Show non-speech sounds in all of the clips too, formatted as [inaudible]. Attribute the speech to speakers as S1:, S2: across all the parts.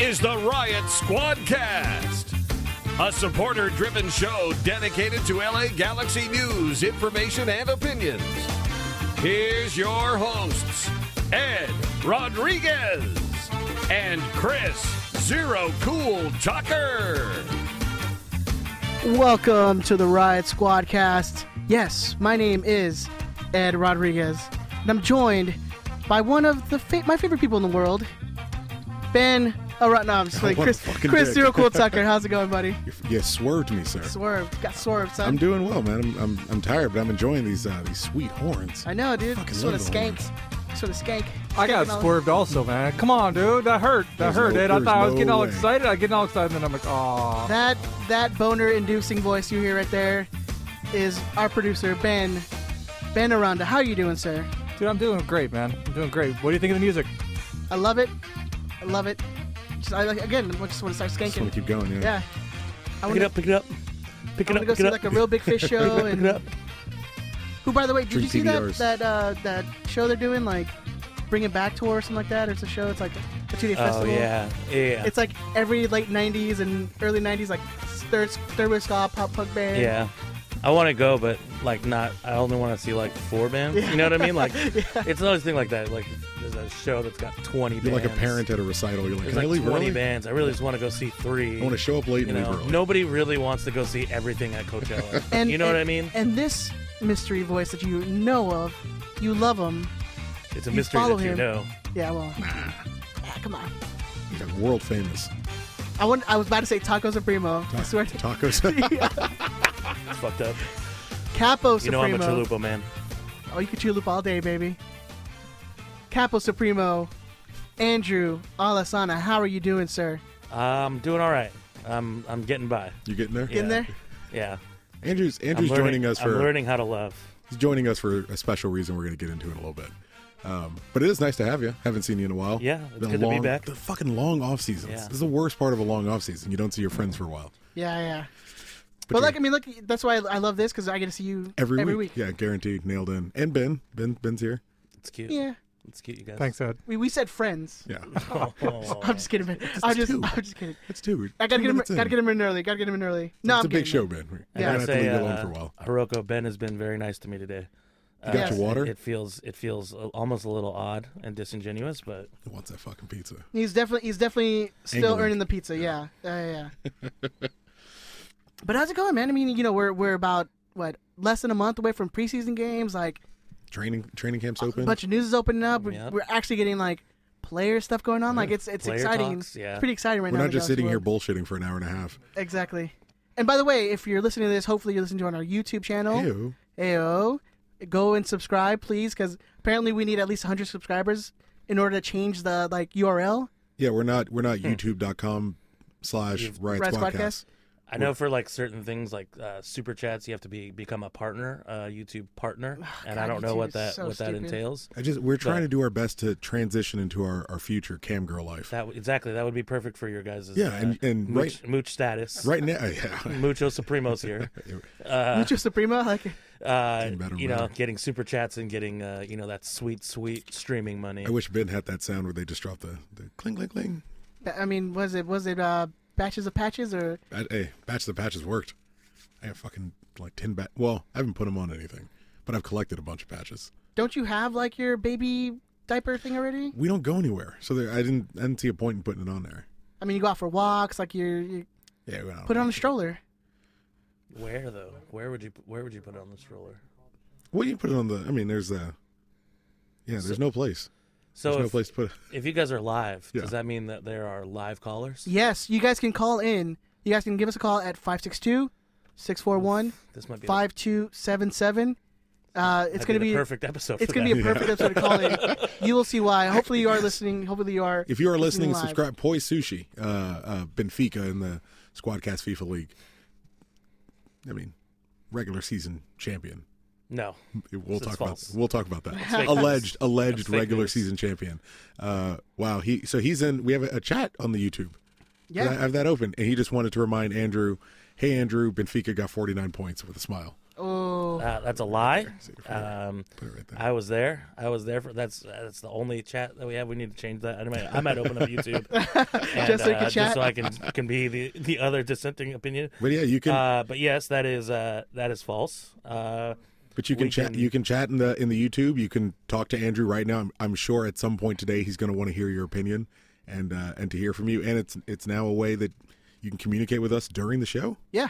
S1: is the Riot Squadcast, a supporter driven show dedicated to LA Galaxy news, information, and opinions. Here's your hosts, Ed Rodriguez and Chris Zero Cool Tucker.
S2: Welcome to the Riot Squadcast. Yes, my name is Ed Rodriguez, and I'm joined by one of the fa- my favorite people in the world, Ben. Oh, right, no,
S3: [laughs]
S2: I'm just like
S3: What a
S2: Chris.
S3: fucking
S2: Chris
S3: dick.
S2: Zero Cool
S3: [laughs]
S2: Tucker. How's it going, buddy?
S3: You, you swerved me, sir.
S2: Swerved, got swerved, son.
S3: I'm doing well, man. I'm, I'm, I'm tired, but I'm enjoying these uh, these sweet horns.
S2: I know, dude.
S3: Fucking
S2: Just want
S3: love
S2: to
S3: the
S2: skank.
S3: horns.
S2: Just want to skank.
S4: I got
S2: Skanking all-
S4: swerved also, man. Come on, dude. That hurt.
S3: There's
S4: That hurt,
S3: no-
S4: Ed. I
S3: there's
S4: thought I was
S3: no
S4: getting all
S3: way.
S4: excited. I get all excited, and then I'm like, aw.
S2: That that boner-inducing voice you hear right there is our producer Ben. Ben Aranda, how you doing, sir?
S4: Dude, I'm doing great, man. I'm doing great. What do you think of the music?
S2: I love it. I love it. Just, I like again. I just want to start
S3: Just want
S2: skanking.
S3: to keep going, yeah.
S2: Yeah. I
S5: Pick
S2: want
S5: it
S2: to
S5: up, pick it up. Pick it up,
S2: go
S5: pick
S2: see
S5: it up.
S2: like a real big
S5: [laughs]
S2: fish show.
S5: pick it
S2: and
S5: up.
S2: who, by the way, did you
S3: Drink
S2: see that
S3: TBRs.
S2: that uh, that show they're doing like Bring It Back tour or something like that? It's a show. It's like a two day
S5: Oh
S2: festival.
S5: yeah, yeah,
S2: It's like every late '90s and early '90s like third third wave ska pop punk band.
S5: yeah. I want to go, but like not. I only want to see like four bands. You know what I
S2: [laughs]
S5: mean? Like, it's another thing like that. Like, there's a show that's got 20
S3: You're
S5: bands.
S3: like a parent at a recital. You're like,
S5: There's
S3: can I
S5: like
S3: leave
S5: 20
S3: early?
S5: bands. I really just want to go see three.
S3: I want to show up late
S5: You
S3: and leave
S5: know,
S3: early.
S5: nobody really wants to go see everything at Coachella.
S2: [laughs] And
S5: you know
S2: and-
S5: what I mean?
S2: And this mystery voice that you know of, you love him.
S5: It's a
S2: you
S5: mystery
S2: follow
S5: that you
S2: him.
S5: know.
S2: Yeah. Well. Yeah, come on.
S3: He's like world famous
S2: I want. I was about to say Taco Supremo. I swear. To, [laughs]
S3: tacos.
S5: It's fucked up.
S2: Capo
S5: You
S2: Supremo.
S5: know I'm a chalupa man.
S2: Oh, you could chalupa all day, baby. Capo Supremo, Andrew Alasana, how are you doing, sir?
S5: I'm doing all right. I'm I'm getting by.
S3: you getting there?
S5: Yeah.
S2: In there?
S5: Yeah.
S3: Andrew's Andrew's
S5: I'm learning,
S3: joining us
S5: I'm
S3: for
S5: learning how to love.
S3: he's joining us for a special reason. We're going to get into in a little bit. Um, but it is nice to have you. Haven't seen you in a while.
S5: Yeah, it's
S3: The
S5: good to be
S3: long-
S5: back.
S3: The fucking long off seasons.
S5: Yeah.
S3: This is the worst part of a long off season. You don't see your friends for a while.
S2: Yeah, yeah. But, like, I mean, look, that's why I, I love this because I get to see you
S3: Every, week. Yeah, guaranteed. Nailed in. And Ben. Ben. Ben's here.
S5: It's cute.
S2: Yeah.
S5: It's cute, you guys.
S4: Thanks, Ed.
S2: We, we said friends.
S3: Yeah.
S2: [laughs] I'm just kidding, man. I'm just,
S3: two.
S2: I'm just kidding.
S3: That's two.
S2: I gotta
S3: Two
S2: get him.
S3: minutes in.
S2: Gotta get him in early. Gotta get him in early. No,
S3: it's
S2: I'm
S3: a big
S2: kidding,
S3: show,
S2: man.
S3: Ben. We're
S5: I
S2: Yeah.
S3: gonna
S5: gotta
S3: have to leave
S5: say,
S3: you alone
S5: uh,
S3: for a while.
S5: Hiroko Ben has been very nice to me today. Uh,
S3: You got
S2: yes.
S3: your water?
S5: It feels it feels a- almost a little odd and disingenuous, but
S3: Who wants that fucking pizza?
S2: He's definitely he's definitely still
S3: England.
S2: earning the pizza. Yeah, yeah, yeah. yeah. but how's it going, man? I mean, you know, we're we're about what less than a month away from preseason games. Like,
S3: Training training camps
S2: a
S3: open.
S2: bunch of news is opening up. We're,
S5: Yep.
S2: we're actually getting like player stuff going on. Like it's it's
S5: Player
S2: exciting.
S5: talks, yeah.
S2: It's pretty exciting right
S3: We're
S2: now. in
S3: not
S2: the
S3: just
S2: Galaxy
S3: sitting here
S2: world.
S3: bullshitting for an hour and a half.
S2: exactly. And by the way, if you're listening to this, hopefully you're listening to it on our YouTube channel.
S3: Ew.
S2: Ayo. Go and subscribe, please, because apparently we need at least 100 subscribers in order to change the like URL.
S3: Yeah, we're not we're not youtube.com slash riot
S2: Hmm. Riot
S3: podcast.
S2: Squadcast.
S5: I know for like certain things like uh, super chats, you have to be become a partner, a YouTube partner, and I
S2: God,
S5: don't know
S2: YouTube
S5: what
S2: is
S5: that
S2: so
S5: what that
S2: stupid.
S5: entails.
S3: I just we're trying
S5: But-
S3: to do our best to transition into our, our future cam girl life.
S5: That w- exactly that would be perfect for your guys. uh,
S3: Yeah, and- and
S5: mooch, mooch status,
S3: Right now [laughs] yeah.
S5: Mucho Supremos here.
S2: Mucho Supremo, like
S3: [laughs]
S5: Uh,
S3: Getting better,
S5: you know,
S3: better.
S5: getting super chats and getting uh, you know that sweet sweet streaming money.
S3: I wish Ben had that sound where they just drop the, the cling cling cling.
S2: I mean, was it was it uh, batches of patches or
S3: I, hey, batch the patches worked. I have fucking like ten bat well, I haven't put them on anything, but I've collected a bunch of patches.
S2: don't you have like your baby diaper thing already?
S3: We don't go anywhere. So there, I didn't I didn't see a point in putting it on there.
S2: I mean, you go out for walks, like you're you
S3: Yeah, we don't
S2: put it on a stroller.
S5: Where though? Where would you where would you put it on the stroller?
S3: Well, you put it on the. I mean, there's uh Yeah, there's no place.
S5: So
S3: there's no
S5: if-
S3: place to put it.
S5: If you guys are live,
S3: Yeah.
S5: does that mean that there are live callers?
S2: Yes, you guys can call in. You guys can give us a call at 562 641
S5: This might be
S2: 5277. Uh,
S5: the,
S2: it's
S5: might
S2: going to
S5: be,
S2: be
S5: the perfect episode.
S2: it's
S5: for
S2: going to
S5: that.
S2: be a perfect episode to call in.
S5: [laughs]
S2: You will see why. Hopefully you are listening. Hopefully you are
S3: If you are listening,
S2: live.
S3: subscribe. Poi Sushi, uh, uh, Benfica in the Squadcast FIFA League. I mean, regular season champion.
S5: no.
S3: We'll
S5: It's
S3: talk about
S5: false.
S3: we'll talk about
S5: fake
S3: that.
S5: news.
S3: Alleged
S5: That's
S3: alleged
S5: fake
S3: regular
S5: news.
S3: season champion. Uh, wow. He so he's in. We have a, a chat on the YouTube.
S2: Yeah.
S3: I have that open, and he just wanted to remind Andrew, "Hey Andrew, Benfica got 49 points with a smile."
S2: Oh. Oh.
S5: Uh, that's a lie.
S3: Sit your finger.
S5: Um,
S3: Put it right there.
S5: I was there. I was there for that's that's the only chat that we have. We need to change that. I might I might open up YouTube and,
S2: Just so you can
S5: uh,
S2: chat?
S5: just so I can can be the the other dissenting opinion.
S3: but yeah, you can.
S5: Uh, but yes, that is uh, that is false. Uh,
S3: but you can
S5: we
S3: chat.
S5: can-
S3: You can chat in the in the YouTube. You can talk to Andrew right now. I'm, I'm sure at some point today he's going to want to hear your opinion and uh, and to hear from you. And it's it's now a way that you can communicate with us during the show.
S2: yeah.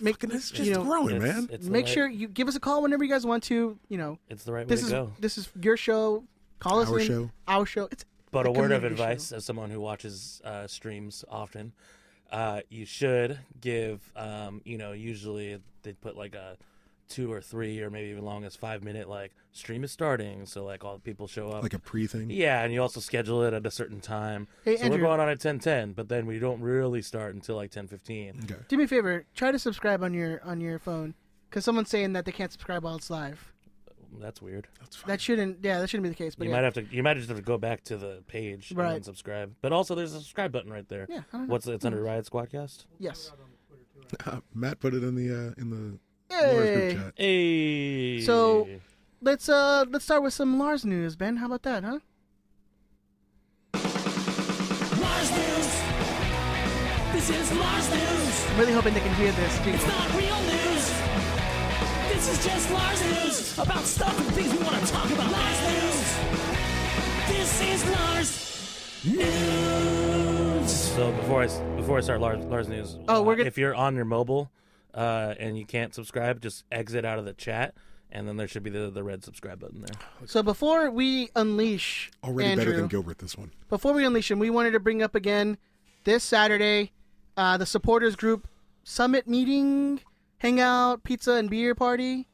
S2: Make
S3: Fucking, it's
S2: you
S3: just
S2: know,
S3: growing,
S5: it's,
S3: man.
S5: it's the
S2: Make
S5: right-
S2: sure you give us a call whenever you guys want to. You know,
S5: it's the right way
S2: this
S5: to
S2: is
S5: go.
S2: this is your show. Call us
S3: Our
S2: in.
S3: show.
S2: Our show. It's
S5: But
S2: a
S5: a word of
S2: community show.
S5: advice as someone who watches uh, streams often, uh, you should give. Um, you know, usually they put like a two or three or maybe even long as five minute like stream is starting, so like all the people show up.
S3: Like a pre thing.
S5: Oh. yeah, and you also schedule it at a certain time.
S2: um, Hey,
S5: so
S2: Andrew.
S5: we're going on at ten ten, but then we don't really start until like ten fifteen.
S3: Okay.
S2: Do me a favor. Try to subscribe on your on your phone because someone's saying that they can't subscribe while it's live.
S5: That's weird.
S2: That shouldn't. Yeah, that shouldn't be the case. But
S5: You
S2: yeah.
S5: might have to. You might just have to go back to the page and
S2: Right.
S5: then subscribe. But also, there's a subscribe button right there.
S2: Yeah, I don't know. Hmm.
S5: What's it's under Riot Squadcast?
S2: yes.
S3: Uh, Matt put it in the uh, in the Laura's
S2: Hey.
S3: group chat.
S5: Hey.
S2: So- Let's uh let's start with some Lars news, Ben. How about that, huh?
S6: Mars News. This is Mars News.
S2: I'm really hoping they can hear this.
S6: It's
S2: jingle.
S6: not real news. This is just Mars News about stuff and things we want to talk about. Mars News. This is Mars News.
S5: So before I s- before I start Lars, Lars news.
S2: Oh,
S5: uh,
S2: we're gonna-
S5: If you're on your mobile uh, and you can't subscribe, just exit out of the chat, and then there should be the the red subscribe button there.
S2: So before we unleash
S3: Already
S2: Andrew,
S3: better than Gilbert this one.
S2: before we unleash him, we wanted to bring up again this Saturday uh, the supporters group summit meeting, hangout, pizza and beer party.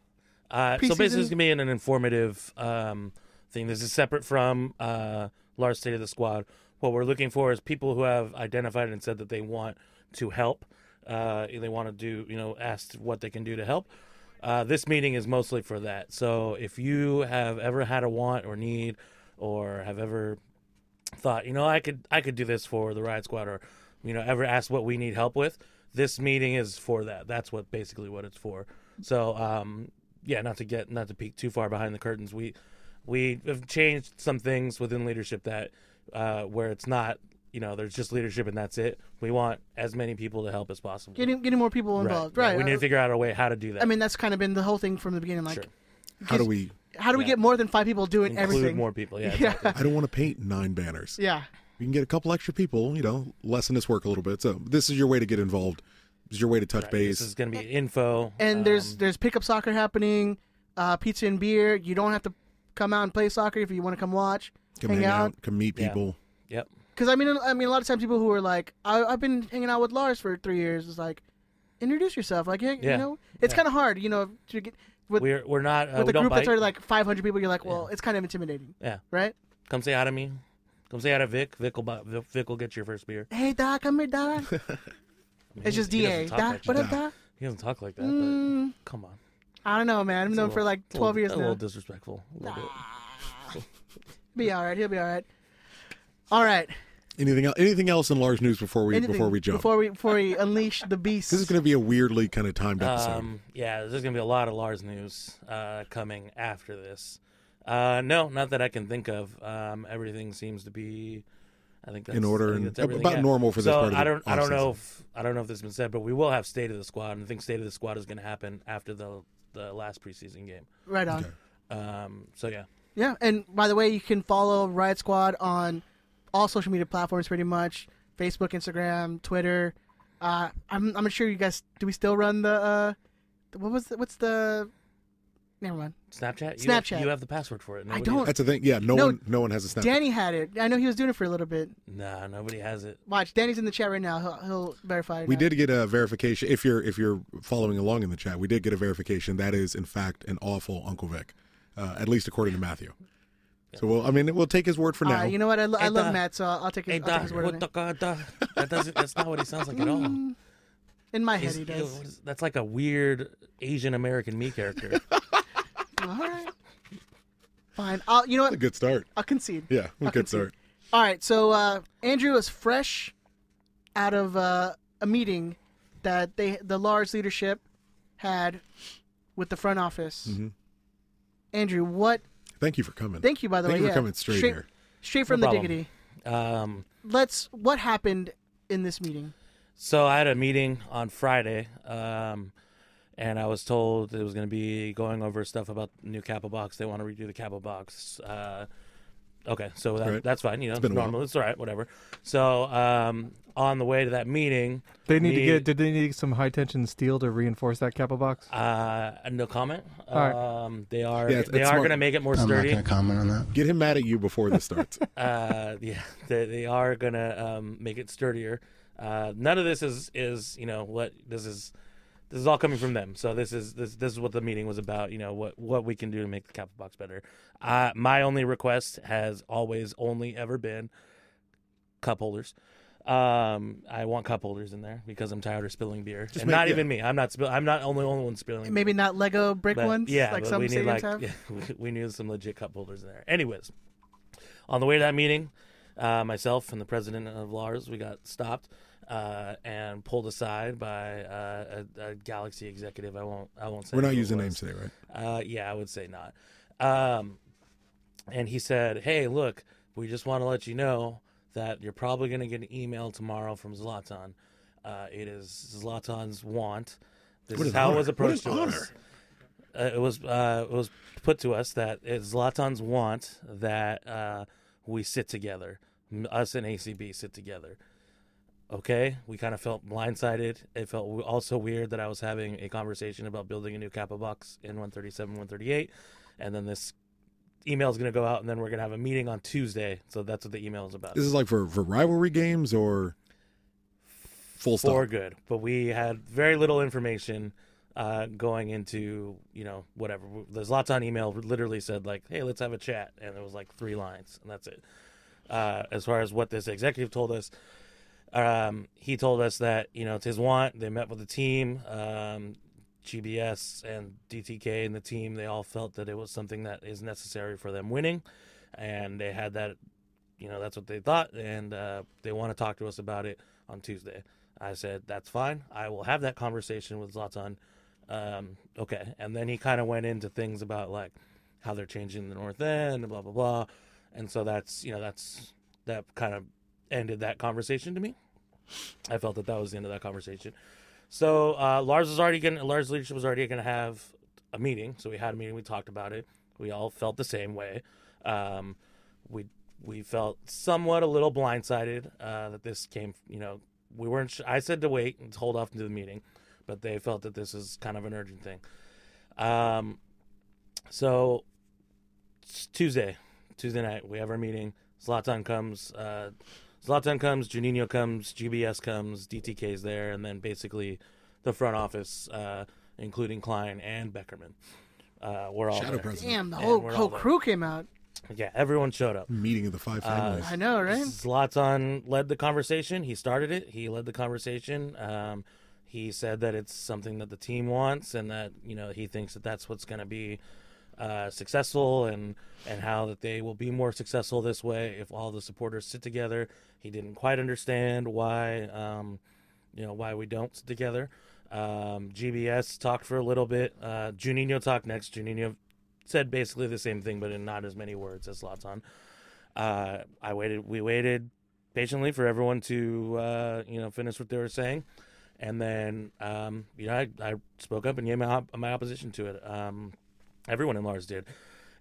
S5: Uh, so
S2: Preseason-
S5: basically, it's gonna be an, an informative um, thing. This is separate from uh, Lars State of the Squad. What we're looking for is people who have identified and said that they want to help. Uh, and they want to do, you know, asked what they can do to help. Uh, this meeting is mostly for that. So if you have ever had a want or need, or have ever thought, you know, I could I could do this for the Riot Squad, or you know, ever asked what we need help with. This meeting is for that. That's what basically what it's for. So, um, yeah, not to get not to peek too far behind the curtains. We we have changed some things within leadership that uh, where it's not you know there's just leadership and that's it. We want as many people to help as possible.
S2: Getting getting more people
S5: Right.
S2: involved.
S5: Yeah,
S2: Right.
S5: we need to figure out a way how to do that.
S2: I mean that's kind of been the whole thing from the beginning. Like
S5: Sure.
S3: How do we?
S2: how do we get more than five people doing
S5: include
S2: everything?
S5: more people. Yeah,
S2: [laughs] Yeah.
S5: exactly.
S3: I don't want to paint nine banners.
S2: Yeah.
S3: We can get a couple extra people. You know, lessen this work a little bit. So this is your way to get involved. This is your way to touch base.
S5: This is going to be info.
S2: and
S5: Um,
S2: there's there's pickup soccer happening, uh, pizza and beer. You don't have to come out and play soccer if you want to come watch,
S3: come
S2: hang, out.
S3: come meet
S5: Yeah.
S3: people.
S5: Yep.
S2: Because I mean, I mean, a lot of times people who are like, I, I've been hanging out with Lars for three years is like, introduce yourself. Like, hey, you
S5: Yeah.
S2: know, it's kind of hard, you know, to get with
S5: We're we're not uh,
S2: with
S5: we
S2: a
S5: don't
S2: group
S5: bite.
S2: that's already like 500 people. You're like, well, it's kind of intimidating,
S5: yeah.
S2: right?
S5: Come say hi to me. Come say hi to Vic. Vic will, buy, Vic Vic will get your first beer.
S2: Hey, Doc, come here,
S5: [laughs]
S2: Doc. it's just
S5: he
S2: Da.
S5: doesn't talk
S2: Doc,
S5: like
S2: what up,
S3: that.
S2: Doc?
S5: He doesn't talk like that, but come on.
S2: I don't know, man. I've known him for
S5: Well,
S2: like
S5: a
S2: 12 Mm.
S5: little-
S2: years
S5: a
S2: now.
S5: little disrespectful. A little bit.
S2: Be all right. He'll be all right. All right.
S3: Anything else? Anything else in large news before we
S2: Anything
S3: before we jump?
S2: Before we before we unleash
S5: [laughs]
S2: the beast.
S3: this is going to be a weirdly kind of timed episode.
S5: Um, yeah, there's going to be a lot of Lars news uh, coming after this. Uh, no, not that I can think of. Um, everything seems to be, I think that's
S3: In order
S5: I think
S3: and
S5: that's everything,
S3: about normal for this
S5: So
S3: part of
S5: I
S3: the
S5: don't, I don't
S3: off-season.
S5: know if I don't know if this has been said, but we will have state of the squad, and I think state of the squad is going to happen after the the last preseason game.
S2: right on.
S5: Um, so yeah,
S2: Yeah, and by the way, you can follow Riot Squad on all social media platforms, pretty much Facebook, Instagram, Twitter. Uh, I'm I'm sure you guys do. We still run the uh, what was the, what's the? Never mind.
S5: Snapchat. You have-
S2: Snapchat.
S5: you have the password for it.
S2: I
S5: Nobody
S2: don't.
S3: That's the thing. Yeah, no,
S2: No,
S3: one no one has a Snapchat.
S2: Danny had it. I know he was doing it for a little bit.
S5: Nah, nobody has it.
S2: Watch, Danny's in the chat right now. He'll, he'll verify. it
S3: we
S2: now.
S3: did get a verification. If you're if you're following along in the chat, we did get a verification. That is in fact an awful Uncle Vic, uh, at least according to Matthew. So we'll I mean we'll take his word for
S2: All
S3: now.
S2: right, Uh, you know what? I, lo- I
S5: Hey,
S2: love
S5: Doc.
S2: Matt, so I'll, I'll take his,
S5: Hey,
S2: I'll take
S5: Doc,
S2: his word.
S5: what
S2: on it.
S5: the God, Doc? That doesn't. That's not what he sounds like at all.
S2: In my head,
S5: He's-
S2: Mm, he
S5: ew,
S2: does.
S5: what is- that's like a weird Asian American
S2: [laughs]
S5: me character.
S2: All right. Fine. I'll, you know
S3: a
S2: what?
S3: good start.
S2: I'll concede.
S3: Yeah, a
S2: I'll
S3: good
S2: concede.
S3: start.
S2: All right, so uh, Andrew is fresh out of uh, a meeting that they the Lars leadership had with the front office.
S3: Mm-hmm.
S2: Andrew, what?
S3: Thank you for coming.
S2: Thank you, by the
S3: Thank
S2: way.
S3: you for
S2: yeah.
S3: coming straight, here.
S2: Straight from
S5: No
S2: the
S5: problem.
S2: diggity.
S5: Um,
S2: Let's. What happened in this meeting?
S5: So I had a meeting on Friday, um, and I was told it was going to be going over stuff about the new Kappa box. They want to redo the Kappa box. Uh, okay, so that,
S3: right.
S5: that's fine. You know,
S3: been a while.
S5: normal. It's all right. Whatever. So um, on the way to that meeting,
S4: They need to
S5: me-
S4: get. Did they need some high tension steel to reinforce that Kappa box?
S5: uh, no comment.
S4: right.
S5: Um, they are
S3: Yeah, it's-
S5: they
S3: it's
S5: are
S3: smart.
S5: going to make it more
S7: I'm not
S5: sturdy.
S7: going to comment on that.
S3: Get him mad at you before this
S2: [laughs]
S3: starts.
S5: uh, yeah, [laughs] they, they are gonna um, make it sturdier. Uh, none of this is is you know what this is. This is all coming from them. So this is this this is what the meeting was about. You know what what we can do to make the capital box better. Uh, my only request has always only ever been cup holders. Um, I want cup holders in there because I'm tired of spilling beer. and
S3: make-
S5: not
S3: yeah.
S5: even me. I'm not spill. I'm not only only one spilling. beer.
S2: Maybe not Lego brick
S5: But,
S2: ones.
S5: Yeah,
S2: like
S5: but
S2: some
S5: we need
S2: stadiums
S5: like
S2: have.
S5: [laughs] yeah, we, we need some legit cup holders in there. Anyways, on the way to that meeting, uh, myself and the president of Lars, we got stopped uh, and pulled aside by uh, a, a Galaxy executive. I won't. I won't say.
S3: We're not
S5: who it
S3: using
S5: was.
S3: names today, right?
S5: Uh, yeah, I would say not. Um, and he said, "Hey, look, we just want to let you know that you're probably going to get an email tomorrow from Zlatan. Uh, it is Zlatan's want. This
S3: What
S5: is
S3: an
S5: how
S3: honor.
S5: it was
S3: What
S5: approached
S3: an
S5: to
S3: honor.
S5: us. Uh, it was uh, it was put to us that it's Zlatan's want that uh, we sit together, M- us and ACB sit together." okay. We kind of felt blindsided. It felt w- also weird that I was having a conversation about building a new Kappa box in 137, 138. And then this email is going to go out, and then we're going to have a meeting on Tuesday. So that's what the email is about.
S3: This is like for, for rivalry games or full stop.
S5: for good. But we had very little information uh, going into, you know, whatever. There's lots on email literally said, like, hey, let's have a chat. And it was like three lines, and that's it. Uh, as far as what this executive told us, um, he told us that you know it's his want. They met with the team, um, GBS and DTK and the team. They all felt that it was something that is necessary for them winning, and they had that. You know that's what they thought, and uh, they want to talk to us about it on Tuesday. I said that's fine. I will have that conversation with Zlatan. Um, okay, and then he kind of went into things about like how they're changing the North End and blah blah blah, and so that's you know that's that kind of ended that conversation to me. I felt that that was the end of that conversation. So uh, Lars was already going. Lars leadership was already going to have a meeting. So we had a meeting. We talked about it. We all felt the same way. Um, we we felt somewhat a little blindsided uh, that this came. You know, we weren't. Sh- I said to wait and hold off into the meeting, but they felt that this is kind of an urgent thing. Um, so it's Tuesday, Tuesday night, we have our meeting. Zlatan comes. Uh, Zlatan comes. Juninho comes. GBS comes. DTK's there, and then basically the front office, uh, including Klein and Beckerman. Uh, we're all
S3: Shadow
S5: there.
S3: president.
S2: Damn, the
S5: And
S2: whole
S5: we're all
S2: whole
S5: there.
S2: crew came out.
S5: Yeah, everyone showed up.
S3: Meeting of the five
S5: Uh,
S3: families.
S2: I know, right?
S5: Zlatan led the conversation. He started it. He led the conversation. Um, he said that it's something that the team wants, and that you know he thinks that that's what's going to be uh, successful, and and how that they will be more successful this way if all the supporters sit together. He didn't quite understand why. Um, you know why we don't sit together. Um, GBS talked for a little bit. Uh, Juninho talked next. Juninho said basically the same thing, but in not as many words as Latan. Uh, I waited. We waited patiently for everyone to uh, you know finish what they were saying, and then um, you know I, I spoke up and gave my op- my opposition to it. Um, everyone in Lars did.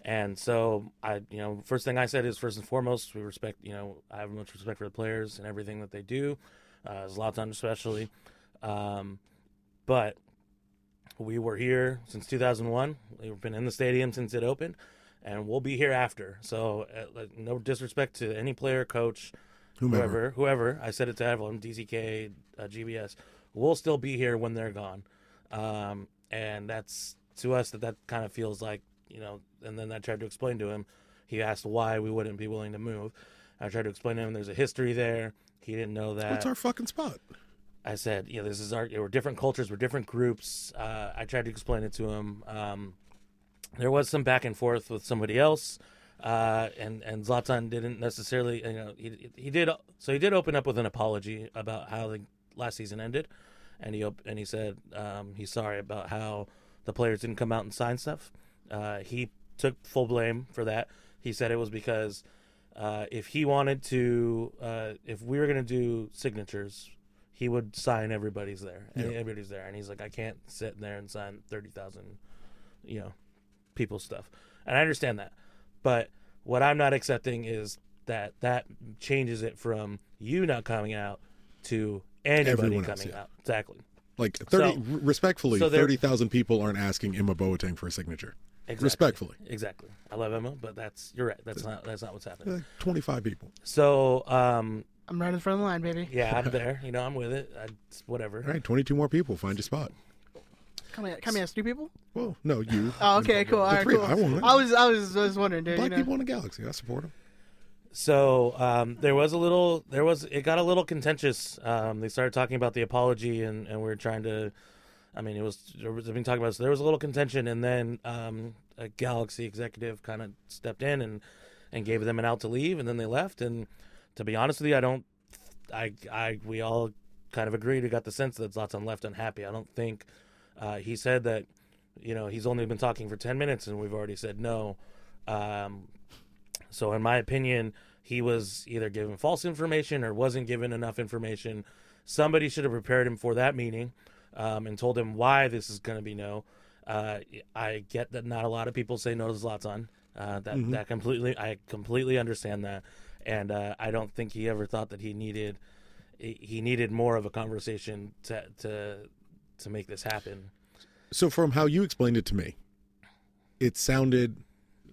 S5: And so I, you know, first thing I said is first and foremost we respect, you know, I have much respect for the players and everything that they do, uh, Zlatan especially, um, but we were here since 2001. We've been in the stadium since it opened, and we'll be here after. So uh, like, no disrespect to any player, coach,
S3: Whomever.
S5: whoever, whoever. I said it to everyone, DZK, uh, GBS. We'll still be here when they're gone, um, and that's to us that that kind of feels like you know. And then I tried to explain to him. He asked why we wouldn't be willing to move. I tried to explain to him there's a history there. He didn't know that.
S3: What's our fucking spot?
S5: I said, you know, this is our, we're different cultures, we're different groups. Uh, I tried to explain it to him. Um, there was some back and forth with somebody else, uh, and and Zlatan didn't necessarily, you know, he he did so he did open up with an apology about how the last season ended, and he op- and he said um, he's sorry about how the players didn't come out and sign stuff. Uh, he took full blame for that. He said it was because uh, if he wanted to, uh, if we were going to do signatures, he would sign everybody's there. and Everybody's there, and he's like, I can't sit there and sign thirty thousand, you know, people's stuff. And I understand that, but what I'm not accepting is that that changes it from you not coming out to anybody
S3: Everyone else,
S5: coming
S3: yeah.
S5: out. Exactly.
S3: Like thirty,
S5: So-
S3: r- respectfully,
S5: so they're-
S3: thirty thousand people aren't asking Emma Boateng for a signature.
S5: Exactly.
S3: Respectfully,
S5: Exactly. I love Emma, but that's you're right. That's not that's not what's happening.
S3: like twenty-five people.
S5: So um
S2: I'm right in front of the line, baby.
S5: yeah, I'm there. You know, I'm with it. I, it's whatever.
S3: All right, twenty-two more people. Find your spot.
S2: Come here, come here, new people.
S3: Well, no, you.
S2: Oh, okay, cool. All right,
S3: three-
S2: cool.
S3: I want it.
S2: I was, I was, I was wondering, dude.
S3: Black
S2: you know.
S3: people in the galaxy. I support them.
S5: So um there was a little there was it got a little contentious. Um they started talking about the apology and and we were trying to I mean, it was there was been talking about this. There was a little contention, and then um, a Galaxy executive kind of stepped in and and gave them an out to leave, and then they left. And to be honest with you, I don't, I I we all kind of agreed. We got the sense that Zlatan left unhappy. I don't think uh, he said that. You know, he's only been talking for ten minutes, and we've already said no. Um, so, in my opinion, he was either given false information or wasn't given enough information. Somebody should have prepared him for that meeting um, and told him why this is going to be no. Uh, I get that not a lot of people say no to Zlatan. Uh, that
S2: Mm-hmm.
S5: that completely, I completely understand that, and uh, I don't think he ever thought that he needed he he needed more of a conversation to to to make this happen.
S3: So, from how you explained it to me, it sounded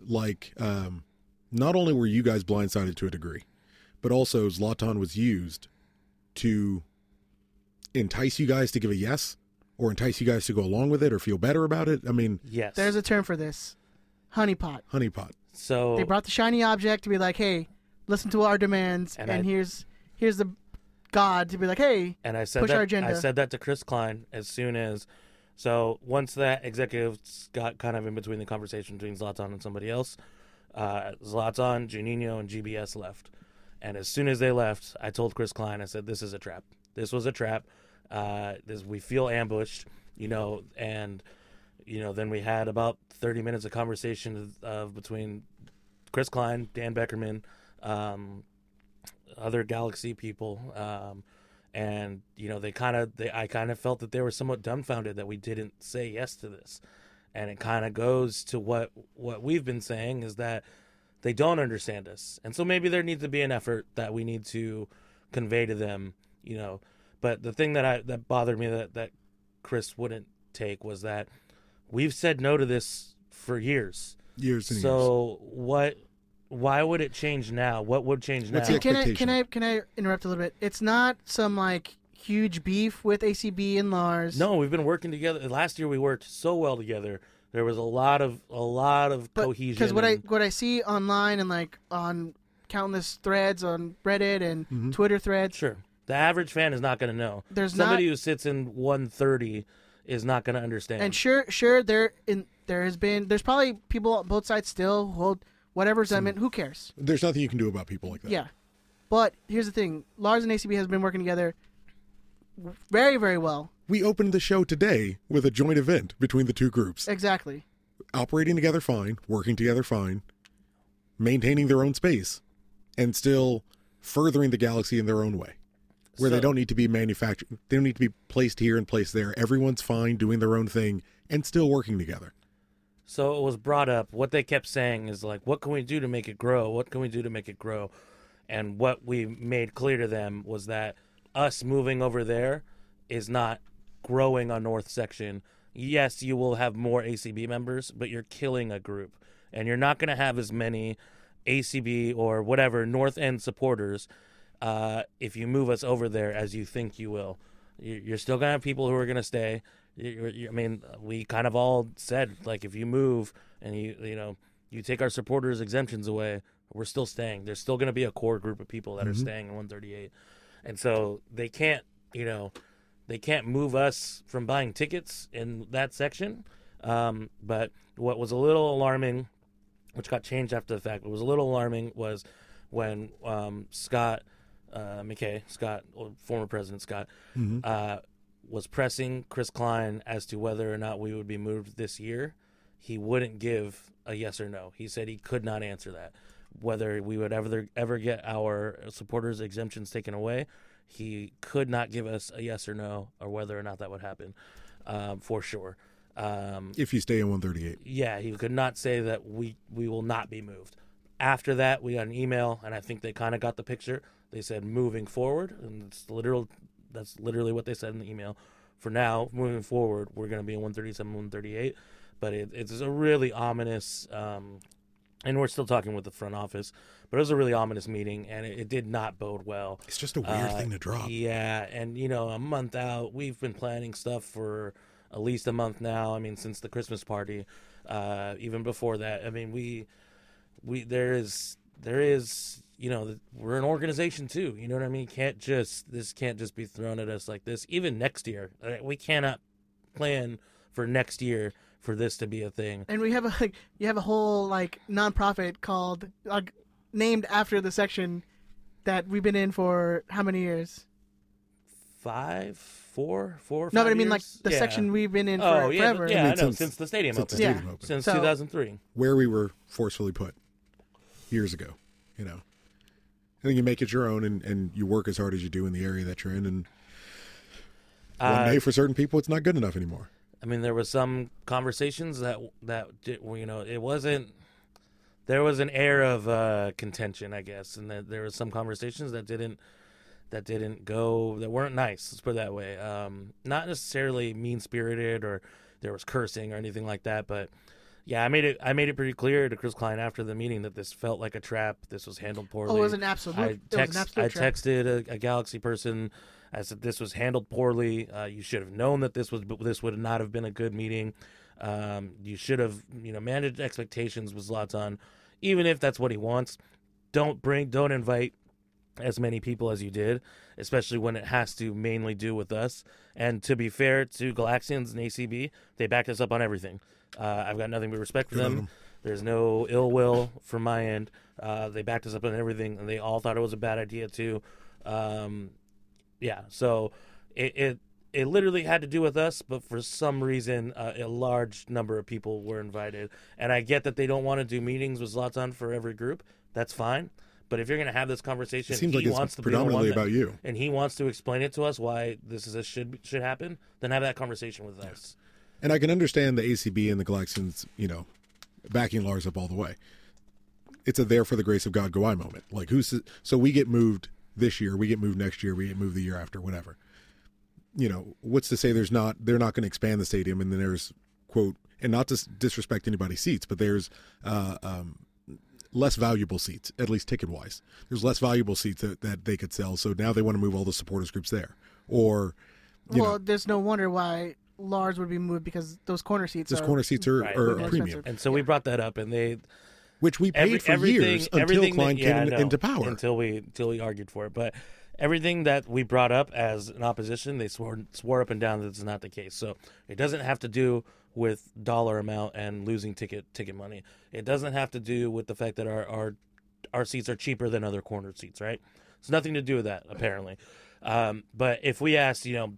S3: like um, not only were you guys blindsided to a degree, but also Zlatan was used to entice you guys to give a yes or entice you guys to go along with it or feel better about it. I mean,
S5: Yes,
S2: There's a term for this, honeypot.
S3: honeypot.
S5: so
S2: They brought the shiny object to be like, hey, listen to our demands, and,
S5: And I-
S2: here's, here's the god to be like, hey,
S5: And I said
S2: Push
S5: that
S2: our agenda.
S5: I said that to Chris Klein as soon as so once that executive got kind of in between the conversation between Zlatan and somebody else, uh, Zlatan, Juninho, and GBS left. And as soon as they left, I told Chris Klein, I said, "This is a trap. This was a trap. Uh, this we feel ambushed, you know." And you know, then we had about thirty minutes of conversation of, of between Chris Klein, Dan Beckerman, um, other Galaxy people, um, and you know they kind of they I kind of felt that they were somewhat dumbfounded that we didn't say yes to this, and it kind of goes to what what we've been saying is that they don't understand us, and so maybe there needs to be an effort that we need to convey to them, you know. But the thing that I that bothered me that that Chris wouldn't take was that we've said no to this for years.
S3: Years and years.
S5: So what? Why would it change now? What would change now?
S3: What's the
S2: can I,
S3: expectation.
S2: can I, can I interrupt a little bit? It's not some like huge beef with ACB and Lars.
S5: No, we've been working together. Last year we worked so well together. There was a lot of a lot of
S2: but
S5: cohesion.
S2: because what I
S5: and-
S2: what I see online and like on countless threads on Reddit and Twitter threads,
S5: sure the average fan is not going to know.
S2: There's
S5: somebody
S2: not-
S5: who sits in 130 is not going to understand.
S2: and sure, sure there in there has been there's probably people on both sides still who hold whatever's I mean, who cares?
S3: There's nothing you can do about people like that.
S2: Yeah, but here's the thing: Lars and ACB has been working together very very well.
S3: We opened the show today with a joint event between the two groups.
S2: Exactly.
S3: operating together fine, working together fine, maintaining their own space, and still furthering the galaxy in their own way, where they
S5: So-
S3: don't need to be manufactured. They don't need to be placed here and placed there. Everyone's fine doing their own thing and still working together.
S5: So it was brought up. What they kept saying is like, what can we do to make it grow? What can we do to make it grow? And what we made clear to them was that us moving over there is not growing our north section. Yes, you will have more ACB members, but you're killing a group. And you're not going to have as many ACB or whatever north end supporters uh, if you move us over there as you think you will. You- You're still gonna have people who are gonna stay. You- you- you- I mean, we kind of all said like if you move and you you know you take our supporters exemptions away, we're still staying. There's still gonna be a core group of people that are staying in 138, and so they can't you know they can't move us from buying tickets in that section. Um, but what was a little alarming which got changed after the fact, but was a little alarming, was when um, Scott uh, McKay, Scott, or former President Scott, uh, was pressing Chris Klein as to whether or not we would be moved this year. He wouldn't give a yes or no. He said he could not answer that. Whether we would ever ever get our supporters exemptions taken away, he could not give us a yes or no or whether or not that would happen, um, for sure. Um,
S3: if you stay in 138.
S5: yeah, he could not say that we we will not be moved. After that, we got an email, and I think they kind of got the picture. They said moving forward, and it's literal. That's literally what they said in the email. For now, moving forward, we're going to be in 137, 138. But it, it's a really ominous, um, and we're still talking with the front office. But it was a really ominous meeting, and it, it did not bode well.
S3: It's just a weird
S5: Uh,
S3: thing to drop.
S5: Yeah, and you know, a month out, we've been planning stuff for at least a month now. I mean, since the Christmas party, uh, even before that. I mean, we we there is there is you know th- we're an organization too. You know what I mean? Can't just this can't just be thrown at us like this. Even next year, Uh, we cannot plan for next year for this to be a thing.
S2: And we have a like, you have a whole like nonprofit called like named after the section that we've been in for how many years?
S5: Five, four, four.
S2: No,
S5: five
S2: but I mean like
S5: years?
S2: the
S5: Yeah.
S2: section we've been in
S5: Oh
S2: for
S5: yeah,
S2: forever.
S5: th- yeah. I,
S3: mean,
S5: know.
S3: since-
S5: Since the stadium
S3: since the
S5: opened,
S2: Yeah.
S3: stadium opened.
S5: since
S2: So-
S5: 2003.
S3: where we were forcefully put years ago. You know, I think you make it your own, and and you work as hard as you do in the area that you're in. And one
S5: Uh,
S3: day, for certain people, it's not good enough anymore.
S5: I mean, there was some conversations that that did, well, you know it wasn't. There was an air of uh, contention, I guess, and that there was some conversations that didn't that didn't go that weren't nice. Let's put it that way. Um, not necessarily mean spirited or there was cursing or anything like that, but. Yeah, I made it. I made it pretty clear to Chris Klein after the meeting that this felt like a trap. This was handled poorly.
S2: Oh, it was an absolute.
S5: I
S2: it was
S5: text,
S2: an absolute
S5: I
S2: trap.
S5: texted a, a Galaxy person. I said this was handled poorly. Uh, you should have known that this was this would not have been a good meeting. Um, you should have you know managed expectations with Zlatan, even if that's what he wants. Don't bring, don't invite as many people as you did, especially when it has to mainly do with us. And to be fair to Galaxians and ACB, they backed us up on everything. Uh, I've got nothing but respect for
S3: Good on
S5: them.
S3: them.
S5: There's no ill will from my end. Uh, they backed us up on everything, and they all thought it was a bad idea too. Um, yeah, so it, it it literally had to do with us, but for some reason, uh, a large number of people were invited. And I get that they don't want to do meetings with Zlatan for every group. That's fine. But if you're going to have this conversation,
S3: It seems
S5: he
S3: like it's
S5: wants to be the one
S3: predominantly
S5: that-
S3: about you.
S5: and he wants to explain it to us why this is a should should happen. Then have that conversation with us.
S3: And I can understand the ACB and the Galaxians, you know, backing Lars up all the way. It's a there for the grace of God go I moment. Like who's so we get moved this year, we get moved next year, we get moved the year after, whatever. You know, what's to say there's not they're not going to expand the stadium and then there's quote and not to s- disrespect anybody's seats, but there's uh, um, less valuable seats, at least ticket wise. There's less valuable seats that, that they could sell, so now they want to move all the supporters groups there, or you
S2: well,
S3: know,
S2: there's no wonder why Lars would be moved because those corner seats.
S3: those
S2: are,
S3: corner seats are,
S5: Right.
S3: are
S2: More
S3: a
S2: expensive.
S3: premium.
S5: And so we brought that up, and they
S3: which we paid
S5: every,
S3: for
S5: everything,
S3: years until
S5: everything that-
S3: Klein
S5: yeah, I
S3: came
S5: know,
S3: in, into power.
S5: Until we until we argued for it, but everything that we brought up as an opposition, they swore swore up and down that it's not the case. So it doesn't have to do with dollar amount and losing ticket ticket money. It doesn't have to do with the fact that our our our seats are cheaper than other corner seats, right? It's nothing to do with that apparently. Um, but if we asked, you know,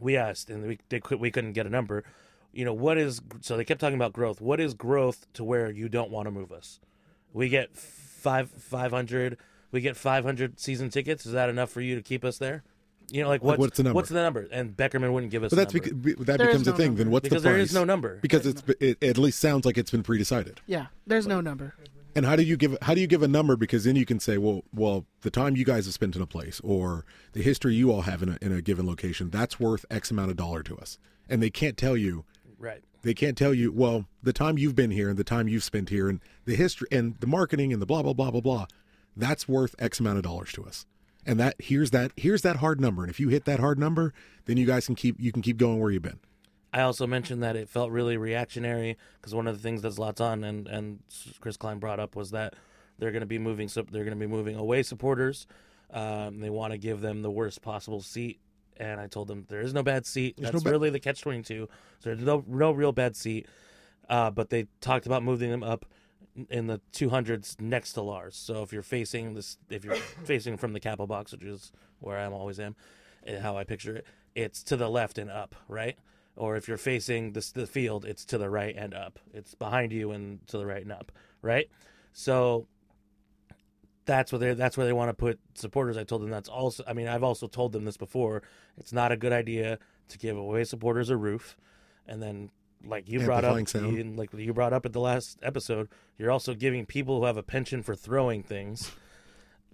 S5: we asked and we they, cou- we couldn't get a number. You know what is so they kept talking about growth. What is growth to where you don't want to move us? We get five five hundred. We get five hundred season tickets. Is that enough for you to keep us there? You know, like what's,
S3: what's the number?
S5: What's the number? And Beckerman wouldn't give us.
S3: but
S5: a
S3: that's
S5: number.
S3: because, that
S2: There is
S3: becomes a
S2: no
S3: thing.
S2: number.
S3: Then what's
S5: Because
S3: the price?
S5: there is no number.
S3: Because it's it at least sounds like it's been pre-decided.
S2: Yeah, there's no number.
S3: And how do you give how do you give a number? Because then you can say, well, well, the time you guys have spent in a place or the history you all have in a, in a given location, that's worth X amount of dollar to us. And they can't tell you.
S5: right.
S3: They can't tell you. Well, the time you've been here and the time you've spent here and the history and the marketing and the blah blah blah blah blah, that's worth X amount of dollars to us. And that here's that here's that hard number. And if you hit that hard number, then you guys can keep you can keep going where you've been.
S5: I also mentioned that it felt really reactionary because one of the things that Zlatan and and Chris Klein brought up was that they're going to be moving so they're going to be moving away supporters. Um, they want to give them the worst possible seat, and I told them there is no bad seat.
S3: There's no
S5: That's
S3: ba-
S5: really the catch twenty two. So there's no no real bad seat. Uh, but they talked about moving them up in the 200s next to Lars. So if you're facing this, if you're facing from the Kappa box, which is where I'm always am, and how I picture it, it's to the left and up, right? Or if you're facing the, the field, it's to the right and up. It's behind you and to the right and up, right? So that's where they that's where they want to put supporters. I told them that's also. I mean, I've also told them this before. It's not a good idea to give away supporters a roof, and then like you brought
S3: Amplifying
S5: up,
S3: sound.
S5: you- like you brought up at the last episode, you're also giving people who have a penchant for throwing things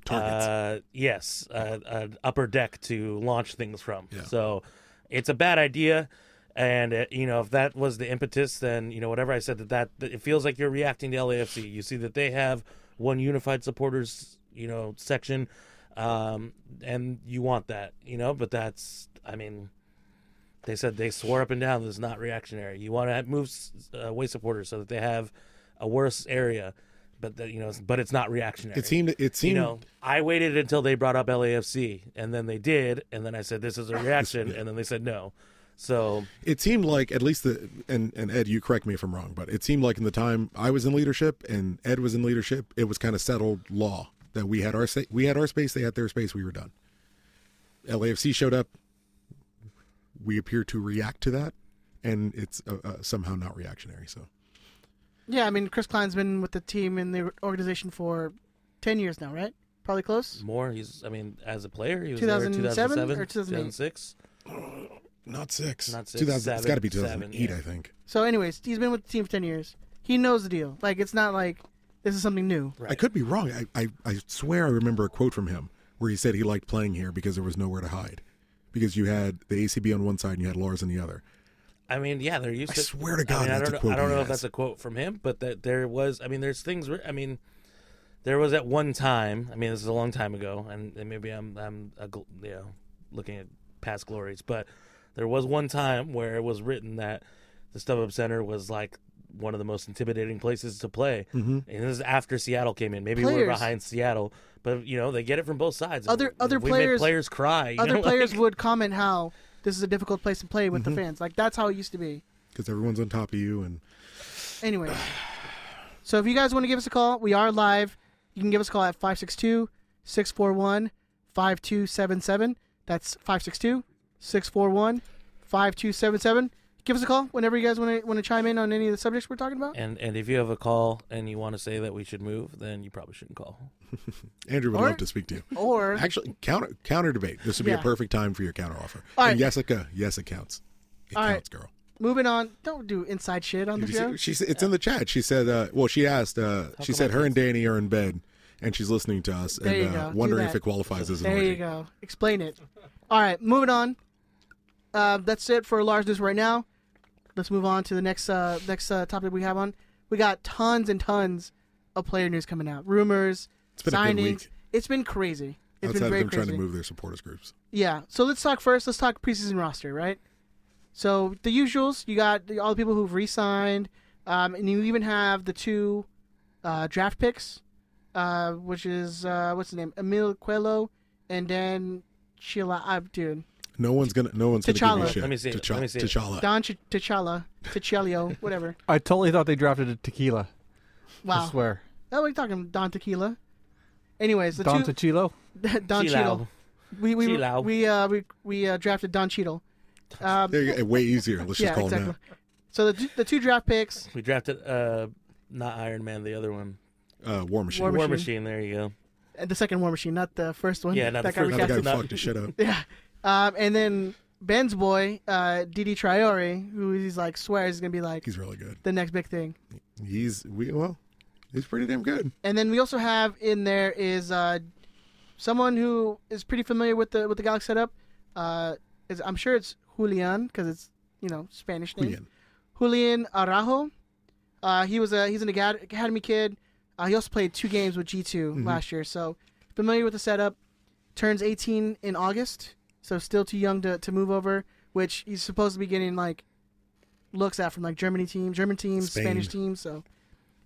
S3: Targets.
S5: uh, yes, uh, an upper deck to launch things from.
S3: Yeah.
S5: So it's a bad idea. And, uh, you know, if that was the impetus, then, you know, whatever I said that, that, that it feels like you're reacting to LAFC. You see that they have one unified supporters, you know, section. Um, and you want that, you know, but that's, I mean, they said they swore up and down this is not reactionary. You want to move s- uh, away supporters so that they have a worse area, but that, you know, but it's not reactionary
S3: it seemed it seemed
S5: you know, I waited until they brought up LAFC, and then they did, and then I said this is a reaction, and then they said no. So
S3: it seemed like at least the and and Ed, you correct me if I'm wrong, but it seemed like in the time I was in leadership and Ed was in leadership, it was kind of settled law that we had our sa- we had our space, they had their space, we were done. LAFC showed up. We appear to react to that, and it's uh, uh, somehow not reactionary. So
S2: Yeah, I mean, Chris Klein's been with the team and the organization for 10 years now, right? Probably close.
S5: more, he's I mean, as a player, he was there in
S2: 2007
S5: 2007
S2: or 2008?
S5: 2006.
S3: not six,
S5: Not six,
S3: 2000 it's got to be
S5: seven,
S3: 2008,
S5: seven,
S3: I think.
S2: So, anyways, he's been with the team for 10 years. He knows the deal. Like, it's not like this is something new.
S3: I could be wrong. I, I I swear I remember a quote from him where he said he liked playing here because there was nowhere to hide, because you had the ACB on one side and you had Lars on the other.
S5: I mean, yeah, there used
S3: I
S5: to.
S3: swear to God,
S5: I, mean, I
S3: that's
S5: don't
S3: a
S5: know,
S3: quote
S5: I don't
S3: he
S5: know if
S3: has.
S5: that's a quote from him, but that there was. I mean, there's things. where- I mean, there was at one time. I mean, this is a long time ago, and, and maybe I'm I'm a, gl- you know looking at past glories, but there was one time where it was written that the StubHub Center was like one of the most intimidating places to play,
S3: Mm-hmm.
S5: and this is after Seattle came in. Maybe we're
S2: Players.
S5: behind Seattle, but you know they get it from both sides.
S2: Other-
S5: And
S2: other
S5: we make
S2: players-
S5: players cry. you
S2: Other
S5: know, [laughs]
S2: players
S5: like- Mm-hmm.
S2: would comment how this is a difficult place to play with the fans. Like, that's how it used to be.
S3: because everyone's on top of you and
S2: Anyways, so if you guys want to give us a call, we are live. You can give us a call at 562 641 5277. That's 562 641 5277. Give us a call whenever you guys want to want to chime in on any of the subjects we're talking about.
S5: And and if you have a call and you want to say that we should move, then you probably shouldn't call.
S3: Andrew would
S2: Or-
S3: love to speak
S2: [laughs]
S3: to you.
S2: Or
S3: Actually, counter counter debate. This would be
S2: Yeah.
S3: a perfect time for your counter offer.
S2: All right.
S3: And yes, it co- yes, it counts. It
S2: All right.
S3: counts, girl.
S2: moving on, don't do inside shit on the
S3: Did you see-
S2: show.
S3: she said- it's in the chat. She said, uh, well, she asked. Uh, she said her and Danny are in bed, and she's listening to us
S2: There you
S3: and
S2: go.
S3: uh,
S2: Do
S3: wondering
S2: that.
S3: if it qualifies as an
S2: There you
S3: orgy.
S2: go. Explain it. All right, moving on. Uh, that's it for Lars News right now. Let's move on to the next uh, next uh, topic we have on. We got tons and tons of player news coming out. Rumors,
S3: been a
S2: signings.
S3: good week.
S2: It's been crazy. It's
S3: Outside
S2: been
S3: of
S2: very
S3: them
S2: crazy.
S3: trying to move their supporters groups.
S2: Yeah. So let's talk first. Let's talk preseason roster, right? So the usuals. You got the- all the people who've re-signed, um, and you even have the two uh, draft picks, uh, which is uh, what's the name, Emil Quello, and then Chila uh, dude,
S3: No one's gonna. No one's gonna give
S2: T'Challa.
S3: you shit.
S5: Let me see it.
S3: T'Cha-
S5: Let me see it.
S3: T'Challa.
S2: Don Ch- T'Challa,
S4: [laughs]
S2: T'Challio, whatever.
S4: I totally thought they drafted a tequila.
S2: Wow.
S4: I swear.
S2: Oh, we're talking Don Tequila. Anyways, the
S4: Don
S2: two
S4: Tequilo.
S2: [laughs] Don
S5: Chill
S2: Cheadle.
S5: out.
S2: We we
S5: Chill out.
S2: we uh, we we uh, drafted Don
S4: [laughs]
S2: Cheadle. Um,
S3: There you go. Way easier. Let's just
S2: yeah,
S3: call
S2: exactly.
S3: him
S2: So the two, the two draft picks.
S5: We drafted uh not Iron Man, the other one.
S3: that. Uh, War Machine.
S2: War
S5: War
S2: Machine.
S5: Machine, there you go.
S2: Uh, the second War Machine, not the first one.
S5: Yeah, not
S2: that
S5: the
S2: guy
S5: first
S2: we
S3: Another guy who
S2: casted.
S5: Not-
S3: fucked his shit up.
S2: Um, and then Ben's boy, uh, Didi Triore, who he's like swears is gonna be like
S3: He's really good.
S2: the next big thing.
S3: He's we well. He's pretty damn good.
S2: And then we also have in there is uh, someone who is pretty familiar with the with the Galaxy setup. Uh, is I'm sure it's Julian because it's you know Spanish name.
S3: Julian.
S2: Julian Araujo. Uh, he was a he's an acad- academy kid. Uh, he also played two games with G2 last year, so familiar with the setup. Turns 18 in August, so still too young to, to move over. Which he's supposed to be getting like looks at from like Germany team, German teams,
S3: Spain.
S2: Spanish team. So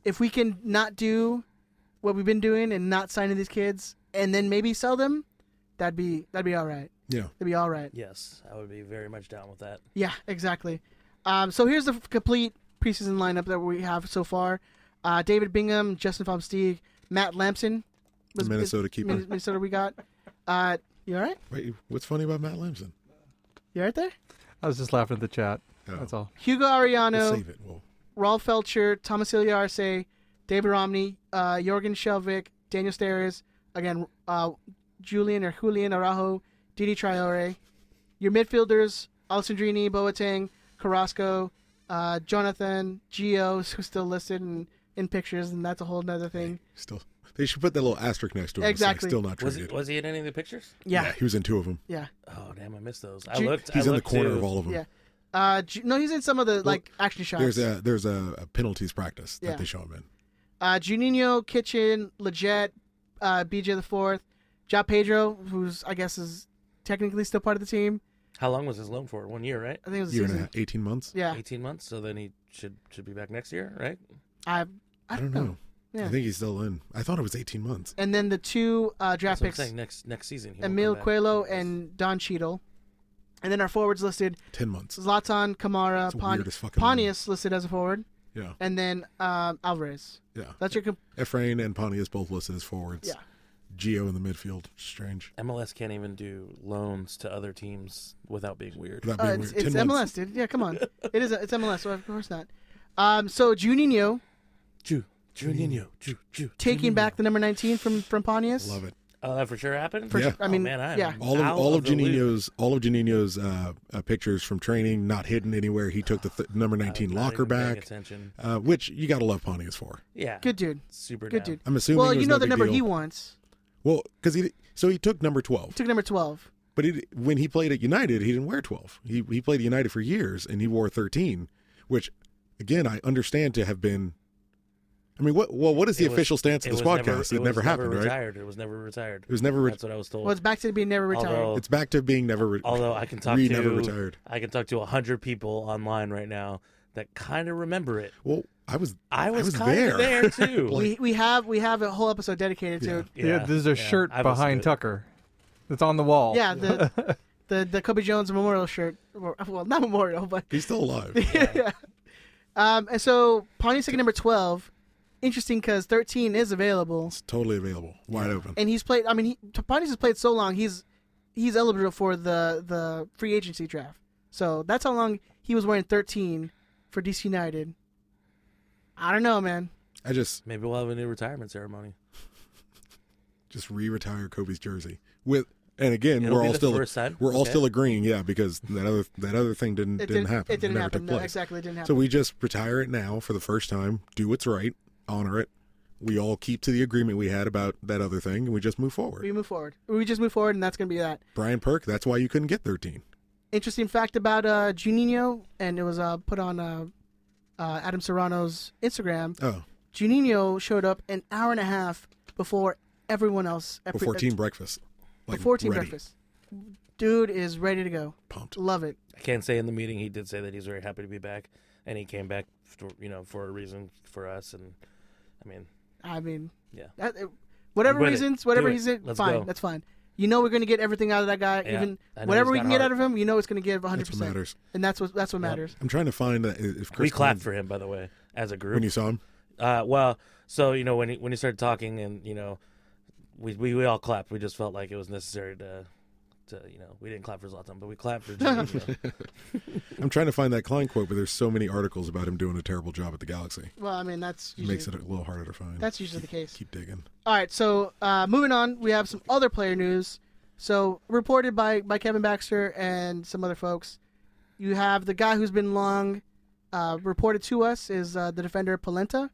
S2: if we can not do what we've been doing and not signing these kids, and then maybe sell them, that'd be that'd be all right.
S3: Yeah.
S2: That'd be all right.
S5: Yes, I would be very much down with that.
S2: Yeah, exactly. Um, so here's the f- complete preseason lineup that we have so far: uh, David Bingham, Justin Fomsteeg, Matt Lamson, was-
S3: Minnesota keeper.
S2: Min- Minnesota, we got. Uh, you all right?
S3: Wait, what's funny about Matt Lamson?
S2: You right there?
S4: I was just laughing at the chat.
S3: Oh.
S4: That's all.
S2: Hugo
S3: We'll
S2: Ariano,
S3: save it. Well,
S2: Rolf Felcher, Thomas Ilyarse, David Romney, uh, Jorgen Shelvik, Daniel Steris, again, uh, Julian or Julian Araujo, Didi Traore. Your midfielders, Alessandrini, Boateng, Carrasco, uh, Jonathan, Gio, [laughs] who's still listed in, in pictures, and that's a whole nother thing.
S3: still, they should put that little asterisk next to him.
S2: Exactly.
S3: Still not
S5: Was
S3: traded.
S5: he, was he in any of the pictures?
S2: Yeah,
S3: he was in two of them.
S2: yeah,
S5: Oh damn, I missed those. I
S2: Ju-
S5: looked.
S3: He's in
S5: I
S3: the
S5: looked,
S3: corner
S5: too.
S3: of all of them.
S2: yeah. Uh, Ju- no, he's in some of the like action shots.
S3: There's a there's a, a penalties practice
S2: Yeah.
S3: that they show him in.
S2: uh, Juninho, Kitchen, Leggett, uh, BJ the fourth, Ja Pedro, who's I guess is technically still part of the team.
S5: How long was his loan for? One year, right?
S2: I think it was a
S3: Year and a
S2: season.
S3: half, eighteen months.
S2: Yeah,
S5: Eighteen months. So then he should should be back next year, right?
S2: I
S3: I don't know.
S2: Yeah.
S3: I think he's still in. I thought it was eighteen months.
S2: And then the two uh,
S5: That's
S2: draft
S5: what I'm
S2: picks,
S5: saying. Next next season. he won't
S2: Emil
S5: come back.
S2: Coelho and Don Cheadle. And then our forwards listed
S3: Ten months.
S2: Zlatan, Kamara,
S3: It's
S2: Pon-
S3: weird as fucking
S2: Pontius listed as a forward,
S3: Yeah.
S2: and then uh, Alvarez.
S3: Yeah.
S2: That's your comp-
S3: Efrain and Pontius both listed as forwards.
S2: Yeah.
S3: Geo in the midfield. Strange.
S5: MLS can't even do loans to other teams without being weird.
S3: That'd
S2: Uh,
S3: be
S2: it's
S3: weird.
S2: it's
S3: 10
S2: MLS,
S3: months.
S2: dude. Yeah, come on. it is. A, it's MLS. So of course not. Um, so Juninho
S5: Ju- Juninho, Ju- Ju-
S2: taking
S5: Juninho.
S2: back the number 19 from from Pontius.
S3: Love it.
S5: Oh, that for sure happened.
S3: For Yeah.
S2: sure. I mean,
S5: oh, man, I'm
S2: yeah.
S3: All of
S5: out
S3: all of,
S5: the loop.
S3: Janino's all of Janino's uh, uh, pictures from training, not hidden anywhere. He took the th- number
S5: I'm
S3: nineteen
S5: not
S3: locker
S5: even paying
S3: back,
S5: Attention.
S3: uh, which you gotta love Pontius for.
S5: Yeah.
S2: Good dude.
S5: Super.
S2: Good
S5: down.
S2: dude.
S3: I'm assuming.
S2: well,
S3: it was
S2: you know
S3: no
S2: the
S3: big
S2: number
S3: deal.
S2: he wants.
S3: Well, because he so he took number twelve,
S2: He took number 12.
S3: but he, when he played at United, he didn't wear twelve. He he played at United for years and he wore thirteen, which again I understand to have been. I mean, what well, what is the
S5: It was-
S3: official stance
S5: it
S3: of this
S5: was
S3: podcast?
S5: Never,
S3: it never
S5: was
S3: happened,
S5: never
S3: right?
S5: retired. It was never retired.
S3: It was never. Re-
S5: That's what I was told.
S2: Well, it's back to being never retired.
S5: Although-
S3: it's back to being never. Re-
S5: Although I can talk
S3: re-
S5: to
S3: never retired.
S5: I can talk to a hundred people online right now that kind of remember it.
S3: Well, I was.
S5: I was, kind
S3: there.
S5: of there too.
S3: [laughs] Like-
S2: we, we have we have a whole episode dedicated to
S4: Yeah, there's a
S5: yeah,
S4: shirt
S5: I was
S4: behind
S5: good.
S4: Tucker. That's on the wall.
S2: yeah
S3: [laughs]
S2: the the the Kobe Jones memorial shirt. Or- Well, not memorial, but
S3: He's still
S5: [laughs]
S3: alive.
S2: um. And so Pontius taking number 12. Interesting because 13 is available,
S3: It's totally available, wide open.
S2: and he's played. I mean, he, Pontius has played so long. He's he's eligible for the the free agency draft. So that's how long he was wearing 13 for DC United. I don't know, man.
S3: I just
S5: Maybe we'll have a new retirement ceremony.
S3: just re-retire Kobe's jersey with, and again,
S5: It'll
S3: we're
S5: be
S3: all
S5: the
S3: still
S5: first time.
S3: we're all
S5: Okay.
S3: still agreeing, yeah, because that other that other thing didn't
S2: It
S3: didn't, happen.
S2: It didn't
S3: never
S2: happen.
S3: Took
S2: No,
S3: place.
S2: exactly. It didn't happen.
S3: So we just retire it now for the first time. Do what's right. Honor it. We all keep to the agreement we had about that other thing, and we just move forward.
S2: we move forward. We just move forward, and that's going to be that.
S3: Brian Perk. That's why you couldn't get thirteen.
S2: Interesting fact about uh, Juninho, and it was uh, put on uh, uh, Adam Serrano's Instagram.
S3: Oh,
S2: Juninho showed up an hour and a half before everyone else. At
S3: before
S2: pre- uh,
S3: team breakfast. Like,
S2: before team
S3: ready.
S2: breakfast. Dude is ready to go.
S3: Pumped.
S2: Love it.
S5: I can't say in the meeting he did say that he's very happy to be back, and he came back, for, you know, for a reason for us. And I mean,
S2: I mean,
S5: Yeah.
S2: that- it- whatever
S5: With it.
S2: reasons,
S5: Do
S2: whatever
S5: it.
S2: he's in,
S5: Let's
S2: fine.
S5: go.
S2: That's fine. You know we're going to get everything out of that guy.
S5: Yeah.
S2: Even
S5: I know
S2: whatever
S5: he's
S2: we
S5: got
S2: can get
S5: heart.
S2: out of him, you know it's going to give 100.
S3: That's what
S2: percent
S3: matters.
S2: And that's what that's what matters.
S3: I'm trying to find that if Chris
S5: we
S3: Klein-
S5: clapped for him by the way as a group.
S3: when you saw him.
S5: Uh, well, so you know when he, when he started talking, and you know, we, we we all clapped. We just felt like it was necessary to, to you know, we didn't clap for Zlatan, but we clapped for. Jorginho.
S3: [laughs] I'm trying to find that Klein quote, but there's so many articles about him doing a terrible job at the Galaxy.
S2: Well, I mean that's
S3: It
S2: usually,
S3: makes it a little harder to find.
S2: that's usually the case.
S3: Keep digging.
S2: All right, so uh, moving on, we have some other player news. So reported by by Kevin Baxter and some other folks. You have the guy who's been long uh, reported to us is uh, the defender Polenta,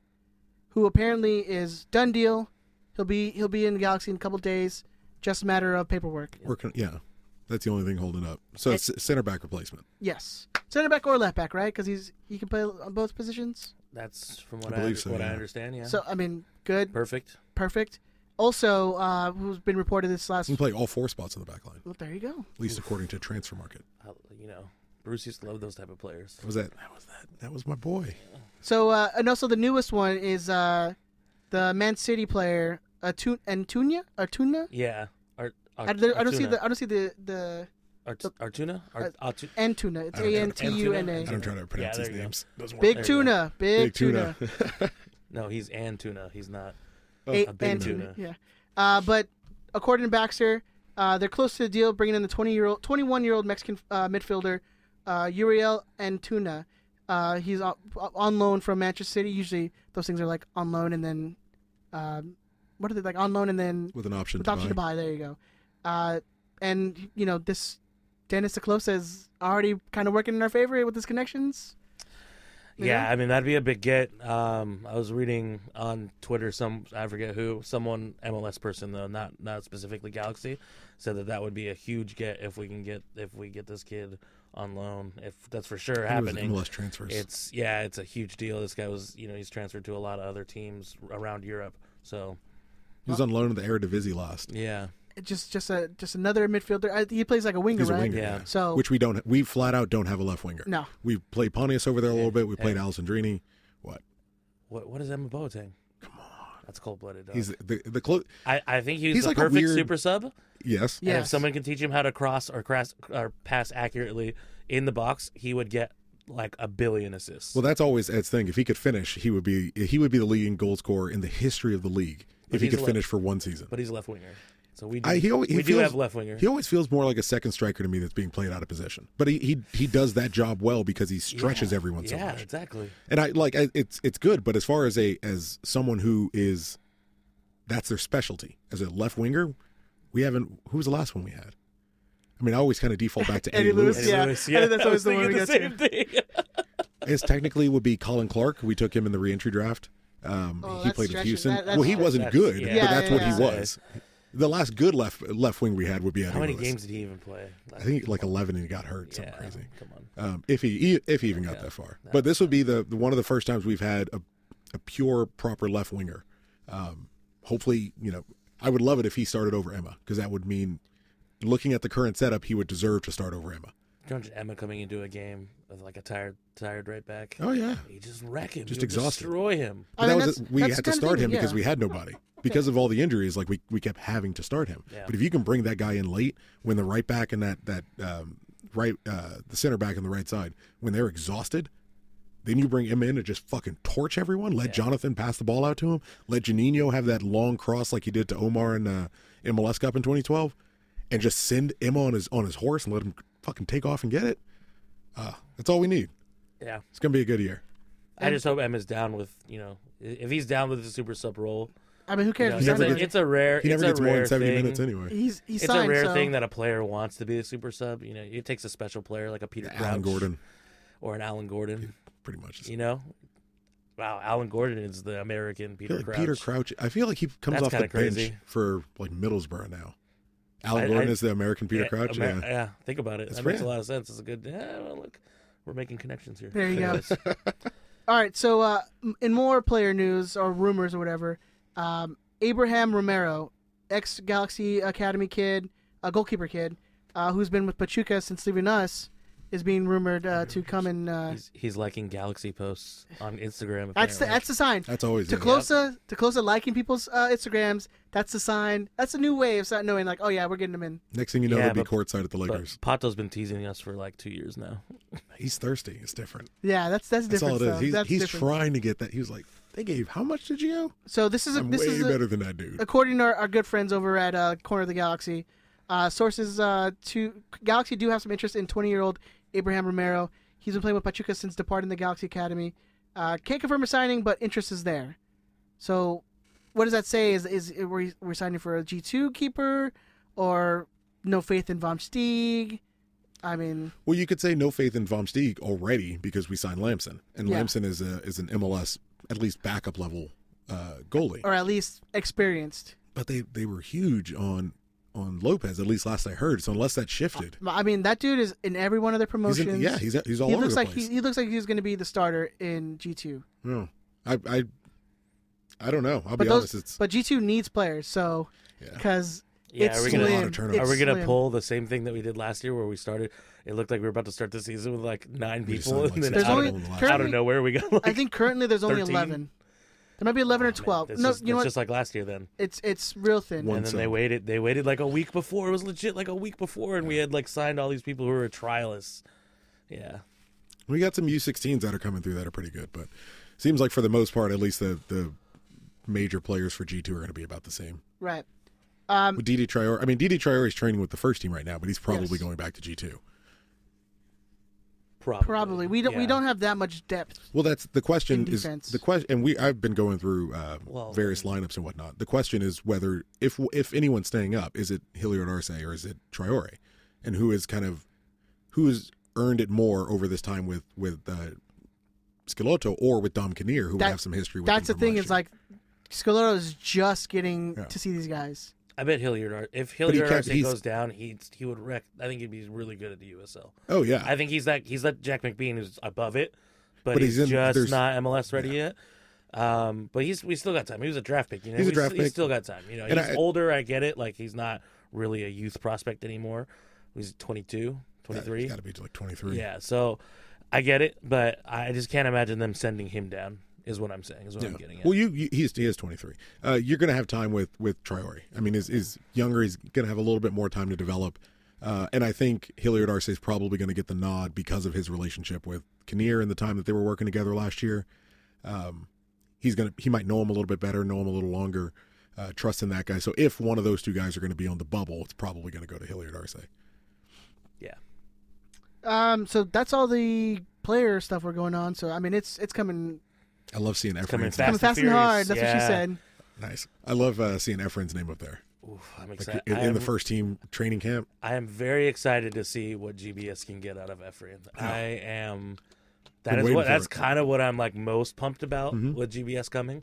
S2: who apparently is done deal. He'll be he'll be in the Galaxy in a couple days. Just a matter of paperwork.
S3: Working, yeah. That's the only thing holding up. So it's center back replacement.
S2: Yes, center back or left back, right? Because he's he can play on both positions.
S5: That's from what
S3: I
S5: I,
S3: believe so,
S5: what I
S3: yeah.
S5: understand. Yeah,
S2: So I mean, good,
S5: perfect.
S2: perfect. Also, uh, who's been reported this last?
S3: He can play all four spots on the back line,
S2: Well, there you go.
S3: at least according to transfer market.
S5: I, you know, Bruce used to love those type of players.
S3: What was that? That was that. That was my boy.
S2: So uh, and also the newest one is uh, the Man City player Atun- Antunia Artuna.
S5: Yeah, Art, Art,
S2: I don't, I don't see
S5: Artuna.
S2: the I don't see the the uh,
S5: Art, Artuna. Art, Artu-
S2: Antuna. It's
S3: I don't
S2: A
S3: know.
S2: N T U N
S3: I
S5: Antuna.
S2: A.
S3: don't try to pronounce
S5: there
S3: his
S5: you go.
S3: names. Those weren't-
S2: Big
S5: There you go.
S2: tuna, big, tuna,
S5: [laughs] no, he's Antuna. He's not.
S2: A-
S5: a big
S2: Antuna,
S5: tuna.
S2: Yeah, uh, but according to Baxter, Uh, they're close to the deal, bringing in the 20 year old, 21 year old Mexican uh, midfielder uh, Uriel Antuna. Uh, he's on, on loan from Manchester City. Usually, those things are like on loan and then, um, what are they like on loan and then
S3: with an option
S2: with
S3: to
S2: option to
S3: buy.
S2: buy. There you go. Uh, and you know this, Dennis Closa is already kind of working in our favor with his connections. you
S5: Yeah,
S2: know?
S5: I mean that'd be a big get. Um, I was reading on Twitter some I forget who someone MLS person though not not specifically Galaxy said that that would be a huge get if we can get if we get this kid on loan if that's for sure
S3: I think it was
S5: happening.
S3: MLS transfers.
S5: It's yeah, it's a huge deal. This guy was you know he's transferred to a lot of other teams around Europe. So
S3: he was on loan in the Eredivisie last.
S5: yeah,
S2: Just just a just another midfielder. I, he plays like a winger,
S3: He's a
S2: right?
S3: winger,
S5: Yeah.
S3: yeah.
S2: So
S3: which we don't. We flat out don't have a left winger.
S2: no,
S3: We played Pontius over there a little bit. We played
S5: Hey.
S3: Alessandrini. What?
S5: what what is Emma Boateng? Come on, that's cold blooded.
S3: He's the the, the close.
S5: I I think he's,
S3: he's
S5: the
S3: like a
S5: perfect
S3: weird-
S5: super sub.
S3: Yes.
S2: Yeah.
S5: And if
S2: Yes.
S5: someone can teach him how to cross or cross or pass accurately in the box, he would get like a billion assists.
S3: Well, that's always Ed's thing. If he could finish, he would be he would be the leading goal scorer in the history of the league if he
S5: he's
S3: could
S5: a
S3: finish for one season.
S5: but he's a left winger, so we do,
S3: I, he, al- he
S5: we do
S3: feels-
S5: have left winger.
S3: He always feels more like a second striker to me that's being played out of position. But he he, he does that job well because he stretches everyone so
S5: yeah,
S3: much. [laughs]
S5: exactly.
S3: And I like I, it's it's good, but as far as a as someone who is that's their specialty as a left winger, we haven't. Who was the last one we had? I mean, I always kind of default back to
S2: [laughs]
S3: Eddie,
S2: Eddie Lewis, Yeah,
S5: Lewis,
S2: I think that's
S5: I
S2: always
S5: was
S2: the one
S5: thinking
S2: we
S5: the
S2: go
S5: same
S3: [laughs]
S5: thing.
S3: His technically would be Colin Clark. We took him in the reentry draft. Um,
S2: Oh,
S3: he
S2: that's
S3: played with
S2: stretching.
S3: Houston.
S2: That- that's-
S3: well, he wasn't
S5: That's-
S3: good,
S5: yeah.
S3: but
S2: Yeah,
S3: that's
S2: yeah,
S3: what he
S2: yeah.
S3: was. The last good left left wing we had would be Eddie
S5: How many
S3: Lewis.
S5: games did he even play?
S3: I think like eleven, and he got hurt.
S5: yeah,
S3: Something crazy.
S5: Come on.
S3: um, if he if he even got that far. But this would be the the- one of the first times we've had a, a pure proper left winger. Um, hopefully, you know, I would love it if he started over Emma because that would mean, looking at the current setup, he would deserve to start over Emma.
S5: Can you imagine Emma coming into a game with like a tired, tired right back.
S3: Oh yeah,
S5: He just wreck him.
S3: Just
S5: He'll
S3: exhausted.
S5: Destroy him.
S3: but
S2: I mean,
S3: that was
S2: that's-
S3: we
S2: that's the
S3: had to
S2: kind of
S3: start
S2: thing,
S3: him because
S2: yeah.
S3: we had nobody because of all the injuries. Like we we kept having to start him.
S5: Yeah.
S3: But if you can bring that guy in late when the right back and that that um, right uh, the center back and the right side when they're exhausted, Then you bring him in and just fucking torch everyone. Let Jonathan pass the ball out to him. Let Janino have that long cross like he did to Omar in uh, MLS Cup in 2012, and just send Emma on his on his horse and let him fucking take off and get it. Uh, that's all we need.
S5: Yeah.
S3: It's gonna be a good year.
S5: I just hope Emma's down with you know i- if he's down with the super sub role.
S2: I mean, who cares?
S5: You know,
S2: if
S5: it's,
S3: never
S5: a,
S2: Sandler-
S3: gets-
S5: it's a rare.
S3: He never
S5: it's a
S3: gets more
S5: rare
S3: than 70
S5: thing.
S3: minutes anyway.
S2: he's he's
S5: it's
S2: signed,
S5: a rare
S2: so-
S5: thing that a player wants to be a super sub. You know, it takes a special player like a Peter
S3: Alan
S5: Crouch
S3: Gordon,
S5: or an Alan Gordon.
S3: pretty much.
S5: You know, wow, Alan Gordon is the American
S3: I
S5: Peter
S3: feel like
S5: Crouch.
S3: Peter Crouch. I feel like he comes
S5: That's
S3: off the
S5: kinda
S3: bench
S5: crazy.
S3: for like Middlesbrough now. Alan
S5: I-
S3: Gordon
S5: I-
S3: is the American Peter
S5: yeah,
S3: Crouch.
S5: Amer-
S3: yeah.
S5: think about it.
S3: That's
S5: that makes a
S3: rad.
S5: lot of sense. It's a good. Yeah, well, look, we're making connections here.
S2: There you go. [laughs]
S5: Anyways,
S2: All right, so uh, m- in more player news or rumors or whatever, um, Abraham Romero, ex Galaxy Academy kid, a goalkeeper kid, uh, who's been with Pachuca since leaving us, is being rumored uh, to come and. Uh,
S5: he's, he's liking Galaxy posts on Instagram.
S2: that's the,
S5: apparently.
S2: that's the sign.
S3: That's always it.
S2: Teclosa, Teclosa liking people's uh, Instagrams. That's the sign. That's a new way of start knowing, like, oh yeah, we're getting them in.
S3: Next thing you know,
S5: Yeah,
S3: he'll be
S5: but-
S3: courtside at the
S5: But
S3: Lakers.
S5: Pato's been teasing us for like two years now.
S3: He's thirsty. It's different.
S2: Yeah, that's that's
S3: That's
S2: different.
S3: all it is.
S2: stuff.
S3: He's,
S2: That's
S3: he's
S2: different.
S3: trying to get that. He was like, they gave how much to Gio?
S2: so this is a,
S3: I'm
S2: this
S3: way
S2: is a-
S3: better than that dude.
S2: according to our, our good friends over at uh, Corner of the Galaxy, uh, sources uh, to Galaxy do have some interest in 20-year-old Abraham Romero. He's been playing with Pachuca since departing the Galaxy Academy. Uh, can't confirm a signing, but interest is there. So, what does that say? Is is we're we're signing for a G two keeper, or no faith in Vom Stieg? I mean,
S3: Well, you could say no faith in Vom Steeg already because we signed Lamson, and
S2: Yeah.
S3: Lamson is a is an MLS at least backup level uh, goalie.
S2: or at least experienced.
S3: But they they were huge on on Lopez at least last I heard. So unless that shifted,
S2: I mean, that dude is in every one of their
S3: he's
S2: promotions.
S3: in- yeah, he's he's all
S2: he
S3: over
S2: looks
S3: the
S2: like
S3: place.
S2: He, he looks like he's going to be the starter in G two.
S3: No, I I I don't know. I'll
S2: but
S3: be
S2: those,
S3: honest. It's
S2: but G two needs players, so
S3: Yeah.
S2: because
S5: Yeah,
S2: it's
S5: are we
S2: slim.
S5: gonna-
S3: It's a lot of turnover.
S2: It's
S5: Are we gonna
S2: slim.
S5: pull the same thing that we did last year, where we started? It looked like we were about to start the season with like nine
S3: We just
S5: people,
S3: signed, like,
S5: and then
S2: There's
S3: six
S5: out,
S2: only-
S3: people in the last-
S5: of, out of nowhere we got. Like, Oh,
S2: I think currently there's only
S5: 13?
S2: eleven. There might be eleven or twelve.
S5: It's
S2: no,
S5: just,
S2: you know
S5: it's
S2: what?
S5: just like last year then.
S2: it's it's real thin.
S3: One
S5: and then they
S3: sub.
S5: waited. They waited like a week before. It was legit like a week before, and we had like signed all these people who were trialists. Yeah,
S3: We got some U16s that are coming through that are pretty good, but seems like for the most part, at least the the major players for G two are going to be about the same.
S2: Right.
S3: with Didi Triori. I mean, Didi Triori's training with the first team right now, but he's probably
S2: Yes.
S3: going back to G two.
S5: Probably.
S2: Probably. We don't. We
S5: Yeah.
S2: don't have that much depth.
S3: Well, that's the question.
S2: In
S3: Is
S2: defense.
S3: the question? And we I've been going through uh,
S5: Well-
S3: various lineups and whatnot. The question is whether if if anyone's staying up, is it Hilliard Arce or is it Triore, and who is kind of who has earned it more over this time with with uh, Scalotto or with Dom Kinnear, who would
S2: That-
S3: have some history. with
S2: That's the
S3: him from
S2: thing.
S3: last
S2: Is
S3: year.
S2: like, Scalotto is just getting
S3: Yeah.
S2: to see these guys.
S5: I bet Hilliard. Ar- If Hilliard
S3: kept-
S5: Arce
S3: he's-
S5: goes down, he he would wreck. I think he'd be really good at the USL.
S3: oh yeah,
S5: I think he's that he's that Jack McBean who's above it, but,
S3: But
S5: he's,
S3: he's in-
S5: just
S3: there's-
S5: not MLS ready yet. Um, but he's we still got time. He was a draft pick. You know,
S3: He's a
S5: We
S3: draft
S5: s-
S3: pick.
S5: still got time. You know,
S3: And
S5: he's
S3: I-
S5: older. I get it. Like he's not really a youth prospect anymore. He's 22,
S3: That- he's
S5: 23.
S3: Got to be like twenty three.
S5: Yeah, so I get it, but I just can't imagine them sending him down. Is what I'm saying. Is what I'm getting at.
S3: Well, you, you he's he is 23. Uh, you're going to have time with with Triori. I mean, is is younger. He's going to have a little bit more time to develop. Uh, and I think Hilliard Arce is probably going to get the nod because of his relationship with Kinnear and the time that they were working together last year. Um, he's gonna he might know him a little bit better, know him a little longer, uh, trust in that guy. So if one of those two guys are going to be on the bubble, it's probably going to go to Hilliard Arce.
S5: yeah.
S2: Um. So that's all the player stuff we're going on. So I mean, it's it's coming
S3: I love seeing
S5: coming
S3: Efren's
S5: fast.
S2: coming
S3: name.
S2: fast and
S5: and
S2: hard.
S5: furious,
S2: That's what she
S5: yeah.
S2: said.
S3: Nice. I love uh, seeing Efren's name up there,
S5: Oof, I'm
S3: like
S5: excited.
S3: in,
S5: I
S3: in
S5: am,
S3: the first team training camp.
S5: I am very excited to see what GBS can get out of Ephraim. I am. That
S3: Been
S5: is
S3: waiting
S5: what.
S3: for
S5: That's
S3: it. Mm-hmm.
S5: kind of what I'm like most pumped about with GBS coming.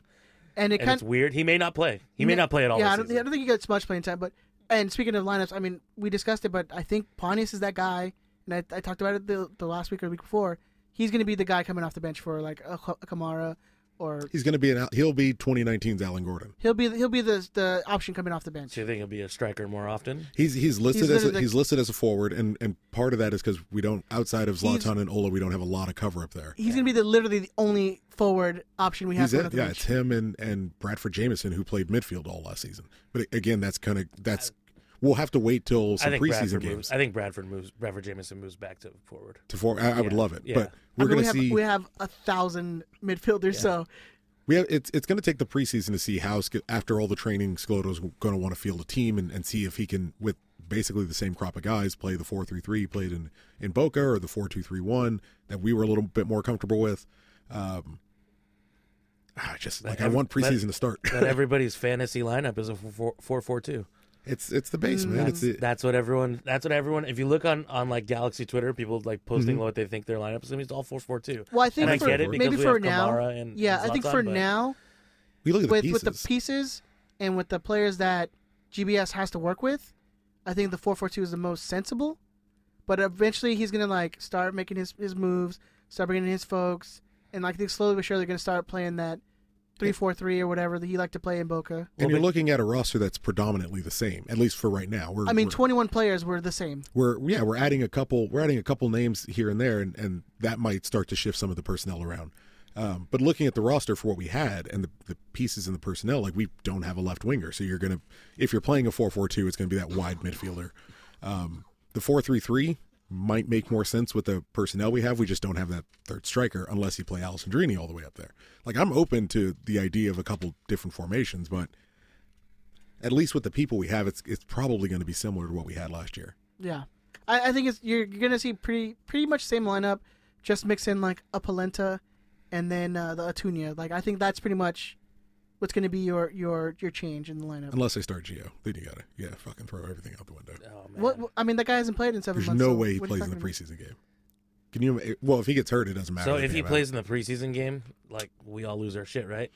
S2: And it
S5: And
S2: kind
S5: it's weird. He may not play. He may not play at all.
S2: Yeah, I don't,
S5: this
S2: I don't
S5: season.
S2: think he gets much playing time. But and speaking of lineups, I mean, we discussed it, but I think Pontius is that guy, and I, I talked about it the, the last week or the week before. He's going to be the guy coming off the bench for like a, Ka- a Kamara, or
S3: He's going to be an Al- he'll be 2019's Alan Gordon.
S2: he'll be the, he'll be the the option coming off the bench.
S5: So you think he'll be a striker more often?
S3: He's he's listed
S2: He's
S3: as a,
S2: literally-
S3: he's listed as a forward, and and part of that is because we don't outside of
S2: He's-
S3: Zlatan and Ola, we don't have a lot of cover up there.
S2: He's going to be the literally the only forward option we have.
S3: He's
S2: coming
S3: it,
S2: off the
S3: yeah.
S2: bench.
S3: It's him and and Bradford Jameson who played midfield all last season. But a- again, that's kind of that's we'll have to wait till
S5: I
S3: some
S5: think
S3: preseason
S5: Bradford
S3: games
S5: moves. I think Bradford moves. Bradford Jameson moves back to forward.
S3: to form. I, I would
S5: Yeah,
S3: love it,
S5: yeah.
S3: but
S2: I
S3: we're
S2: mean, we
S3: going to
S2: have,
S3: see
S2: we have a thousand midfielders, so
S3: we have it's it's going to take the preseason to see how Sc- after all the training, Scalotto's going to want to field a team and, and see if he can with basically the same crop of guys play the four three three he played in in Boca or the four two three one that we were a little bit more comfortable with. Um, I just like I
S5: ev-
S3: want preseason
S5: let-
S3: to start. [laughs]
S5: But everybody's [laughs] fantasy lineup is a four four four two.
S3: it's it's the base,
S2: Mm,
S3: man. It's the,
S5: That's what everyone. That's what everyone. If you look on on like Galaxy Twitter, people like posting
S3: Mm-hmm.
S5: what they think their lineup is. I mean, it's all four four two.
S2: well, I think
S5: and I
S2: for,
S5: get it because
S2: maybe
S5: we
S2: for
S5: have
S2: now,
S5: Kamara and
S2: yeah, I think
S5: Zlatan,
S2: for
S5: but-
S2: now
S3: we look at the
S2: with
S3: pieces.
S2: with the pieces and with the players that GBS has to work with, I think the four four two is the most sensible. But eventually, he's gonna like start making his, his moves, start bringing in his folks, and like I think slowly but surely they're gonna start playing that three four three or whatever that he liked to play in Boca.
S3: and you're looking at a roster that's predominantly the same, at least for right now. We're,
S2: I mean,
S3: we're-
S2: twenty one players were the same.
S3: we're yeah we're adding a couple we're adding a couple names here and there and and that might start to shift some of the personnel around um, but looking at the roster for what we had and the, the pieces in the personnel like we don't have a left winger so you're gonna if you're playing a 4-4-2 it's gonna be that wide midfielder um, the 4-3-3 might make more sense with the personnel we have we just don't have that third striker unless you play Alessandrini all the way up there like I'm open to the idea of a couple different formations but at least with the people we have it's it's probably going to be similar to what we had last year
S2: Yeah, I, I think it's you're gonna see pretty pretty much same lineup, just mix in like a polenta, and then uh, the Atunia. Like I think that's pretty much what's gonna be your your your change in the lineup.
S3: Unless they start Geo, then you gotta yeah fucking throw everything out the window.
S5: Oh,
S2: What, what- I mean, that guy hasn't played in seven
S3: There's
S2: months.
S3: no
S2: so
S3: way he
S2: what are you
S3: plays in the
S2: talking about?
S3: preseason game. Can you? Well, if he gets hurt, it doesn't matter.
S5: So
S3: that
S5: if
S3: they
S5: he
S3: have
S5: plays in the preseason game, like we all lose our shit, right?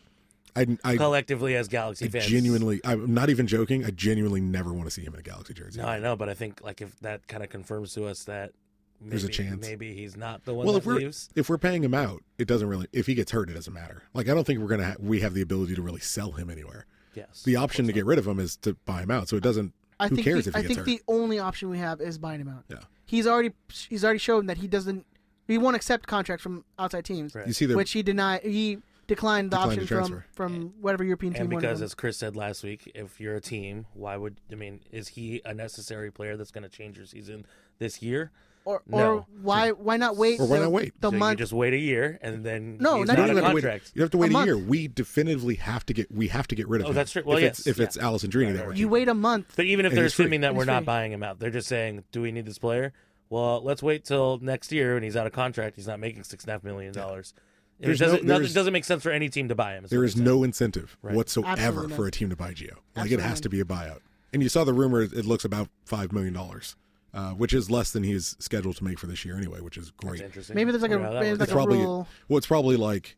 S3: Allen. I, I,
S5: Collectively as Galaxy
S3: I
S5: fans.
S3: genuinely, I'm not even joking. I genuinely never want to see him in a Galaxy jersey.
S5: No, I know, but I think like if that kind of confirms to us that maybe,
S3: There's a chance.
S5: Maybe he's not the one
S3: well,
S5: that
S3: if we're
S5: leaves.
S3: if we're paying him out, it doesn't really. If he gets hurt, it doesn't matter. Like I don't think we're gonna ha- we have the ability to really sell him anywhere.
S5: Yes.
S3: The option to get rid of him is to buy him out. So it doesn't.
S2: I
S3: who
S2: think
S3: cares
S2: the,
S3: if he
S2: I
S3: gets
S2: think
S3: hurt?
S2: the only option we have is buying him out.
S3: Yeah.
S2: He's already he's already shown that he doesn't he won't accept contracts from outside teams,
S5: Right.
S3: you see the
S2: which he denied he declined the
S3: Declined to
S2: option
S3: transfer.
S2: from from whatever European
S5: and
S2: team wanted
S5: because
S2: him.
S5: as Chris said last week, if you're a team, why would I mean, is he a necessary player that's gonna change your season this year?
S2: Or, or
S5: No.
S2: why why not wait?
S3: Or why
S2: the,
S3: not wait?
S2: The
S5: so
S2: month.
S5: you just wait a year and then
S2: No,
S5: he's
S2: not
S5: not,
S2: even
S5: a
S3: have to wait,
S5: contract.
S3: you have to wait
S2: A
S3: a,
S2: month.
S3: year. We definitively have to get we have to get rid of
S5: Oh,
S3: him.
S5: that's true. Well,
S3: if
S5: yes,
S3: it's, if
S5: yeah.
S3: it's Alice and Drini that way.
S2: you wait a month.
S5: But even if
S3: And
S5: they're
S3: he's free.
S5: assuming that
S2: And
S5: we're
S2: he's free.
S5: not buying him out, they're just saying, "Do we need this player?" Well, let's wait till next year and he's out of contract. He's not making six and a half million dollars. It
S3: There's
S5: doesn't,
S3: no-
S5: nothing-
S3: there's-
S5: doesn't make sense for any team to buy him.
S3: There
S5: what
S3: is
S5: I'm saying.
S3: no incentive whatsoever
S2: Absolutely
S3: for
S2: not.
S3: a team to buy Gio. Like it
S2: Absolutely
S3: has
S2: not.
S3: to be a buyout. And you saw the rumor; it looks about five million dollars, uh, which is less than he is scheduled to make for this year anyway, which is great.
S5: That's interesting.
S2: Maybe there's like a-
S5: Yeah, that
S2: maybe
S5: works.
S2: there's
S3: it's
S2: like a
S3: probably
S2: rule.
S3: well, it's probably like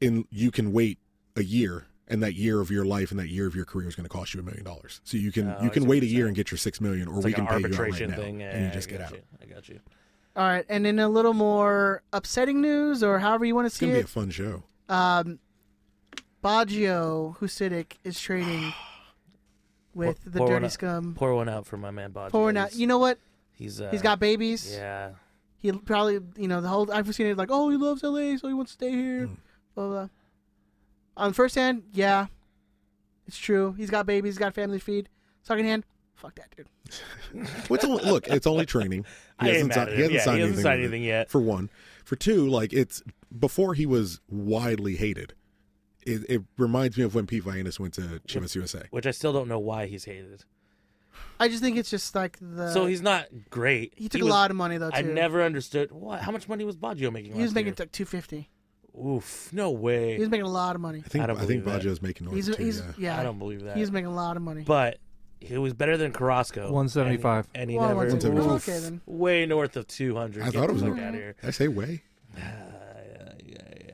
S3: in you can wait a year, and that year of your life and that year of your career is going to cost you a million dollars. So you can
S5: Oh, I
S3: you
S5: see
S3: can
S5: what
S3: wait a
S5: you're
S3: year
S5: saying.
S3: and get your six million, or
S5: It's
S3: we
S5: like
S3: can
S5: an
S3: pay you outright
S5: arbitration
S3: now,
S5: thing.
S3: and
S5: Yeah,
S3: you just
S5: I
S3: get
S5: got
S3: out.
S5: you. I got you.
S2: All right, and in a little more upsetting news, or however you want to
S3: It's
S2: see
S3: going to be
S2: it, um,
S3: a fun show.
S2: Baggio Husidic is
S5: [sighs]
S2: trading with the
S5: Pour one
S2: dirty
S5: out-
S2: scum.
S5: Pour one out for my man Bodge.
S2: Pouring out. You know what?
S5: he's uh,
S2: He's got babies.
S5: Yeah,
S2: He probably, you know, the whole I've seen it like, oh, he loves LA, so he wants to stay here.
S3: Mm.
S2: Blah blah. blah. On first hand, yeah, it's true. He's got babies. He's got family to feed. Second hand, fuck that dude.
S3: Well, it's only, look, it's only
S5: [laughs]
S3: training.
S5: I ain't mad at him. Yeah, he hasn't signed
S3: with it,
S5: anything yet.
S3: For one, for two, like it's before he was widely hated. It, it reminds me of when Pete Vianis went to Chivas USA.
S5: which I still don't know why he's hated.
S2: I just think it's just like the.
S5: so he's not great.
S2: Uh, he took a
S5: was-
S2: lot of money though. Too.
S5: I never understood what. How much money was Baggio making?
S2: He was
S5: last
S2: making
S5: year?
S2: like two fifty.
S5: Oof, no
S2: He
S5: way.
S2: was making a lot of money.
S3: I think
S5: I don't
S3: I, think
S5: believe that.
S3: Baggio's making noise
S2: He's
S3: too.
S2: he's
S3: yeah.
S2: yeah.
S5: I don't believe that.
S2: He's making a lot of money.
S5: but he was better than Carrasco.
S4: 175.
S5: and, and he
S2: Well,
S5: never
S2: once in a
S3: Oof.
S2: while, okay then.
S5: way north of two hundred.
S3: I thought it was
S5: out
S3: north.
S5: of here. Uh,
S3: Did I say way.
S2: Uh,